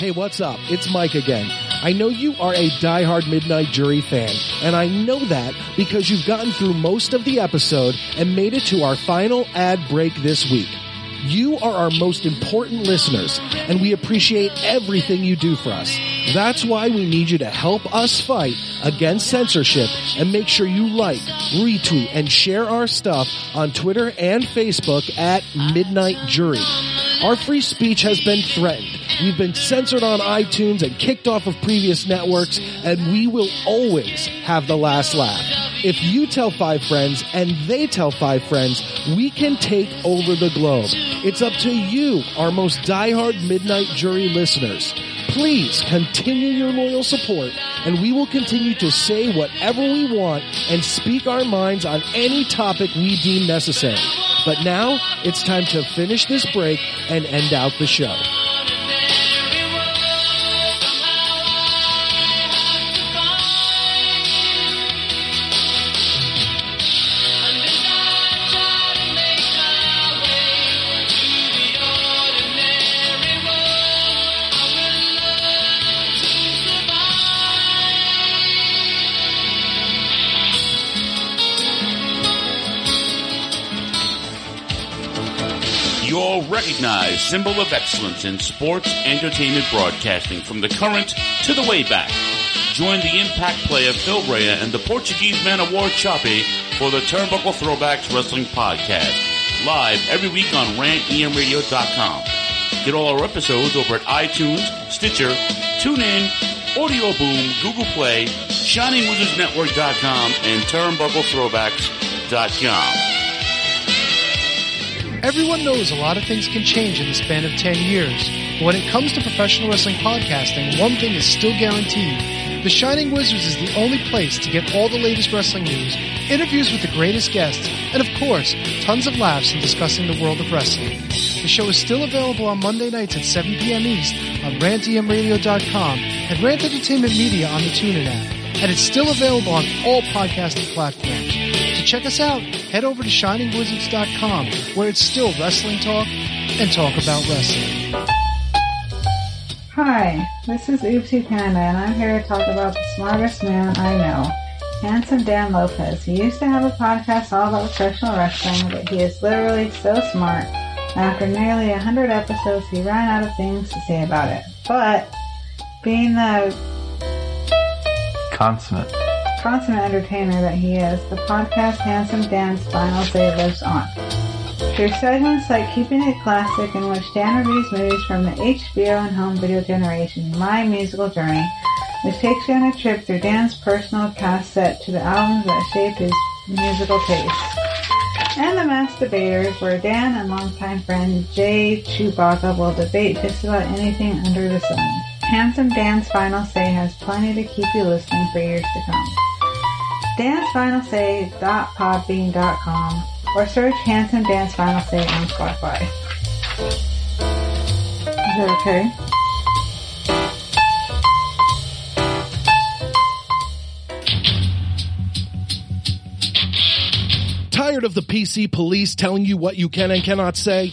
Speaker 4: Hey, what's up? It's Mike again. I know you are a diehard Midnight Jury fan, and I know that because you've gotten through most of the episode and made it to our final ad break this week. You are our most important listeners, and we appreciate everything you do for us. That's why we need you to help us fight against censorship and make sure you like, retweet, and share our stuff on Twitter and Facebook at Midnight Jury. Our free speech has been threatened. We've been censored on iTunes and kicked off of previous networks, and we will always have the last laugh. If you tell five friends and they tell five friends, we can take over the globe. It's up to you, our most diehard Midnight Jury listeners. Please continue your loyal support, and we will continue to say whatever we want and speak our minds on any topic we deem necessary. But now it's time to finish this break and end out the show.
Speaker 20: Your recognized symbol of excellence in sports entertainment broadcasting from the current to the way back. Join the impact player Phil Rea and the Portuguese man of war Choppy for the Turnbuckle Throwbacks Wrestling Podcast. Live every week on E rantemradio.com. Get all our episodes over at iTunes, Stitcher, TuneIn, Audio Boom, Google Play, ShiningWizardsNetwork.com, and TurnbuckleThrowbacks.com.
Speaker 2: Everyone knows a lot of things can change in the span of 10 years. But when it comes to professional wrestling podcasting, one thing is still guaranteed. The Shining Wizards is the only place to get all the latest wrestling news, interviews with the greatest guests, and of course, tons of laughs in discussing the world of wrestling. The show is still available on Monday nights at 7 p.m. East on rantemradio.com and Rant Entertainment Media on the TuneIn app. And it's still available on all podcasting platforms. To check us out, head over to shiningwizards.com where it's still wrestling talk and talk about wrestling.
Speaker 21: Hi, this is Oopsie Panda, and I'm here to talk about the smartest man I know, handsome Dan Lopez. He used to have a podcast all about professional wrestling, but he is literally so smart. After nearly 100 episodes, he ran out of things to say about it. But, being the
Speaker 22: Consonant.
Speaker 21: consummate entertainer that he is, the podcast Handsome Dan's final say lives on. Through segments like Keeping It Classic, in which Dan reviews movies from the HBO and home video generation, My Musical Journey, which takes you on a trip through Dan's personal cassette to the albums that shaped his musical taste. And the Mass Debaters, where Dan and longtime friend Jay Chewbacca will debate just about anything under the sun. Handsome Dan's Final Say has plenty to keep you listening for years to come. DanceFinalSay.podbean.com or search Handsome Dan's Final Say on Spotify. Is that okay?
Speaker 4: Tired of the PC police telling you what you can and cannot say?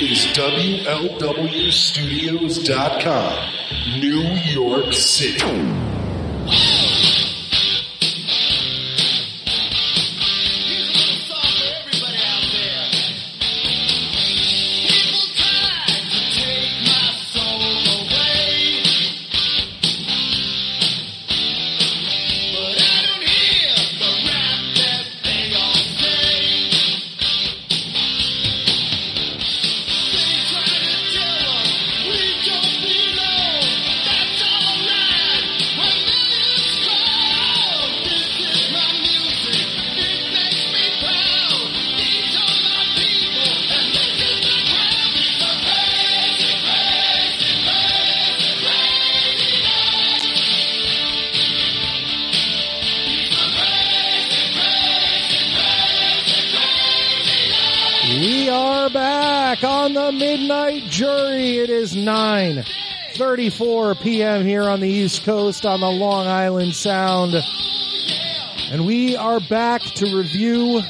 Speaker 23: is WLWstudios.com, New York City.
Speaker 4: We are back on the midnight jury. It is 9 34 p.m. here on the East Coast on the Long Island Sound. And we are back to review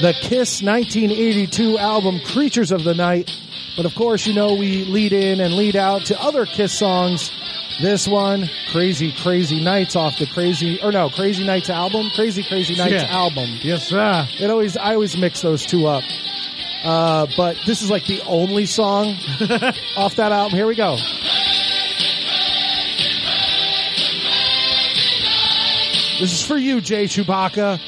Speaker 4: the Kiss 1982 album Creatures of the Night. But of course, you know, we lead in and lead out to other Kiss songs. This one, Crazy Crazy Nights off the Crazy, or no, Crazy Nights album, Crazy Crazy Nights
Speaker 24: Yeah.
Speaker 4: album. Yes, sir. It always, I always mix those two up. Uh, but this is like the only song off that album. Here we go. This is for you, Jay Chewbacca.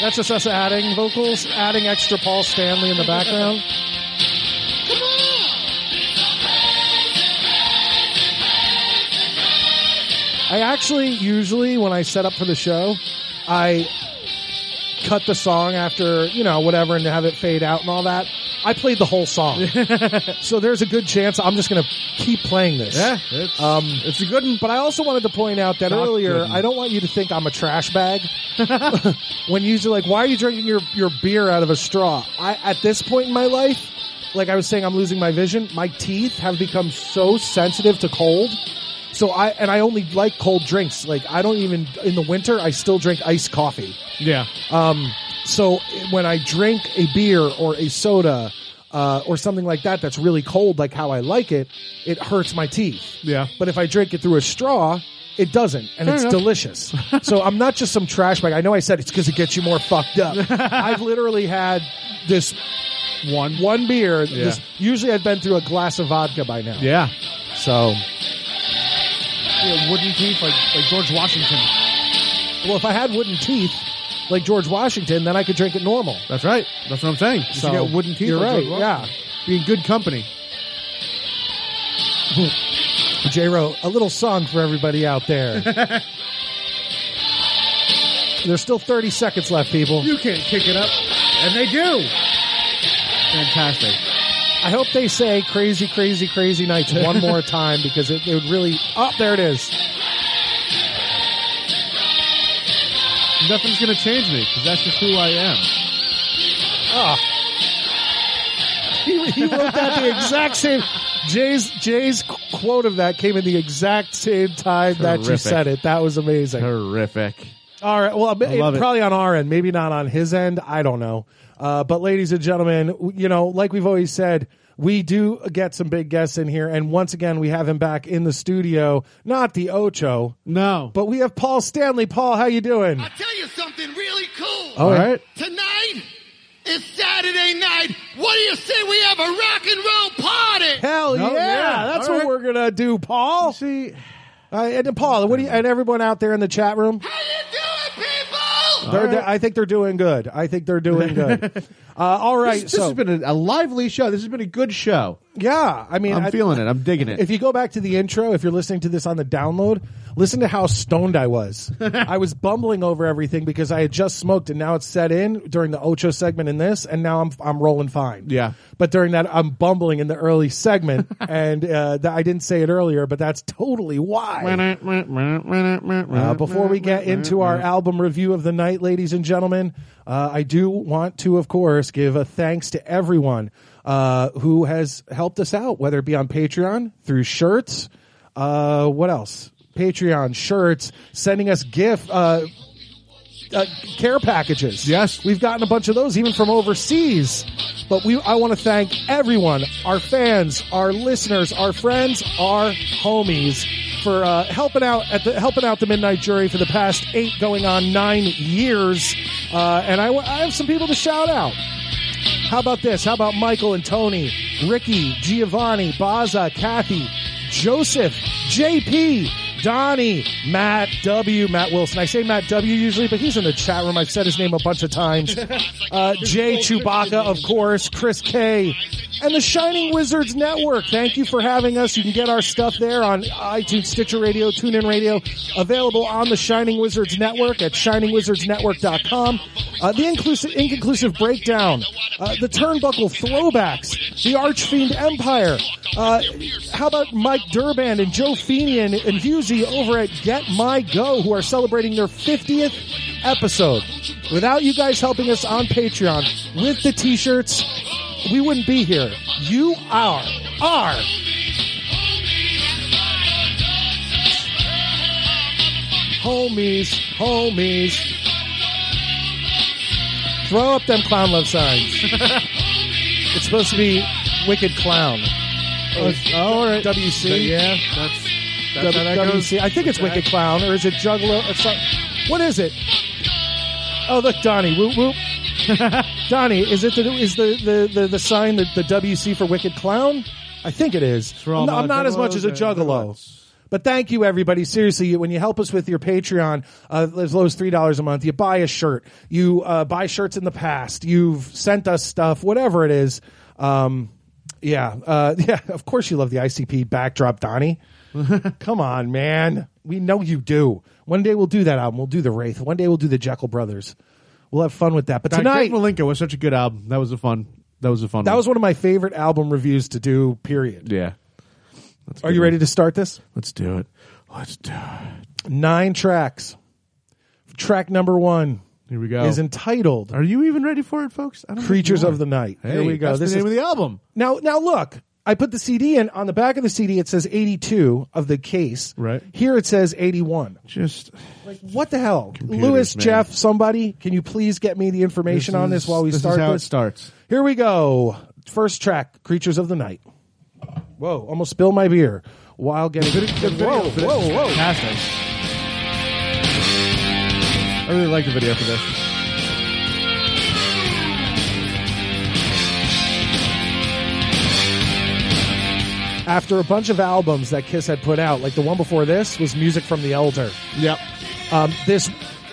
Speaker 4: That's just us adding vocals, adding extra Paul Stanley in the background. I actually usually when I set up for the show, I cut the song after you know whatever and have it fade out and all that. I played the whole song, so there's a good chance I'm just going to keep playing this.
Speaker 5: Eh.
Speaker 6: Yeah,
Speaker 4: it's, um, it's a good one. But I also wanted to point out that
Speaker 6: Not
Speaker 4: earlier.
Speaker 6: good.
Speaker 4: I don't want you to think I'm a trash bag when you're like, "Why are you drinking your your beer out of a straw?" I at this point in my life, like I was saying, I'm losing my vision. My teeth have become so sensitive to cold so I and I only like cold drinks. Like I don't even in the winter I still drink iced coffee.
Speaker 6: Yeah.
Speaker 4: Um so when I drink a beer or a soda uh, or something like that that's really cold like how I like it, it hurts my teeth.
Speaker 6: Yeah.
Speaker 4: But if I drink it through a straw, it doesn't and
Speaker 6: Fair
Speaker 4: it's
Speaker 6: enough.
Speaker 4: delicious. so I'm not just some trash bag. I know I said it's cuz it gets you more fucked up. I've literally had this one one beer.
Speaker 6: Yeah.
Speaker 4: This, usually I've been through a glass of vodka by now.
Speaker 6: Yeah.
Speaker 4: So
Speaker 24: Yeah, wooden teeth like, like George Washington.
Speaker 4: Well, if I had wooden teeth like George Washington, then I could drink it normal.
Speaker 6: That's right. That's what I'm saying.
Speaker 4: So,
Speaker 6: you got wooden teeth.
Speaker 4: You're
Speaker 6: like
Speaker 4: right.
Speaker 6: George
Speaker 4: Yeah.
Speaker 6: Washington. Be in good company.
Speaker 4: J. Ro, a little song for everybody out there. There's still 30 seconds left, people.
Speaker 6: You can't kick it up, and they do. Fantastic.
Speaker 4: I hope they say crazy, crazy, crazy nights one more time because it, it would really. Oh, there it is.
Speaker 6: Nothing's gonna change me because that's just who I am.
Speaker 4: Ah. He, he wrote that the exact same. Jay's Jay's quote of that came in the exact same time that you
Speaker 6: Terrific.
Speaker 4: said it. That was amazing.
Speaker 6: Terrific.
Speaker 4: All right. Well,
Speaker 6: I love it.
Speaker 4: probably on our end, maybe not on his end. I don't know. Uh, but ladies and gentlemen, w- you know, like we've always said,
Speaker 5: we do get some big guests in here, and once again, we have him back in the studio. Not the Ocho,
Speaker 6: no,
Speaker 5: but we have Paul Stanley. Paul, how you doing?
Speaker 7: Tell you something really cool.
Speaker 5: All right.
Speaker 7: Tonight is Saturday night. What do you say we have a rock and roll party?
Speaker 6: Oh,
Speaker 5: Hell yeah, that's what we're gonna do, Paul. see, uh, and Paul, what do you, and everyone out there in the chat room? They're,
Speaker 6: All right.
Speaker 5: I think they're doing good. I think they're doing good. uh, all right,
Speaker 6: This, this
Speaker 5: so
Speaker 6: has been a, a lively show. This has been a good show.
Speaker 5: yeah, I mean,
Speaker 6: I'm
Speaker 5: I-
Speaker 6: feeling it. I'm digging it.
Speaker 5: If you go back to the intro, if you're listening to this on the download, listen to how stoned I was. I was bumbling over everything because I had just smoked, and now it's set in during the Ocho segment in this, and now I'm I'm rolling fine.
Speaker 6: yeah.
Speaker 5: But during that, I'm bumbling in the early segment, and uh, th- I didn't say it earlier, but that's totally why. Uh, before we get into our album review of the night, ladies and gentlemen, uh, I do want to, of course, give a thanks to everyone uh, who has helped us out, whether it be on Patreon, through shirts, uh, what else? Patreon, shirts, sending us gift. Uh, uh, care packages. Yes, we've gotten a bunch of those even from overseas. But we, I want to thank everyone, our fans, our listeners, our friends, our homies, for uh, helping out at the helping out the Midnight Jury for the past eight, going on nine years. Uh, and I, wa- I have some people to shout out. How about this? How about Michael and Tony, Ricky, Giovanni, Baza, Kathy, Joseph, JP, Donnie, Matt W, Matt Wilson. I say Matt W usually, but he's in the chat room. I've said his name a bunch of times. Uh, Jay Chewbacca, of course, Chris K, and the Shining Wizards Network. Thank you for having us. You can get our stuff there on iTunes, Stitcher Radio, TuneIn Radio, available on the Shining Wizards Network at shiningwizardsnetwork.com. Uh, the inclusive, inconclusive breakdown, uh, the turnbuckle throwbacks, the Archfiend Empire. Uh, how about Mike Durban and Joe Feeney and, and Husey over at Get My Go, who are celebrating their 50th episode? Without you guys helping us on Patreon with the t-shirts, we wouldn't be here. You are, are homies, homies. Throw up them clown love signs. it's supposed to be Wicked Clown.
Speaker 6: Oh, all right.
Speaker 5: WC.
Speaker 6: Yeah, that's, that's
Speaker 5: W-
Speaker 6: how that goes.
Speaker 5: WC. I think it's Wicked Clown, or is it Juggalo? It's not- what is it? Oh, look, Donnie. Whoop, whoop. Donnie, is it the, is the, the, the, the sign that the WC for Wicked Clown? I think it is. I'm
Speaker 6: all
Speaker 5: not,
Speaker 6: my
Speaker 5: I'm not as much as a
Speaker 6: juggalos and
Speaker 5: juggalo. But thank you, everybody. Seriously, you- when you help us with your Patreon, uh, as low as three dollars a month, you buy a shirt, you uh, buy shirts in the past, you've sent us stuff, whatever it is. Um, yeah, uh, yeah. Of course, you love the ICP backdrop, Donnie. Come on, man. We know you do. One day we'll do that album. We'll do the Wraith. One day we'll do the Jekyll Brothers. We'll have fun with that. But
Speaker 6: God,
Speaker 5: tonight,
Speaker 6: Great Malenko was such a good album. That was a fun. That was a fun.
Speaker 5: that
Speaker 6: one.
Speaker 5: was one of my favorite album reviews to do. Period.
Speaker 6: Yeah.
Speaker 5: Are you ready to start this?
Speaker 6: Let's do it. Let's do it.
Speaker 5: Nine tracks. Track number one.
Speaker 6: Here we go.
Speaker 5: Is entitled
Speaker 6: Are you even ready for it, folks? I don't think
Speaker 5: "Creatures
Speaker 6: you
Speaker 5: of
Speaker 6: are.
Speaker 5: the Night."
Speaker 6: Hey,
Speaker 5: Here we go.
Speaker 6: That's
Speaker 5: this
Speaker 6: the name
Speaker 5: is
Speaker 6: of the album.
Speaker 5: Now, now look. I put the CD in. On the back of the CD, it says 82 of the case. Right. Here it says 81.
Speaker 6: Just
Speaker 5: like what the hell, Lewis,
Speaker 6: man.
Speaker 5: Jeff, somebody? Can you please get me the information on this
Speaker 6: is-
Speaker 5: while we
Speaker 6: this is
Speaker 5: start
Speaker 6: how it
Speaker 5: this?
Speaker 6: starts.
Speaker 5: Here we go. First track, "Creatures of the Night." Whoa! Almost spilled my beer while getting. whoa! Whoa! Whoa!
Speaker 6: I really like the video for this.
Speaker 5: after a bunch of albums that Kiss had put out, like the one before this was Music from the Elder.
Speaker 6: Yep.
Speaker 5: Um, this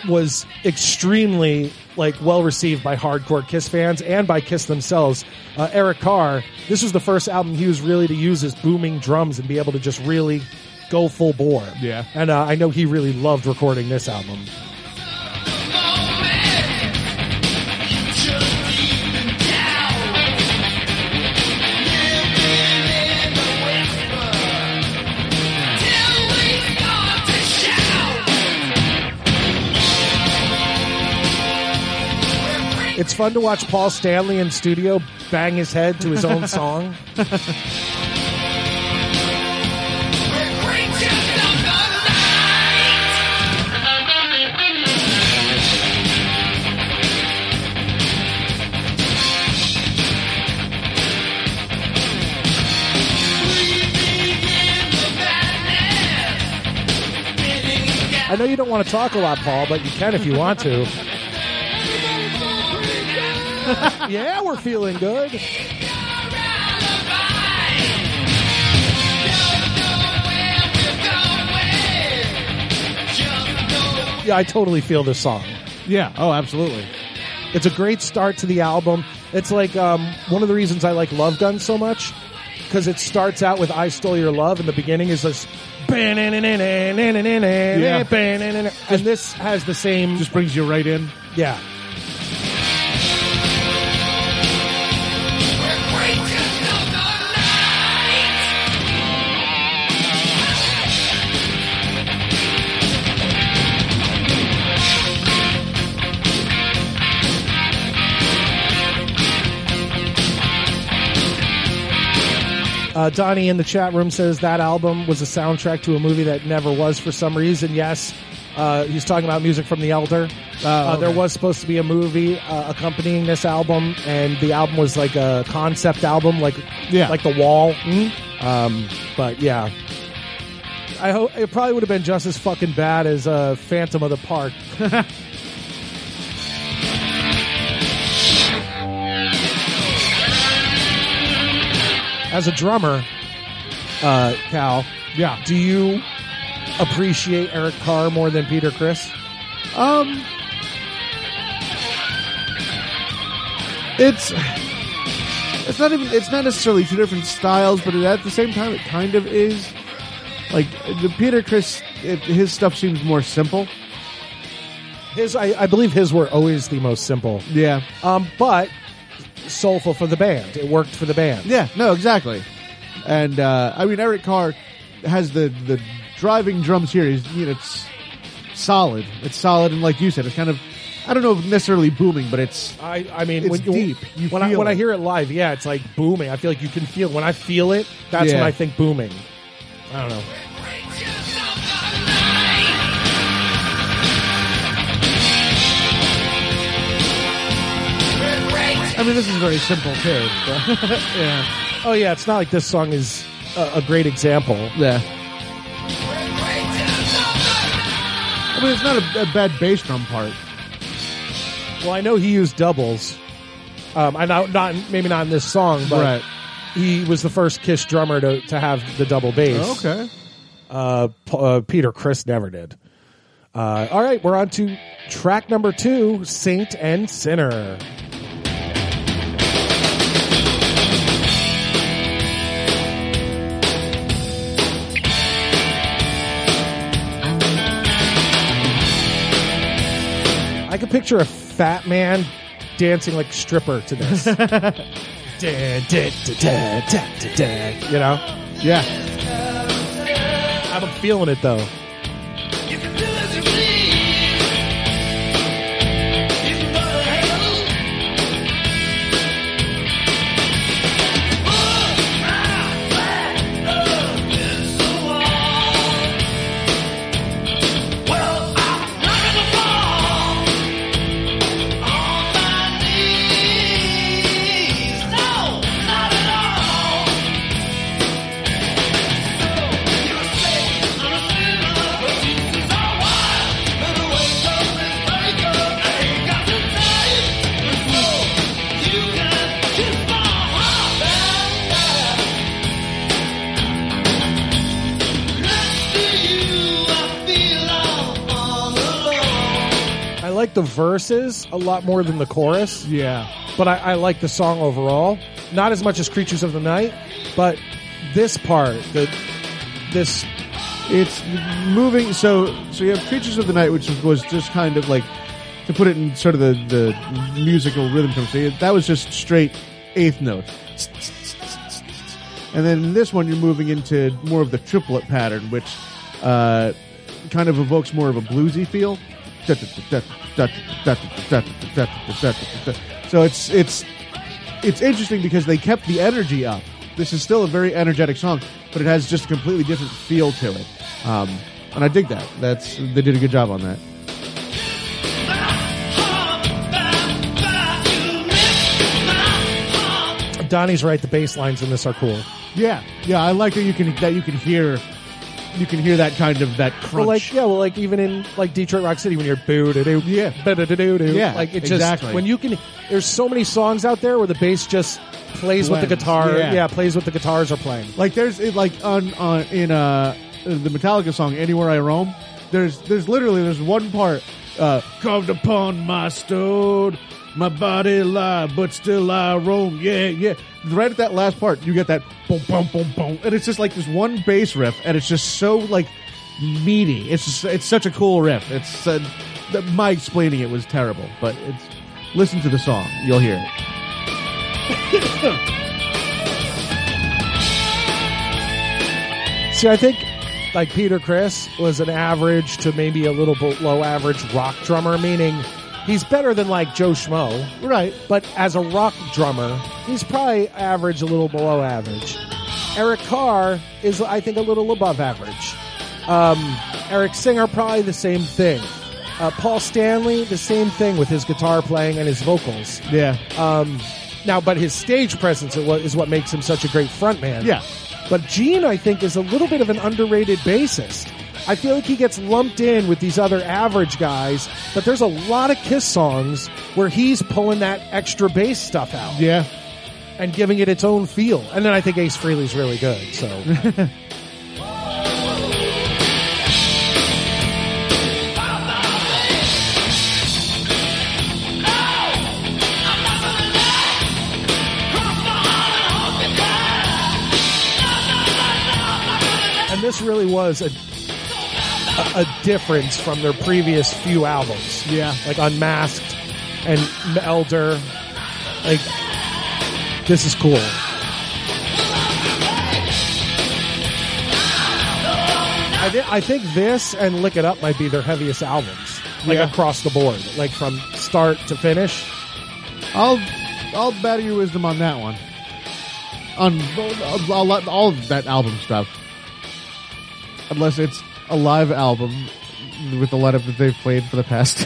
Speaker 5: was extremely like well received by hardcore Kiss fans and by Kiss themselves. Uh, Eric Carr, this was the first album he was really to use his booming drums and be able to just really go full bore.
Speaker 6: Yeah.
Speaker 5: And uh, I know he really loved recording this album. It's fun to watch Paul Stanley in studio bang his head to his own song.
Speaker 4: know you don't want to talk a lot, Paul, but you can if you want to. yeah, we're feeling good. Yeah, I totally feel this song. Yeah. Oh, absolutely. It's a great start to the album. It's like um, one of the reasons I like Love Gun so much because it starts out with "I Stole Your Love" and the beginning is this.
Speaker 8: Yeah.
Speaker 4: And this has the same. Just brings you right in. Yeah. Uh, Donnie in the chat room says that album was a soundtrack to a movie that never was for some reason. Yes, uh, he's talking about music from The Elder. uh, There was supposed to be a movie uh, accompanying this album, and the album was like a concept album, like like The Wall. Um, but yeah, I hope it probably would have been just as fucking bad as uh, Phantom of the Park. As a drummer, uh, Cal, yeah, do you appreciate Eric Carr more than Peter Chris?
Speaker 6: Um, it's it's not even it's not necessarily two different styles, but at the same time, it kind of is. Like the Peter Chris, it, his stuff seems more simple.
Speaker 4: His, I, I believe, his were always the most simple.
Speaker 6: Yeah.
Speaker 4: Um, but soulful for the band. It worked for the band.
Speaker 6: Yeah, no, exactly. And uh, I mean, Eric Carr has the the driving drums here. He's, you know, it's solid. It's solid, and like you said, it's kind of I don't know if necessarily booming, but it's
Speaker 4: I, I mean,
Speaker 6: it's
Speaker 4: when you,
Speaker 6: deep. You
Speaker 4: when I
Speaker 6: feel
Speaker 4: when I
Speaker 6: it.
Speaker 4: hear it live, yeah, it's like booming. I feel like you can feel when I feel it. That's when
Speaker 6: Yeah.
Speaker 4: I think booming. I don't know.
Speaker 6: I mean, this is very simple too. yeah.
Speaker 4: Oh yeah, it's not like this song is a, a great example.
Speaker 6: Yeah. I mean, it's not a, a bad bass drum part.
Speaker 4: Well, I know he used doubles. Um, I know not maybe not in this song, but
Speaker 6: Right.
Speaker 4: he was the first Kiss drummer to, to have the double bass.
Speaker 6: Okay.
Speaker 4: Uh, P- uh, Peter Chris never did. Uh, all right, we're on to track number two, Saint and Sinner. I can picture a fat man dancing like stripper to this. Dun, dun, dun, dun, dun, dun, dun. you know?
Speaker 6: Yeah.
Speaker 4: I'm feeling it though.
Speaker 7: Oh,
Speaker 4: I like the verses a lot more than the chorus.
Speaker 6: Yeah.
Speaker 4: But I, I like the song overall. Not as much as Creatures of the Night, but this part, the this
Speaker 6: It's moving. So so you have Creatures of the Night, which was just kind of like to put it in sort of the the musical rhythm terms. So that was just straight eighth note. And then in this one, you're moving into more of the triplet pattern, which uh, kind of evokes more of a bluesy feel. So it's it's it's interesting because they kept the energy up. This is still a very energetic song, but it has just a completely different feel to it. Um, and I dig that. That's they did a good job on that.
Speaker 4: Donnie's right, the bass lines in this are cool.
Speaker 6: Yeah, yeah, I like that you can that you can hear you can hear that kind of that crunch.
Speaker 4: Well, like yeah, well, like even in like Detroit Rock City when you're boo doo doo yeah doo
Speaker 6: Yeah,
Speaker 4: like it just
Speaker 6: exactly.
Speaker 4: when you can. There's so many songs out there where the bass just plays with the
Speaker 6: Blends,
Speaker 4: guitar.
Speaker 6: yeah.
Speaker 4: Yeah. plays with the guitars are playing.
Speaker 6: Like there's it, like on, on in uh the Metallica song "Anywhere I Roam." There's there's literally there's one part uh, carved upon my stone, my body lie, but still I roam. Yeah, yeah. Right at that last part, you get that boom, boom, boom, boom, and it's just like this one bass riff, and it's just so like meaty. It's just, it's such a cool riff. It's uh, th- my explaining it was terrible, but it's listen to the song, you'll hear it.
Speaker 4: See, I think like Peter Chris was an average to maybe a little below average rock drummer, meaning he's better than like Joe Schmo. Right. But as a rock drummer, he's probably average, a little below average. Eric Carr is, I think, a little above average. Um, Eric Singer, probably the same thing. Uh, Paul Stanley, the same thing with his guitar playing and his vocals.
Speaker 6: Yeah. Uh,
Speaker 4: Um, now, but his stage presence is what, is what makes him such a great frontman.
Speaker 6: Yeah.
Speaker 4: But Gene, I think, is a little bit of an underrated bassist. I feel like he gets lumped in with these other average guys, but there's a lot of Kiss songs where he's pulling that extra bass stuff out.
Speaker 6: Yeah.
Speaker 4: And giving it its own feel. And then I think Ace Frehley's really good, so. and this really was a, a a difference from their previous few albums. Yeah, like Unmasked and Elder. Like this is cool. I, thi- I think this and Lick It Up might be their heaviest albums, like across the board, like from start to finish.
Speaker 6: I'll I'll batter your wisdom on that one. On all, all- all of that album stuff, unless it's a live album with a lot of that they've played for the past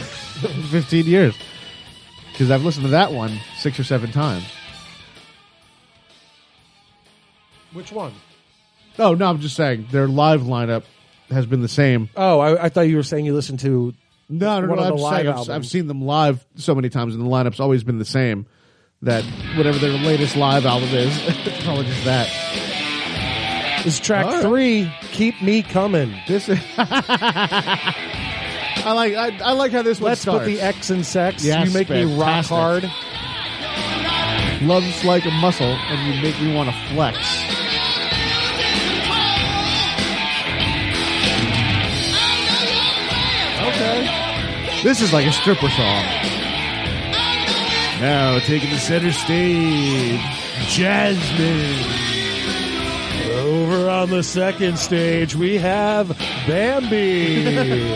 Speaker 6: fifteen years, because I've listened to that one six or seven times.
Speaker 4: Which one?
Speaker 6: Oh no, I'm just saying their live lineup has been the same.
Speaker 4: Oh, I, I thought you were saying you listened to
Speaker 6: No, no,
Speaker 4: one
Speaker 6: no. I'm
Speaker 4: of the
Speaker 6: just
Speaker 4: live
Speaker 6: saying, I've,
Speaker 4: albums.
Speaker 6: I've seen them live so many times, and the lineup's always been the same. That whatever their latest live album is, it's probably just that.
Speaker 4: Is track three "Keep Me Coming"?
Speaker 6: This is. I like I, I like how this one
Speaker 4: Let's
Speaker 6: starts.
Speaker 4: put the X in sex.
Speaker 6: Yes,
Speaker 4: you make me rock
Speaker 6: fantastic.
Speaker 4: hard.
Speaker 6: Love's like a muscle, and you make me want to flex. Okay. This is like a stripper song. Now taking the center stage, Jasmine.
Speaker 4: Over on the second stage, we have Bambi.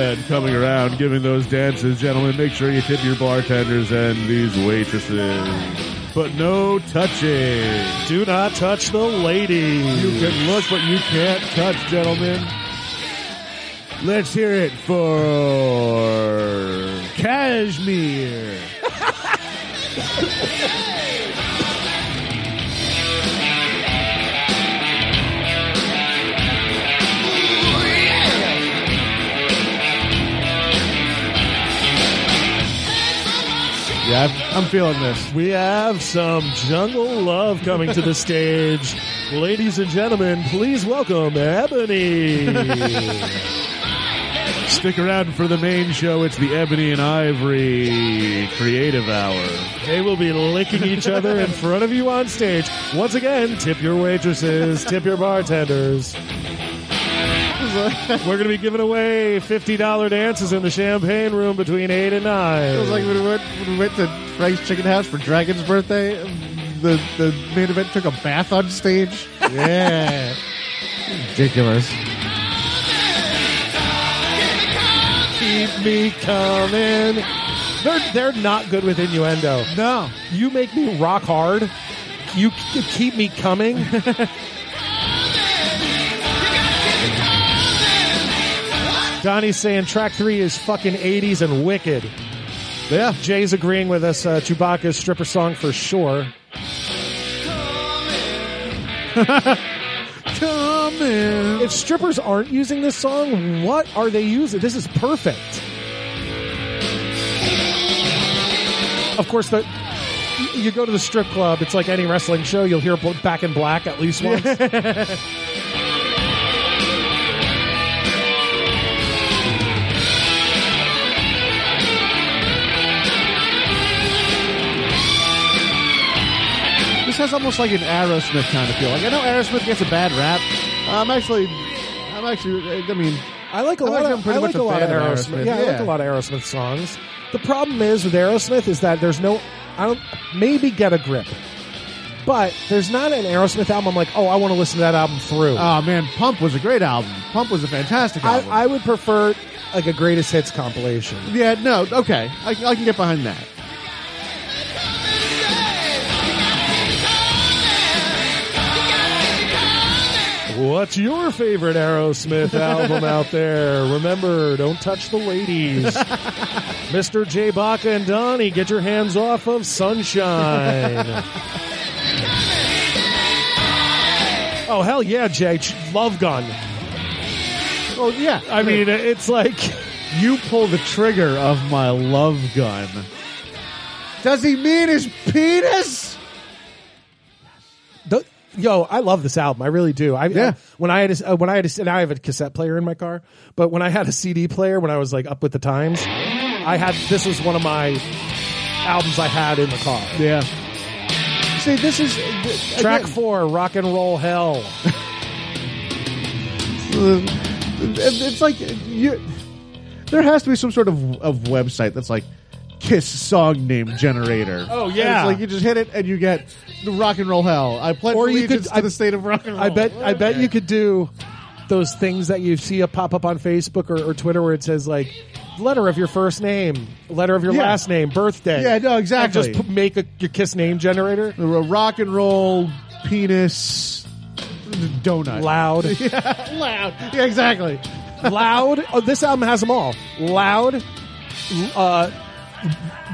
Speaker 8: And coming around, giving those dances, gentlemen, make sure you tip your bartenders and these waitresses. But no touching.
Speaker 4: Do not touch the ladies.
Speaker 8: You can look, but you can't touch, gentlemen. Let's hear it for Cashmere.
Speaker 6: Yeah, I'm feeling this.
Speaker 4: We have some jungle love coming to the stage. Ladies and gentlemen, please welcome Ebony.
Speaker 8: Stick around for the main show. It's the Ebony and Ivory Creative Hour.
Speaker 4: They will be licking each other in front of you on stage. Once again, tip your waitresses, tip your bartenders. We're going to be giving away $50 dances in the champagne room between 8 and 9.
Speaker 6: It was like when we went, when we went to Frank's Chicken House for Dragon's birthday. The the main event took a bath on stage. Yeah, ridiculous.
Speaker 4: Keep me coming. They're they're not good with innuendo.
Speaker 6: No,
Speaker 4: you make me rock hard. You k- keep me coming. Donnie's saying track three is fucking eighties and wicked.
Speaker 6: Yeah,
Speaker 4: Jay's agreeing with us. Uh, Chewbacca's stripper song for sure.
Speaker 6: Come
Speaker 4: coming. If strippers aren't using this song, what are they using? This is perfect. Of course, the y- you go to the strip club. It's like any wrestling show. You'll hear Bl- Back in Black at least once.
Speaker 6: This has almost like an Aerosmith kind of feel. Like I know Aerosmith gets a bad rap. I'm actually, I'm actually. I mean,
Speaker 4: I like a
Speaker 6: I'm
Speaker 4: lot
Speaker 6: actually
Speaker 4: of
Speaker 6: pretty
Speaker 4: I like
Speaker 6: much
Speaker 4: a lot of
Speaker 6: fan
Speaker 4: Aerosmith. Yeah, I like a lot of Aerosmith songs. The problem is with Aerosmith is that there's no I don't maybe get a grip. But there's not an Aerosmith album I'm like, oh, I want to listen to that album through.
Speaker 6: Oh man, Pump was a great album. Pump was a fantastic album.
Speaker 4: I, I would prefer like a greatest hits compilation.
Speaker 6: Yeah, no, okay, I, I can get behind that.
Speaker 4: What's your favorite Aerosmith album out there? Remember, don't touch the ladies. Mr. J. Baca and Donnie, get your hands off of Sunshine. oh, hell yeah, Jay. Ch- Love Gun.
Speaker 6: Oh yeah.
Speaker 4: I mean, it's like
Speaker 6: you pull the trigger of my love gun. Does he mean his penis?
Speaker 4: The- yo, I love this album. I really do. I, yeah. when I had a, uh, when I had a, now I have a cassette player in my car, but when I had a CD player when I was like up with the times, I had this was one of my albums I had in the car.
Speaker 6: Yeah. See, this is
Speaker 4: track four, rock and roll hell.
Speaker 6: Mm. It's like you. There has to be some sort of of website that's like Kiss song name generator.
Speaker 4: Oh, yeah.
Speaker 6: It's like you just hit it and you get the rock and roll hell. I pledge
Speaker 4: Or you
Speaker 6: allegiance
Speaker 4: could-
Speaker 6: to the state of rock and roll.
Speaker 4: I bet I bet you could do those things that you see a pop up on Facebook or, or Twitter where it says like letter of your first name, letter of your
Speaker 6: Yeah.
Speaker 4: last name, birthday.
Speaker 6: Yeah, no,
Speaker 4: And
Speaker 6: exactly.
Speaker 4: just p- make a, your kiss name generator.
Speaker 6: The rock and roll penis donut.
Speaker 4: Loud.
Speaker 6: yeah, loud. Yeah, exactly.
Speaker 4: Loud. Oh, this album has them all. Loud. Uh,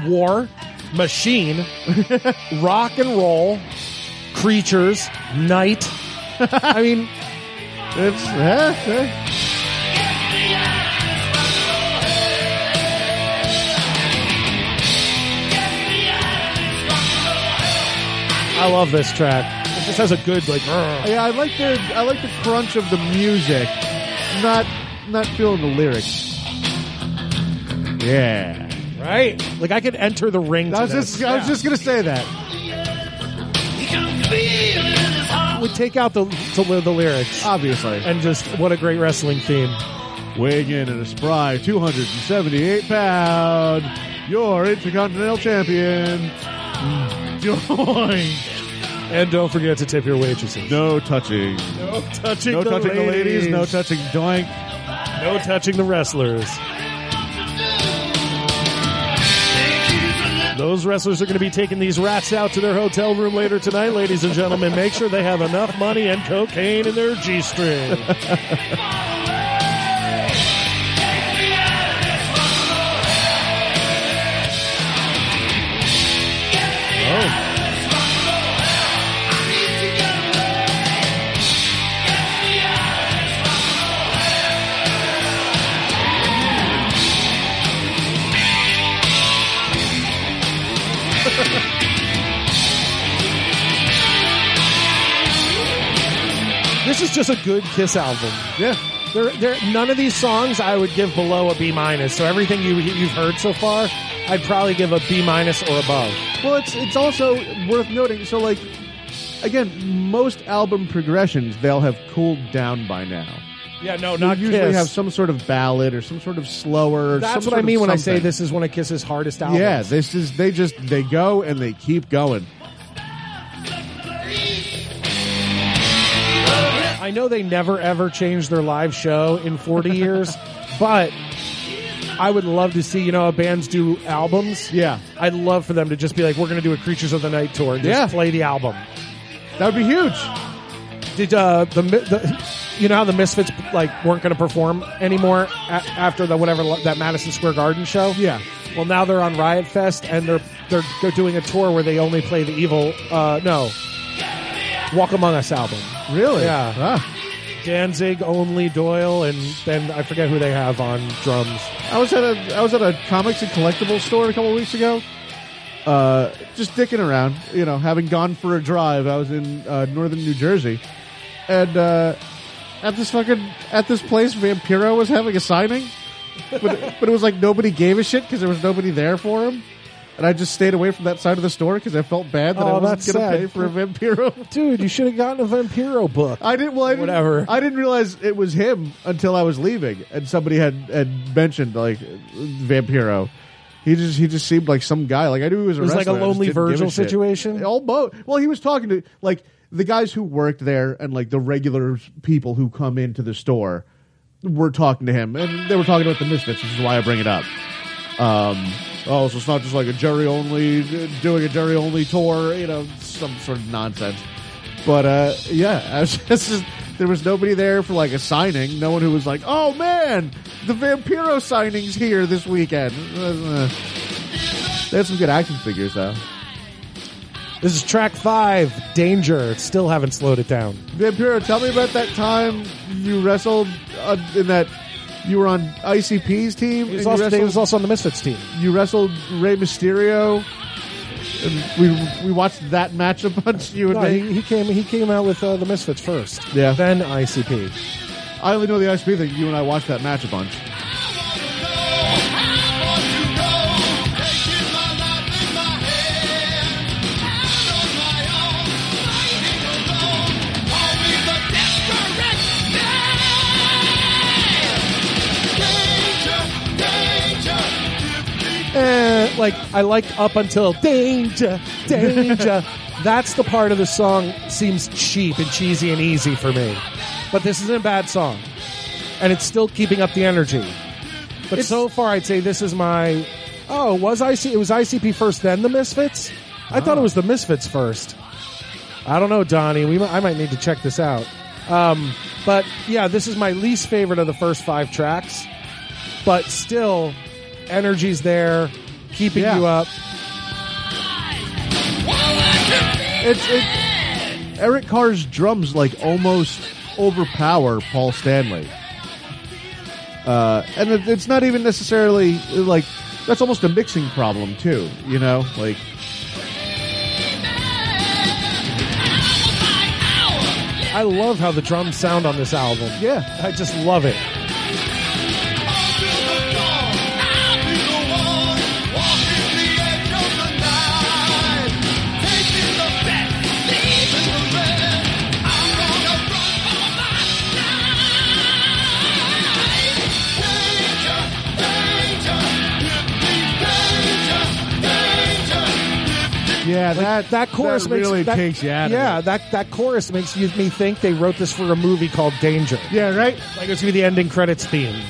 Speaker 4: war. Machine. rock and roll. Creatures. Night. I mean,
Speaker 6: it's
Speaker 4: I love this track. It just has a good like. "Grr."
Speaker 6: Yeah, I like the I like the crunch of the music, not not feeling the lyrics. Yeah.
Speaker 4: Right. Like I could enter the ring.
Speaker 6: I was
Speaker 4: to this.
Speaker 6: just I was
Speaker 4: Yeah.
Speaker 6: just gonna say that.
Speaker 4: would take out the to live the lyrics,
Speaker 6: obviously,
Speaker 4: and just what a great wrestling theme.
Speaker 6: Weighing in at a spry 278 pound, your Intercontinental Champion, Join.
Speaker 4: And don't forget to tip your waitresses.
Speaker 8: No touching.
Speaker 4: No touching,
Speaker 8: No
Speaker 4: the,
Speaker 8: touching the
Speaker 4: ladies.
Speaker 8: ladies, no
Speaker 6: touching doink.
Speaker 4: No touching the wrestlers. Those wrestlers are going to be taking these rats out to their hotel room later tonight, ladies and gentlemen. Make sure they have enough money and cocaine in their G string. This is just a good Kiss album.
Speaker 6: Yeah.
Speaker 4: There, there, none of these songs I would give below a B minus. So everything you you've heard so far, I'd probably give a B minus or above.
Speaker 6: Well, it's it's also worth noting. So, like, again, most album progressions they'll have cooled down by now.
Speaker 4: Yeah, no,
Speaker 6: You
Speaker 4: not
Speaker 6: usually
Speaker 4: Kiss.
Speaker 6: have some sort of ballad or some sort of slower. some
Speaker 4: That's
Speaker 6: sort
Speaker 4: what I
Speaker 6: of
Speaker 4: mean when I say
Speaker 6: something.
Speaker 4: this is one of Kiss's hardest albums.
Speaker 6: Yeah, this is they just they go and they keep going.
Speaker 4: I know they never ever changed their live show in 40 years, but I would love to see, you know, how bands do albums.
Speaker 6: Yeah.
Speaker 4: I'd love for them to just be like, we're going to do a Creatures of the Night tour and just
Speaker 6: Yeah.
Speaker 4: play the album.
Speaker 6: That would be huge.
Speaker 4: Did, uh, the, Mi- the, you know how the Misfits, like, weren't going to perform anymore a- after the whatever, that Madison Square Garden show?
Speaker 6: Yeah.
Speaker 4: Well, now they're on Riot Fest and they're, they're, they're doing a tour where they only play the evil, uh, no, Walk Among Us album.
Speaker 6: Really?
Speaker 4: Yeah.
Speaker 6: Ah.
Speaker 4: Danzig, only Doyle, and then I forget who they have on drums.
Speaker 6: I was at a I was at a comics and collectibles store a couple of weeks ago, uh, just dicking around. You know, having gone for a drive, I was in uh, northern New Jersey, and uh, at this fucking at this place, Vampiro was having a signing, but but it was like nobody gave a shit because there was nobody there for him. And I just stayed away from that side of the store because I felt bad that I
Speaker 4: oh, that's
Speaker 6: wasn't going to
Speaker 4: sad.
Speaker 6: pay for a Vampiro.
Speaker 4: Dude, you should have gotten a Vampiro book.
Speaker 6: I didn't. Well, I didn't,
Speaker 4: Whatever.
Speaker 6: I didn't realize it was him until I was leaving, and somebody had, had mentioned like Vampiro. He just he just seemed like some guy. Like I knew he was. A
Speaker 4: It was like a
Speaker 6: wrestler, I just
Speaker 4: Lonely
Speaker 6: didn't give
Speaker 4: Virgil
Speaker 6: shit.
Speaker 4: situation?
Speaker 6: All both. Well, he was talking to like the guys who worked there and like the regular people who come into the store were talking to him, and they were talking about the misfits, which is why I bring it up. Um, oh, so it's not just like a Jerry only doing a Jerry only tour, you know, some sort of nonsense. But uh, yeah, I was just, there was nobody there for like a signing. No one who was like, oh man, the Vampiro signing's here this weekend. Uh, They had some good action figures though.
Speaker 4: This is track five, Danger. Still haven't slowed it down.
Speaker 6: Vampiro, tell me about that time you wrestled uh, in that you were on ICP's team.
Speaker 4: He
Speaker 6: and
Speaker 4: was,
Speaker 6: you
Speaker 4: also, he
Speaker 6: wrestled-
Speaker 4: was also on the Misfits team.
Speaker 6: you wrestled Rey Mysterio. And we we watched that match a bunch. You and
Speaker 4: No,
Speaker 6: me.
Speaker 4: he, he came he came out with uh, the Misfits first.
Speaker 6: Yeah.
Speaker 4: Then ICP.
Speaker 6: I only know the ICP thing. You and I watched that match a bunch.
Speaker 4: Eh, like I liked up until danger, danger. That's the part of the song seems cheap and cheesy and easy for me. But this isn't a bad song, and it's still keeping up the energy. But so far, I'd say this is my. Oh, was IC? It was ICP first, then the Misfits. I
Speaker 6: Oh.
Speaker 4: thought it was the Misfits first. I don't know, Donnie. We mi- I might need to check this out. Um, but yeah, this is my least favorite of the first five tracks. But still, energy's there, keeping you up.
Speaker 6: It's, it's Eric Carr's drums like almost overpower Paul Stanley, uh, and it, it's not even necessarily like that's almost a mixing problem too. You know, like
Speaker 4: I love how the drums sound on this album.
Speaker 6: Yeah,
Speaker 4: I just love it.
Speaker 6: yeah, that
Speaker 4: that chorus
Speaker 6: that
Speaker 4: makes,
Speaker 6: really
Speaker 4: that-
Speaker 6: takes you out. of
Speaker 4: Yeah, that that chorus makes you me think they wrote this for a movie called Danger.
Speaker 6: Yeah, right.
Speaker 4: Like it's gonna be the ending credits theme.
Speaker 6: it.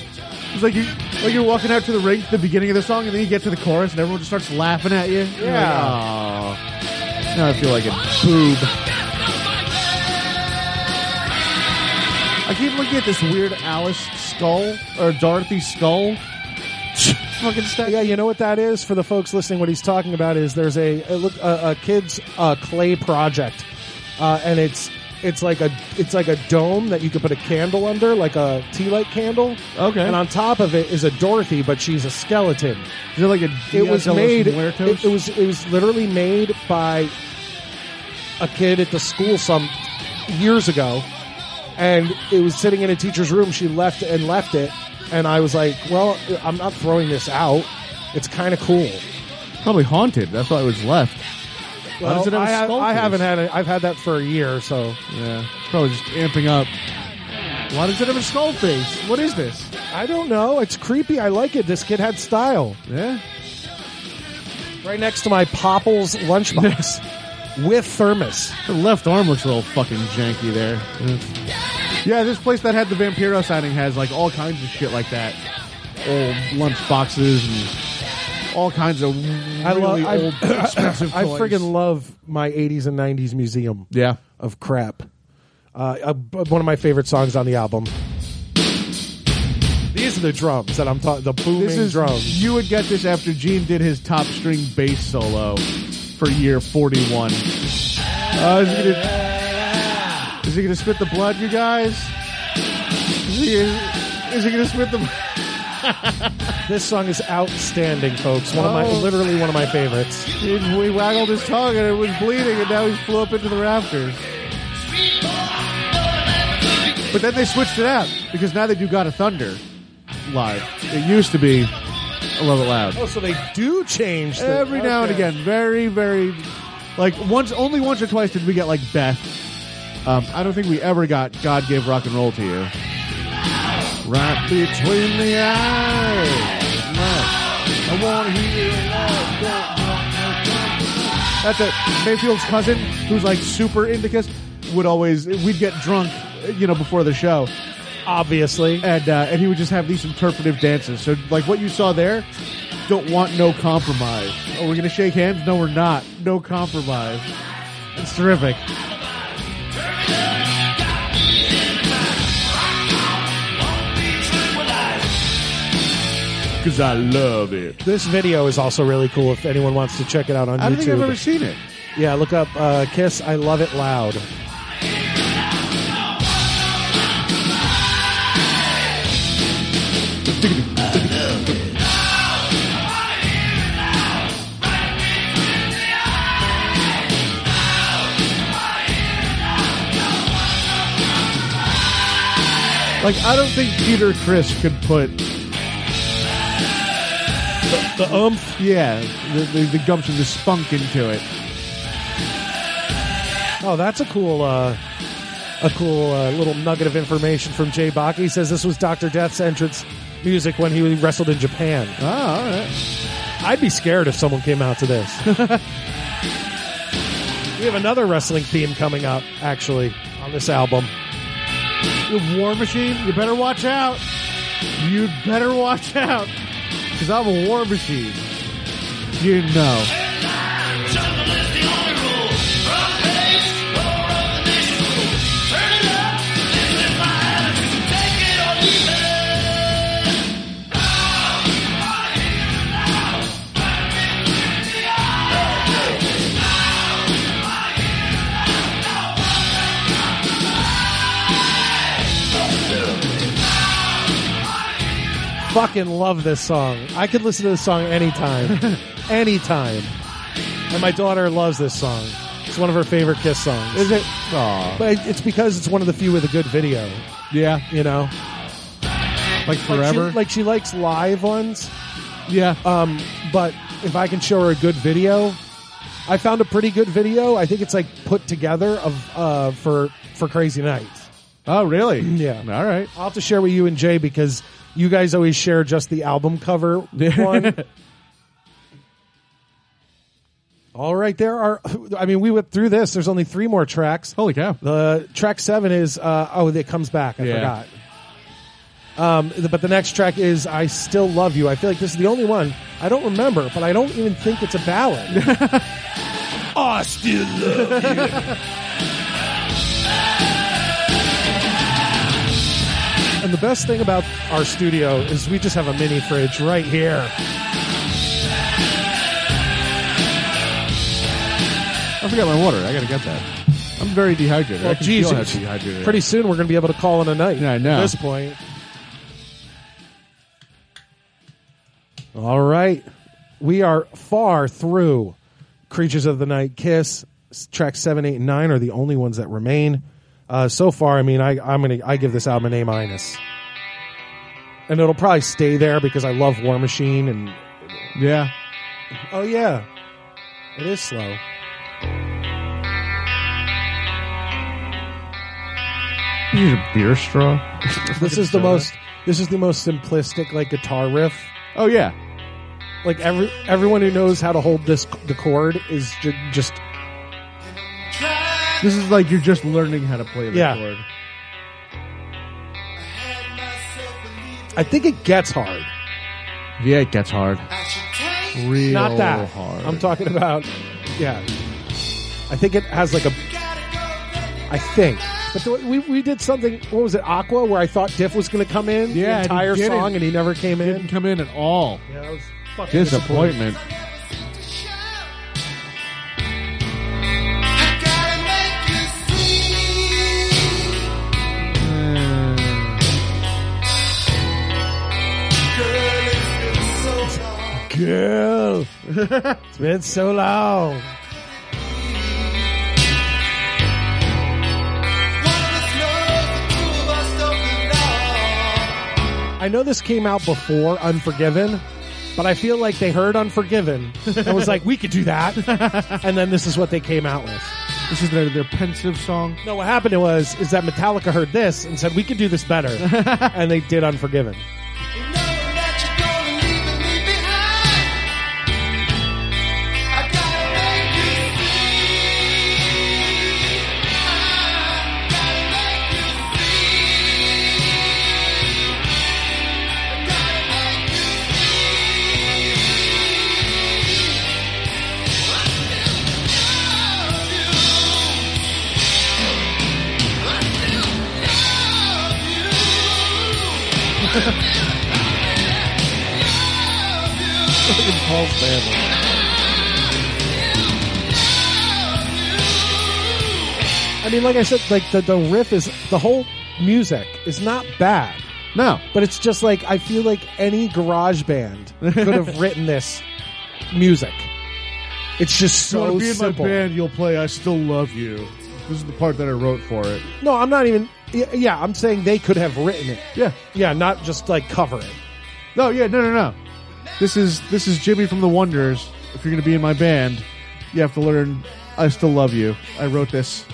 Speaker 6: It's like you like you're walking out to the ring at the beginning of the song, and then you get to the chorus, and everyone just starts laughing at you. You're like, "Oh."
Speaker 4: Yeah.
Speaker 6: "Aw." now I feel like a boob. I keep looking at this weird Alice skull or Dorothy skull. Fucking stuff.
Speaker 4: Yeah, you know what that is for the folks listening. What he's talking about is there's a a, look- a, a kids uh, clay project, uh, and it's it's like a it's like a dome that you could put a candle under, like a tea light candle.
Speaker 6: Okay.
Speaker 4: and on top of it is a Dorothy, but she's a skeleton.
Speaker 6: Is it like a
Speaker 4: it was
Speaker 6: Dia de los
Speaker 4: made it,
Speaker 6: Muertos?
Speaker 4: it was it was literally made by a kid at the school some years ago and it was sitting in a teacher's room she left and left it and i was like well i'm not throwing this out it's kind of cool
Speaker 6: probably haunted. That's why it was left. Why
Speaker 4: well,
Speaker 6: does it have a
Speaker 4: I, ha-
Speaker 6: skull
Speaker 4: I
Speaker 6: face?
Speaker 4: haven't had it i've had that for a year so
Speaker 6: yeah it's probably just amping up why does it have a skull face what is this
Speaker 4: i don't know it's creepy i like it this kid had style
Speaker 6: yeah
Speaker 4: right next to my popples lunchbox with thermos
Speaker 6: Her left arm looks a little fucking janky there. Yeah, this place that had the Vampiro signing has like all kinds of shit like that. Old lunch boxes and all kinds of really
Speaker 4: I love. I,
Speaker 6: old expensive
Speaker 4: I
Speaker 6: toys.
Speaker 4: friggin' love my '80s and '90s museum.
Speaker 6: Yeah,
Speaker 4: of crap. Uh, uh, b- one of my favorite songs on the album. These are the drums that I'm talking. The booming
Speaker 6: this is
Speaker 4: drums.
Speaker 6: you would get this after Gene did his top string bass solo for year 41. Uh, is, he gonna, is he gonna spit the blood, you guys? Is he going to spit the?
Speaker 5: This song is outstanding, folks. One of my,
Speaker 6: Oh.
Speaker 5: literally one of my favorites.
Speaker 6: Dude, we waggled his tongue and it was bleeding, and now he's flew up into the rafters. But then they switched it out because now they do "God of Thunder" live. It used to be "I Love It Loud."
Speaker 5: Oh, so they do change the-
Speaker 6: every now and
Speaker 5: Okay.
Speaker 6: again. Very, very like once, only once or twice did we get like Beth. Um, I don't think we ever got "God Gave Rock and Roll to You." Right between the eyes. I want to hear That's it. Mayfield's cousin, who's like super into Kiss, would always we'd get drunk, you know, before the show,
Speaker 5: obviously,
Speaker 6: and uh, and he would just have these interpretive dances. So like what you saw there, don't want no compromise. Oh, we're gonna shake hands? No, we're not. No compromise. It's terrific.
Speaker 8: Because I love it.
Speaker 5: This video is also really cool if anyone wants to check it out on
Speaker 6: I
Speaker 5: YouTube.
Speaker 6: don't think I've ever seen it.
Speaker 5: Yeah, look up uh, Kiss I Love It Loud.
Speaker 6: Like I don't think Peter Chris could put
Speaker 5: the, umph.
Speaker 6: Yeah, the, the, the gumption, the spunk into it.
Speaker 5: Oh, that's a cool, uh, a cool uh, little nugget of information from Jay Bach. He says this was Doctor Death's entrance music when he wrestled in Japan.
Speaker 6: Oh, all right.
Speaker 5: I'd be scared if someone came out to this. we have another wrestling theme coming up, actually, on this album.
Speaker 6: The War Machine, you better watch out. You better watch out. Because I'm a War Machine. You know.
Speaker 5: Fucking love this song. I could listen to this song anytime. anytime. And my daughter loves this song. It's one of her favorite Kiss songs. Is it?
Speaker 6: Aw.
Speaker 5: But it's because it's one of the few with a good video.
Speaker 6: Yeah.
Speaker 5: You know?
Speaker 6: Like forever?
Speaker 5: Like she, like she likes live ones.
Speaker 6: Yeah.
Speaker 5: Um, but if I can show her a good video, I found a pretty good video. I think it's like put together of uh for for Crazy Nights.
Speaker 6: Oh, really?
Speaker 5: Yeah.
Speaker 6: All right.
Speaker 5: I'll have to share with you and Jay because you guys always share just the album cover one. All right, there are. I mean, we went through this. There's only three more tracks.
Speaker 6: Holy cow!
Speaker 5: The track seven is. Uh, oh, it comes back. I
Speaker 6: Yeah.
Speaker 5: forgot. Um, th- but the next track is "I Still Love You." I feel like this is the only one I don't remember, but I don't even think it's a ballad. I still love you. and the best thing about our studio is we just have a mini fridge right here.
Speaker 6: I forgot my water. I gotta get that. I'm very dehydrated. I
Speaker 5: Well,
Speaker 6: can feel how
Speaker 5: Oh, Jesus.
Speaker 6: dehydrated. I
Speaker 5: Pretty soon we're going to be able to call in a night.
Speaker 6: Yeah, I know.
Speaker 5: At this point. All right. We are far through Creatures of the Night Kiss. S- Tracks 7, 8, and 9 are the only ones that remain. Uh, so far, I mean, I, I'm gonna, I give this album an A minus. And it'll probably stay there because I love War Machine and.
Speaker 6: Yeah.
Speaker 5: Oh, yeah. It is slow.
Speaker 6: am. You need a beer straw.
Speaker 5: this is the most this is the most simplistic like guitar riff
Speaker 6: oh yeah
Speaker 5: like every everyone who knows how to hold this the chord is ju- just
Speaker 6: This is like you're just learning how to play the
Speaker 5: Yeah.
Speaker 6: chord.
Speaker 5: i think it gets hard
Speaker 6: Yeah, it gets hard. Real
Speaker 5: not that
Speaker 6: hard.
Speaker 5: i'm talking about yeah i think it has like a i think but the, we, we did something what was it aqua where i thought diff was going to come in
Speaker 6: Yeah,
Speaker 5: the
Speaker 6: and he
Speaker 5: entire
Speaker 6: didn't.
Speaker 5: song and he never came in
Speaker 6: Didn't come in at all.
Speaker 5: yeah that was fucking
Speaker 6: Disappointment.
Speaker 4: Kill. it's been so long. I know this came out before Unforgiven, but I feel like they heard Unforgiven and was like, we could do that. And then this is what they came out with.
Speaker 6: This is their, their pensive song.
Speaker 4: No, what happened was is that Metallica heard this and said, we could do this better. and they did Unforgiven.
Speaker 6: Paul Stanley.
Speaker 4: I mean, like I said, like the, the riff is the whole music is not bad.
Speaker 6: No,
Speaker 4: but it's just like I feel like any garage band could have written this music. It's just
Speaker 5: you
Speaker 4: so
Speaker 5: wanna be in my
Speaker 4: simple.
Speaker 5: band, you'll play I Still Love You. This is the part that I wrote for it.
Speaker 4: No, I'm not even. y- Yeah, I'm saying they could have written it.
Speaker 6: Yeah,
Speaker 4: yeah, not just like cover it.
Speaker 6: No, yeah, no, no, no. This is this is Jimmy from the Wonders. If you're going to be in my band, you have to learn. I still love you. I wrote this.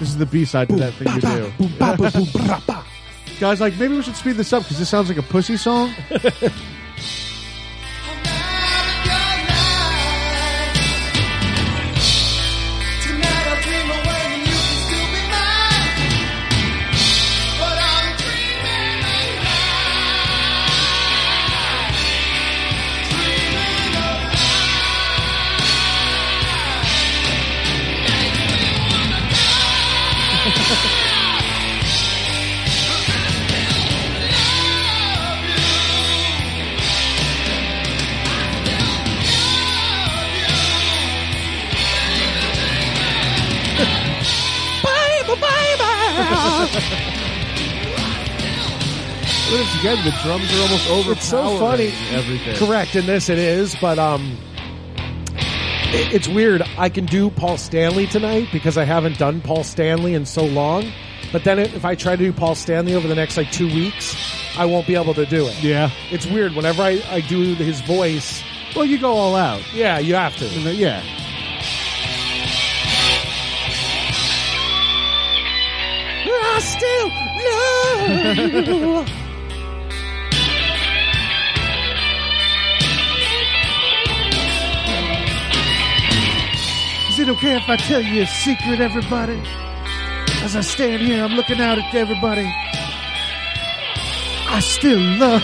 Speaker 6: This is the B side to that thing you do. Guys, like maybe we should speed this up because this sounds like a pussy song. Once again, the drums are almost overpowering
Speaker 4: It's so funny.
Speaker 5: everything.
Speaker 4: Correct. In this, it is, but um, i- it's weird. I can do Paul Stanley tonight because I haven't done Paul Stanley in so long. But then, if I try to do Paul Stanley over the next like two weeks, I won't be able to do it.
Speaker 6: Yeah.
Speaker 4: It's weird. Whenever I, I do his voice,
Speaker 6: Well, you go all out.
Speaker 4: yeah, you have to.
Speaker 6: Yeah.
Speaker 4: I still love you.
Speaker 6: Is it okay if I tell you a secret, everybody? As I stand here, I'm looking out at everybody. I still love.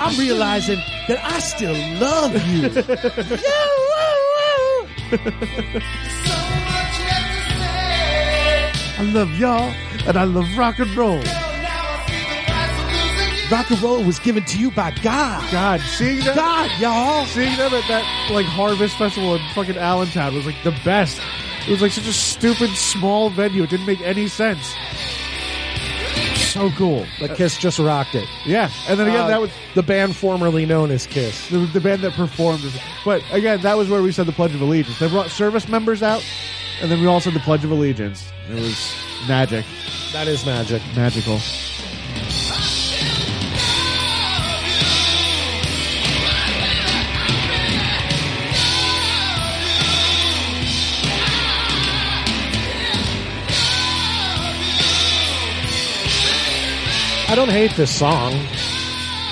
Speaker 4: I'm realizing that I still love you.
Speaker 6: I love y'all, and I love rock and roll.
Speaker 7: Oh,
Speaker 4: Rock and roll was given to you by God.
Speaker 6: God, seeing them,
Speaker 4: God, y'all,
Speaker 6: seeing them at that like Harvest Festival in fucking Allentown was like the best. It was like such a stupid small venue; it didn't make any sense. So cool.
Speaker 4: But Kiss just rocked it.
Speaker 6: Yeah, and then again,
Speaker 4: Uh,
Speaker 6: that was
Speaker 4: the band formerly known as Kiss.
Speaker 6: the, the band that performed. it. But again, that was where we said the Pledge of Allegiance. They brought service members out, and then we all said the Pledge of Allegiance. It was magic,
Speaker 4: That is magic.
Speaker 6: magical.
Speaker 4: I don't hate this song.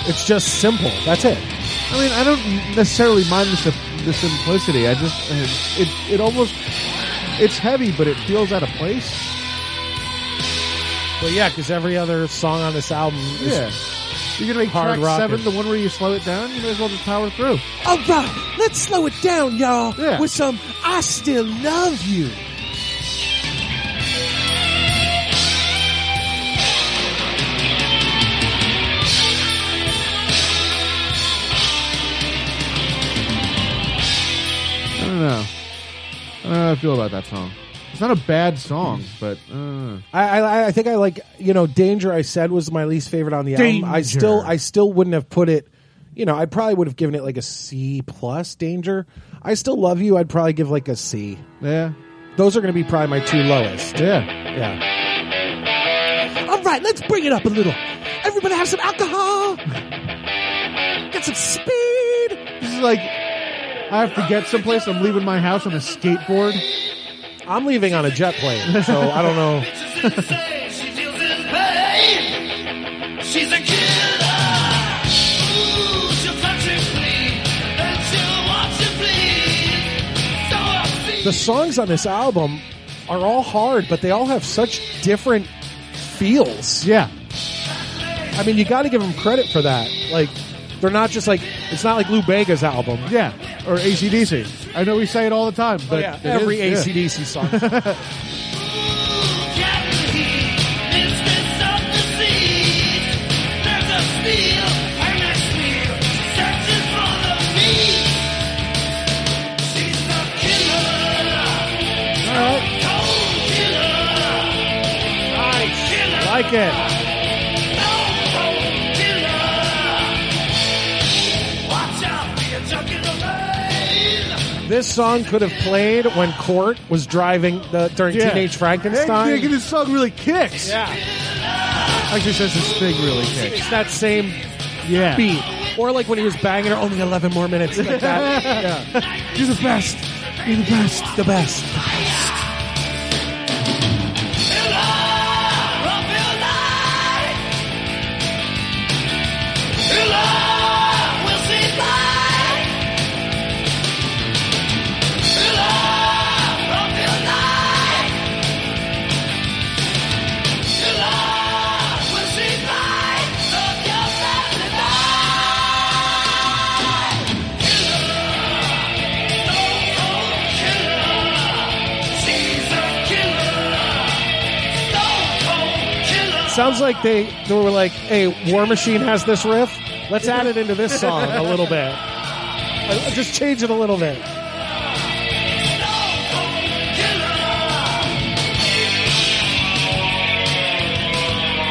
Speaker 4: It's just simple. That's it.
Speaker 6: I mean, I don't necessarily mind the, sim- the simplicity. I just it it almost it's heavy, but it feels out of place.
Speaker 4: But yeah, because every other song on this album is
Speaker 6: Yeah, you're gonna make
Speaker 4: Hard
Speaker 6: track
Speaker 4: rockin'.
Speaker 6: seven the one where you slow it down. You may as well just power through.
Speaker 4: All right, let's slow it down, y'all,
Speaker 6: Yeah.
Speaker 4: with some I Still Love You.
Speaker 6: I don't know. I don't know how I feel about that song. It's not a bad song, but uh,
Speaker 4: I, I, I think I like, you know, Danger I said was my least favorite on the album. I
Speaker 6: Danger.
Speaker 4: still, I still wouldn't have put it you know, I probably would have given it like a C plus danger. I still love you. I'd probably give like a C.
Speaker 6: Yeah.
Speaker 4: Those are going to be probably my two lowest.
Speaker 6: Yeah.
Speaker 4: Yeah.
Speaker 7: All right, let's bring it up a little. Everybody have some alcohol. Get some speed.
Speaker 6: This is like I have to get someplace. I'm leaving my house on a skateboard.
Speaker 4: I'm leaving on a jet plane, so I don't know.
Speaker 7: She feels in pain. She's a killer. Ooh, she'll touch him, bleed, and she'll watch him bleed. So I
Speaker 4: The songs on this album are all hard, but they all have such different feels.
Speaker 6: Yeah.
Speaker 4: I mean, you got to give them credit for that. Like, they're not just like, it's not like Lou Bega's album.
Speaker 6: Yeah. Or ACDC. I know we say it all the time, but
Speaker 4: yeah.
Speaker 6: it
Speaker 4: Every
Speaker 6: is- Oh, yeah.
Speaker 4: AC/DC song.
Speaker 7: There's a steal, and a steal, searching for the meat. She's the killer. Cold killer. Killer.
Speaker 4: Like it.
Speaker 7: Watch out, be a junkie to rain.
Speaker 4: This song could have played when Court was driving the during
Speaker 6: Yeah.
Speaker 4: Teenage Frankenstein.
Speaker 6: Hey, this song really kicks.
Speaker 4: Yeah.
Speaker 6: Actually, says this thing really kicks.
Speaker 4: It's that same
Speaker 6: Yeah.
Speaker 4: beat. Or like when he was banging her, only 11 more minutes. Like that. yeah. You're the best. You're the best. The best.
Speaker 7: We'll see light. We'll see light of your family light.
Speaker 4: Sounds like they, they were like, hey, War Machine has this riff. Let's add it into this song a little bit. Uh, Just change it a little bit.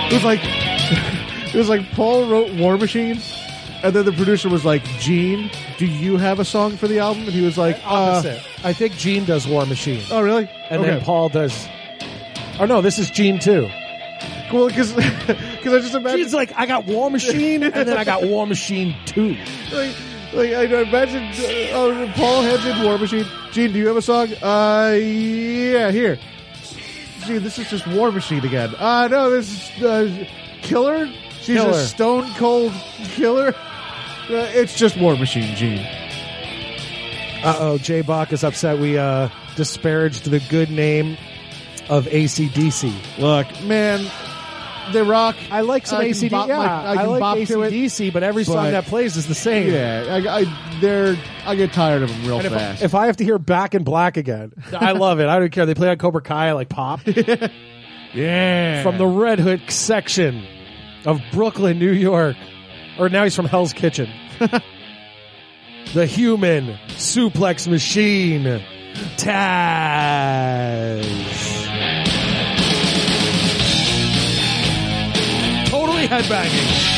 Speaker 6: It was like it was like Paul wrote War Machine, and then the producer was like, "Gene, do you have a song for the album?" And he was like,
Speaker 4: Opposite.
Speaker 6: Uh,
Speaker 4: I think Gene does War Machine.
Speaker 6: "Oh, really?"
Speaker 4: And then Paul does. Oh, no, this is Gene too.
Speaker 6: cool because because I just imagine
Speaker 4: Gene's like, I got War Machine, and then I got War Machine 2.
Speaker 6: like, like I imagine uh, oh, Paul heads in War Machine. Gene, do you have a song? Uh, yeah, here. Gene, this is just War Machine again. Uh, no, this is uh, Killer. She's
Speaker 4: Killer.
Speaker 6: a stone cold killer. Uh, it's just War Machine, Gene.
Speaker 4: Uh oh, Jay Bach is upset we uh, disparaged the good name of ACDC.
Speaker 6: Look, man, they rock.
Speaker 4: I like some
Speaker 6: I can
Speaker 4: ACDC.
Speaker 6: bop my-
Speaker 4: yeah,
Speaker 6: I
Speaker 4: I,
Speaker 6: can bop
Speaker 4: like
Speaker 6: to it,
Speaker 4: ACDC, but every song
Speaker 6: but-
Speaker 4: that plays is the same.
Speaker 6: Yeah, I, I they're I get tired of them real
Speaker 4: And if, I,
Speaker 6: fast.
Speaker 4: if I have to hear Back in Black again, I love it. I don't care. They play on Cobra Kai like pop.
Speaker 6: yeah,
Speaker 4: From the Red Hook section of Brooklyn, New York. Or now he's from Hell's Kitchen. the human suplex machine, Taz. Totally headbanging.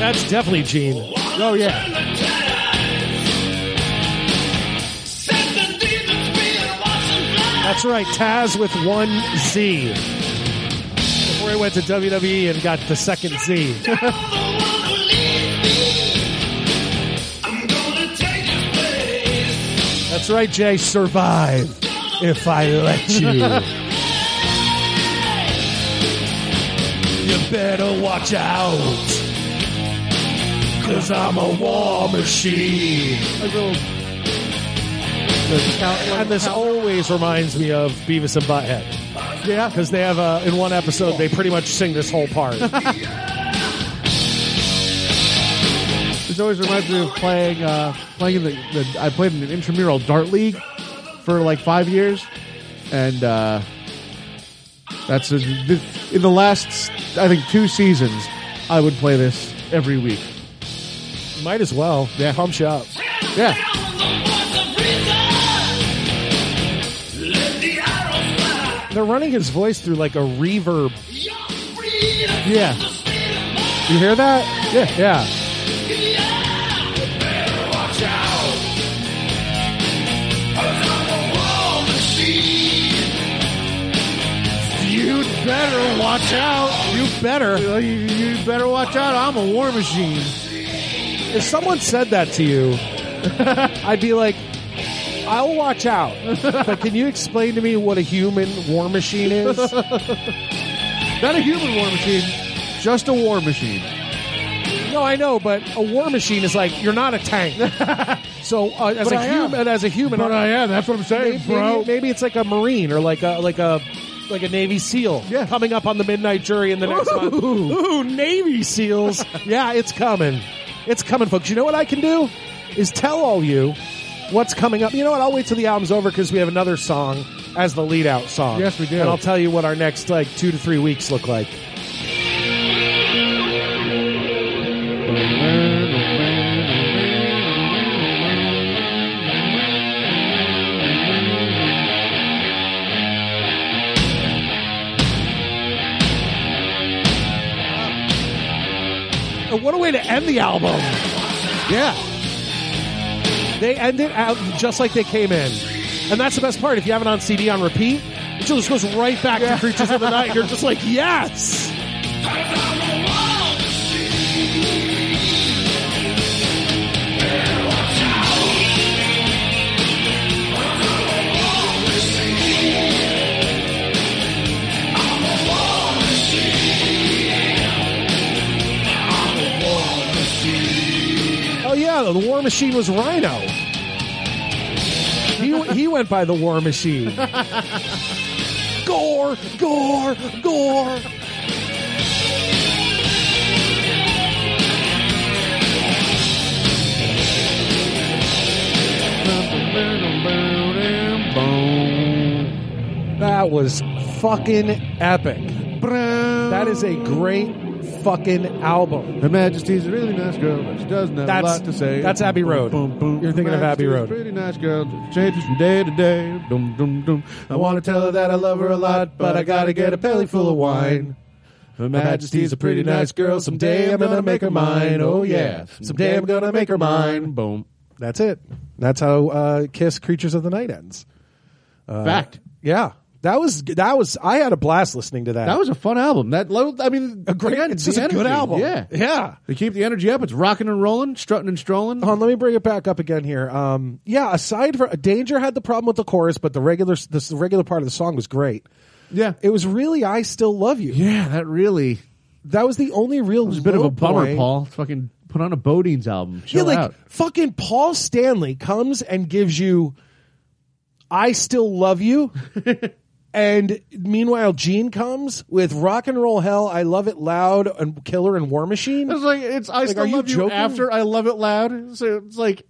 Speaker 4: That's definitely Gene.
Speaker 6: oh yeah,
Speaker 4: That's right, Taz with one Z. Before he went to WWE and got the second Z. That's right, Jay. Survive if I let you. you better watch out. Cause I'm a war machine. And this always reminds me of Beavis and Butthead.
Speaker 6: yeah.
Speaker 4: Because they have a, in one episode, they pretty much sing this whole part.
Speaker 6: This always reminds me of playing uh, playing in the, the I played in an intramural dart league for like five years, and uh, that's a, th in the last I think two seasons I would play this every week.
Speaker 4: Might as well.
Speaker 6: Yeah.
Speaker 4: Pumps you up.
Speaker 6: Yeah,
Speaker 7: Let the
Speaker 5: They're running his voice through like a reverb. Yeah. You hear that? Yeah. Yeah.
Speaker 6: You better watch out. You better. You, you better watch out. I'm a war machine.
Speaker 5: If someone said that to you, I'd be like, I'll watch out. But can you explain to me what a human war machine is?
Speaker 6: Not a human war machine, just a war machine.
Speaker 5: No, I know, but a war machine is like you're not a tank. so uh, as
Speaker 6: But
Speaker 5: a
Speaker 6: I am.
Speaker 5: human, as a human,
Speaker 4: uh,
Speaker 6: But I am. That's what I'm saying,
Speaker 5: maybe,
Speaker 6: bro.
Speaker 5: Maybe, maybe it's like a marine or like a like a like a Navy SEAL. Yeah. coming up on the midnight jury in the next month. Ooh, Navy SEALs. yeah, it's coming. It's coming, folks. You know what I can do is tell all you what's coming up. You know what? I'll wait till the album's over because we have another song as the lead out song.
Speaker 6: Yes, we do.
Speaker 5: And I'll tell you what our next like two to three weeks look like. And what a way to end the album! Yeah. They end it out just like they came in. And that's the best part. If you have it on CD on repeat, it just goes right back to Creatures of the Night. You're just like, yes! Oh, yeah, the War Machine was Rhino. He, he went by the War Machine. gore, gore, gore. That was fucking epic. That is a great fucking album.
Speaker 6: Her Majesty's a really nice girl, but she doesn't have
Speaker 5: That's-
Speaker 6: a lot to say.
Speaker 5: that's Abbey Road. You're thinking of Abbey Road.
Speaker 6: Pretty nice girl, just changes from day to day. Dum, dum, dum. I want to tell her that I love her a lot, but I gotta get a belly full of wine. Her Majesty's a pretty nice girl. Someday I'm gonna make her mine. Oh yeah, someday I'm gonna make her mine. Boom.
Speaker 5: That's it. That's how uh, Kiss Creatures of the Night ends. Uh,
Speaker 6: Fact.
Speaker 5: Yeah. That was that was I had a blast listening to that.
Speaker 6: That was a fun album. That lo- I mean,
Speaker 5: a great.
Speaker 6: again,
Speaker 5: it's
Speaker 6: the
Speaker 5: just a good
Speaker 6: energy.
Speaker 5: album.
Speaker 6: Yeah,
Speaker 5: yeah.
Speaker 6: They keep the energy up. It's rocking and rolling, strutting and strolling.
Speaker 5: Hold on, let me bring it back up again here. Um, yeah, aside from Danger had the problem with the chorus, but the regular this, the regular part of the song was great.
Speaker 6: Yeah,
Speaker 5: it was really I still love you.
Speaker 6: Yeah, that really.
Speaker 5: That was the only real.
Speaker 6: It was a bit of
Speaker 5: low
Speaker 6: a bummer,
Speaker 5: point.
Speaker 6: Paul. Fucking put on a Bodine's album.
Speaker 5: Yeah,
Speaker 6: Chill
Speaker 5: like
Speaker 6: out.
Speaker 5: fucking Paul Stanley comes and gives you I still love you. and meanwhile Gene comes with rock and roll hell, I love it loud and killer and war machine.
Speaker 6: It's like it's I
Speaker 5: Like,
Speaker 6: still
Speaker 5: are you
Speaker 6: love you,
Speaker 5: joking?
Speaker 6: after I love it loud. So it's like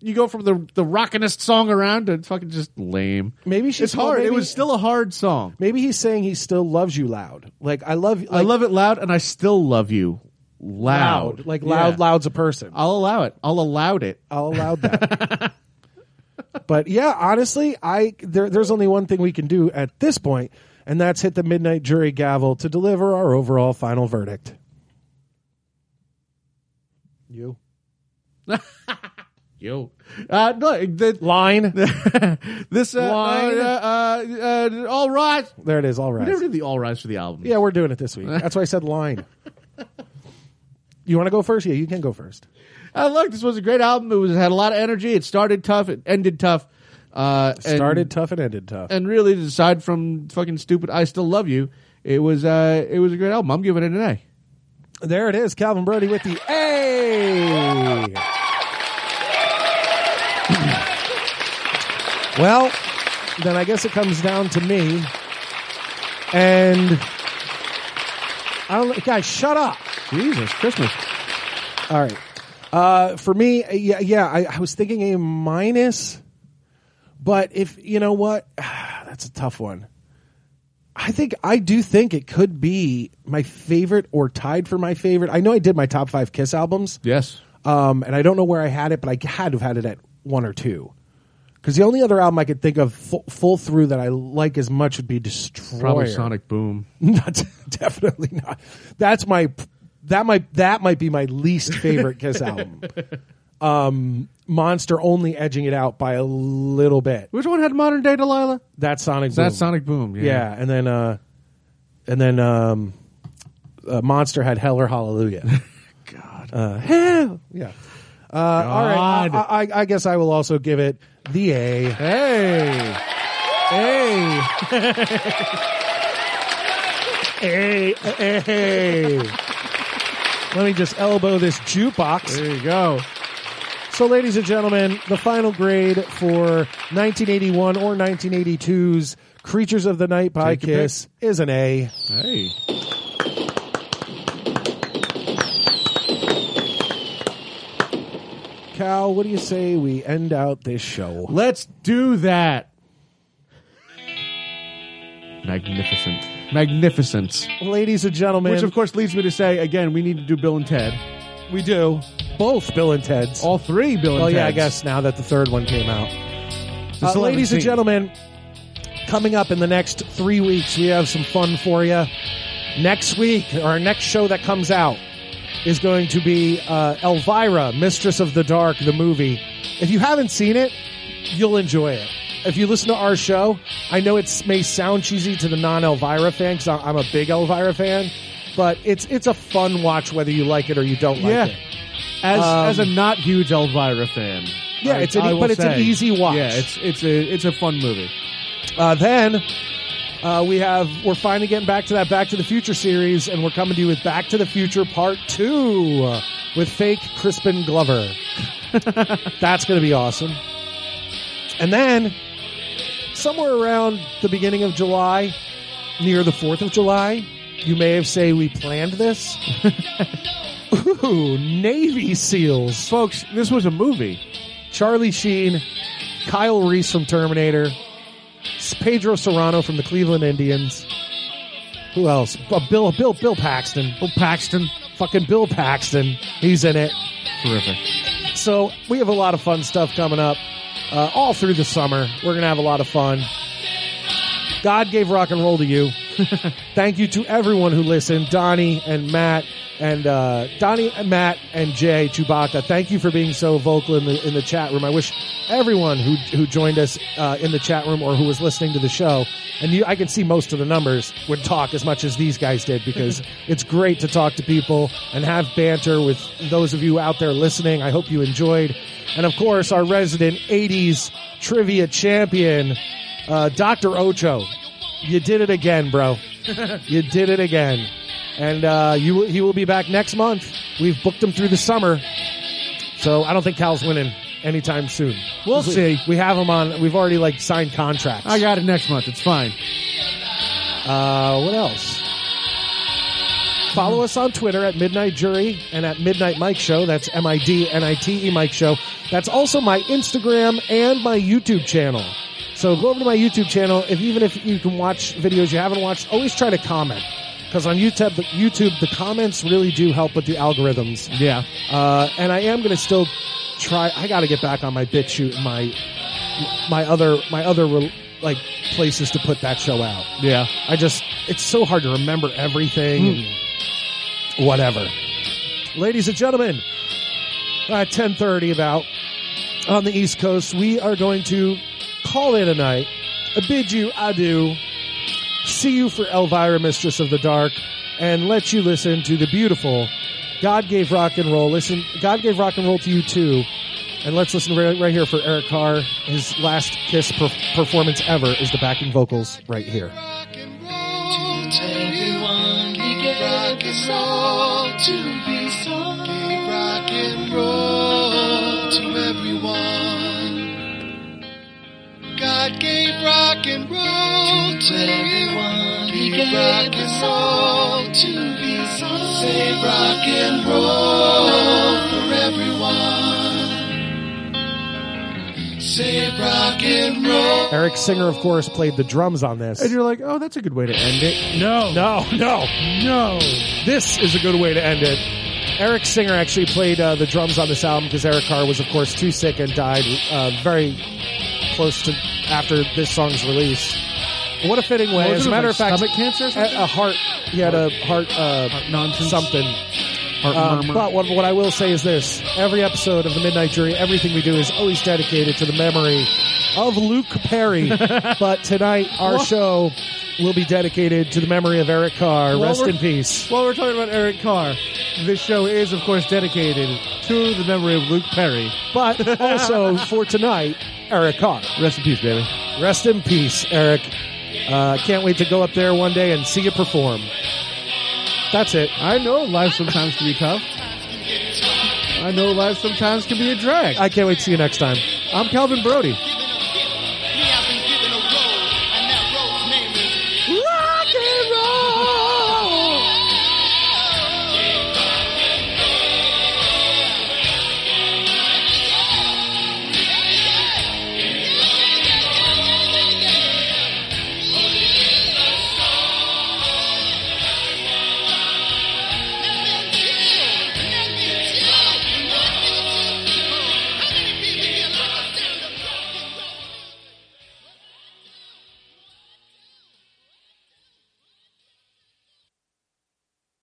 Speaker 6: you go from the the rockinest song around to fucking just lame.
Speaker 5: Maybe she's
Speaker 6: it's hard.
Speaker 5: maybe-
Speaker 6: it was still a hard song.
Speaker 5: Maybe he's saying he still loves you loud. Like I love like,
Speaker 6: I love it loud, and I still love you loud.
Speaker 5: Like loud,
Speaker 6: Yeah.
Speaker 5: loud's a person.
Speaker 6: I'll allow it. I'll allow it.
Speaker 5: I'll allow that. but yeah, honestly, I there, there's only one thing we can do at this point, and that's hit the midnight jury gavel to deliver our overall final verdict. You.
Speaker 6: Yo. Uh, no, the,
Speaker 5: Line.
Speaker 6: this uh,
Speaker 5: Line.
Speaker 6: uh, uh, uh, all rise.
Speaker 5: There it is. All
Speaker 6: We
Speaker 5: right.
Speaker 6: never did the all rise for the album.
Speaker 5: Yeah, we're doing it this week. That's why I said line. you want to go first? Yeah, you can go first.
Speaker 6: Uh, look, this was a great album. It was it had a lot of energy. It started tough. It ended tough. Uh, and-
Speaker 5: Started tough and ended tough.
Speaker 6: and really, aside from fucking stupid, I still love you. It was uh, it was a great album. I'm giving it an A.
Speaker 5: There it is, Calvin Brody with the A. well, then I guess it comes down to me. And I don't guys, shut up.
Speaker 6: Jesus, Christmas.
Speaker 5: All right. Uh, for me, yeah, yeah, I, I was thinking a minus, but if you know what, that's a tough one. I think I do think it could be my favorite or tied for my favorite. I know I did my top five Kiss albums,
Speaker 6: Yes.
Speaker 5: um, and I don't know where I had it, but I had to have had it at one or two
Speaker 4: Because the only other album I could think of full, full through that I like as much would be Destroyer.
Speaker 6: Probably Sonic Boom.
Speaker 4: Not definitely not. That's my that might that might be my least favorite Kiss album. Um, Monster only edging it out by a little bit.
Speaker 6: Which one had modern day Delilah?
Speaker 4: That's Sonic. Boom.
Speaker 6: That's Sonic Boom, yeah.
Speaker 4: and then uh, and then um, uh, Monster had Hell or Hallelujah. God. Uh, hell. Yeah. Uh, all right.
Speaker 6: God.
Speaker 4: I, I, I guess I will also give it the A. Hey. Hey. hey. Hey. Let me just elbow this jukebox. There you go. So, ladies and gentlemen, the final grade for 1981 or 1982's Creatures of the Night by
Speaker 6: Take your
Speaker 4: Kiss is an A.
Speaker 6: Hey.
Speaker 4: Cal, what do you say we end out this show?
Speaker 6: Let's do that. Magnificent. Magnificence.
Speaker 4: Ladies and gentlemen.
Speaker 6: Which, of course, leads me to say again, we need to do Bill and Ted.
Speaker 4: We do. Both Bill and Ted's.
Speaker 6: All three Bill and
Speaker 4: well,
Speaker 6: Ted's. Uh,
Speaker 4: yeah, I guess now that the third one came out.
Speaker 6: The
Speaker 4: Uh, ladies and
Speaker 6: 17th.
Speaker 4: gentlemen, coming up in the next three weeks, we have some fun for you. Next week, our next show that comes out is going to be uh, Elvira, Mistress of the Dark, the movie. If you haven't seen it, you'll enjoy it. If you listen to our show, I know it may sound cheesy to the non-Elvira fan because I'm a big Elvira fan, but it's it's a fun watch whether you like it or you don't
Speaker 6: Yeah.
Speaker 4: like it.
Speaker 6: As,
Speaker 4: Um,
Speaker 6: as a not huge Elvira fan.
Speaker 4: Yeah,
Speaker 6: I-
Speaker 4: it's an e-
Speaker 6: I will
Speaker 4: but it's an
Speaker 6: say.
Speaker 4: easy watch.
Speaker 6: Yeah, it's it's a it's a fun movie.
Speaker 4: Uh, then uh, we have we're finally getting back to that Back to the Future series, and we're coming to you with Back to the Future Part Two uh, with fake Crispin Glover. That's going to be awesome. And then somewhere around the beginning of July, near the Fourth of July, you may have say we planned this. Ooh, Navy SEALs,
Speaker 6: folks! This was a movie.
Speaker 4: Charlie Sheen, Kyle Reese from Terminator, Pedro Serrano from the Cleveland Indians. Who else? Uh, Bill, Bill, Bill Paxton. Bill Paxton. Fucking Bill Paxton. He's in it.
Speaker 6: Terrific.
Speaker 4: So we have a lot of fun stuff coming up uh, all through the summer. We're going to have a lot of fun. God gave rock and roll to you. Thank you to everyone who listened, Donnie and Matt and uh, Donnie and Matt and Jay Chewbacca. Thank you for being so vocal in the in the chat room. I wish everyone who who joined us uh, in the chat room or who was listening to the show, and you, I can see most of the numbers would talk as much as these guys did because it's great to talk to people and have banter with those of you out there listening. I hope you enjoyed, and of course our resident '80s trivia champion, uh, Doctor Ocho. You did it again, bro. you did it again. And uh, you he will be back next month. We've booked him through the summer, so I don't think Cal's winning anytime soon. We'll
Speaker 6: see.
Speaker 4: We have him on. We've already like signed contracts.
Speaker 6: I got it next month. It's fine.
Speaker 4: Uh, what else? Follow us on Twitter at Midnight Jury and at Midnight Mike Show. That's M I D N I T E Mike Show. That's also my Instagram and my YouTube channel. So go over to my YouTube channel. If even if you can watch videos you haven't watched, always try to comment because on YouTube, YouTube the comments really do help with the algorithms.
Speaker 6: Yeah.
Speaker 4: Uh, and I am going to still try. I got to get back on my bit shoot and my my other my other re- like places to put that show out.
Speaker 6: Yeah.
Speaker 4: I just it's so hard to remember everything. and whatever. Ladies and gentlemen, at ten thirty about on the East Coast, we are going to call it a night. I bid you adieu. See you for Elvira, Mistress of the Dark, and let you listen to the beautiful God gave rock and roll. Listen, God gave rock and roll to you too. And let's listen right, right here for Eric Carr. His last Kiss per- performance ever is the backing vocals right here.
Speaker 7: Everyone, he gave us all to be sung. Gave rock and roll to everyone. God gave rock and roll to everyone. He gave rock us all to be sung. Save rock and roll for everyone. Save rock and roll.
Speaker 4: Eric Singer, of course, played the drums on this.
Speaker 6: And you're like, oh, that's a good way to end it.
Speaker 4: No. No, Oh, no. No. This is a good way to end it. Eric Singer actually played uh, the drums on this album because Eric Carr was, of course, too sick and died uh, very close to after this song's release. What a fitting way.
Speaker 5: What was
Speaker 4: As
Speaker 5: it,
Speaker 4: a matter
Speaker 5: like
Speaker 4: of fact,
Speaker 5: stomach cancer or something?
Speaker 4: a, a heart. He had a heart, uh, something.
Speaker 5: Heart
Speaker 6: Uh,
Speaker 4: Um,
Speaker 5: murmur.
Speaker 4: but what, what I will say is this: every episode of the Midnight Jury, everything we do is always dedicated to the memory of Luke Perry. but tonight, our show will be dedicated to the memory of Eric Carr.
Speaker 6: While
Speaker 4: Rest
Speaker 6: we're-
Speaker 4: in peace.
Speaker 6: While we're talking about Eric Carr, this show is, of course, dedicated to the memory of Luke Perry.
Speaker 4: But also for tonight, Eric Carr.
Speaker 25: Rest in peace, baby.
Speaker 4: Rest in peace, Eric. Uh, can't wait to go up there one day and see you perform. That's it.
Speaker 25: I know life sometimes can be tough. I know life sometimes can be a drag.
Speaker 4: I can't wait to see you next time.
Speaker 25: I'm Calvin Brody.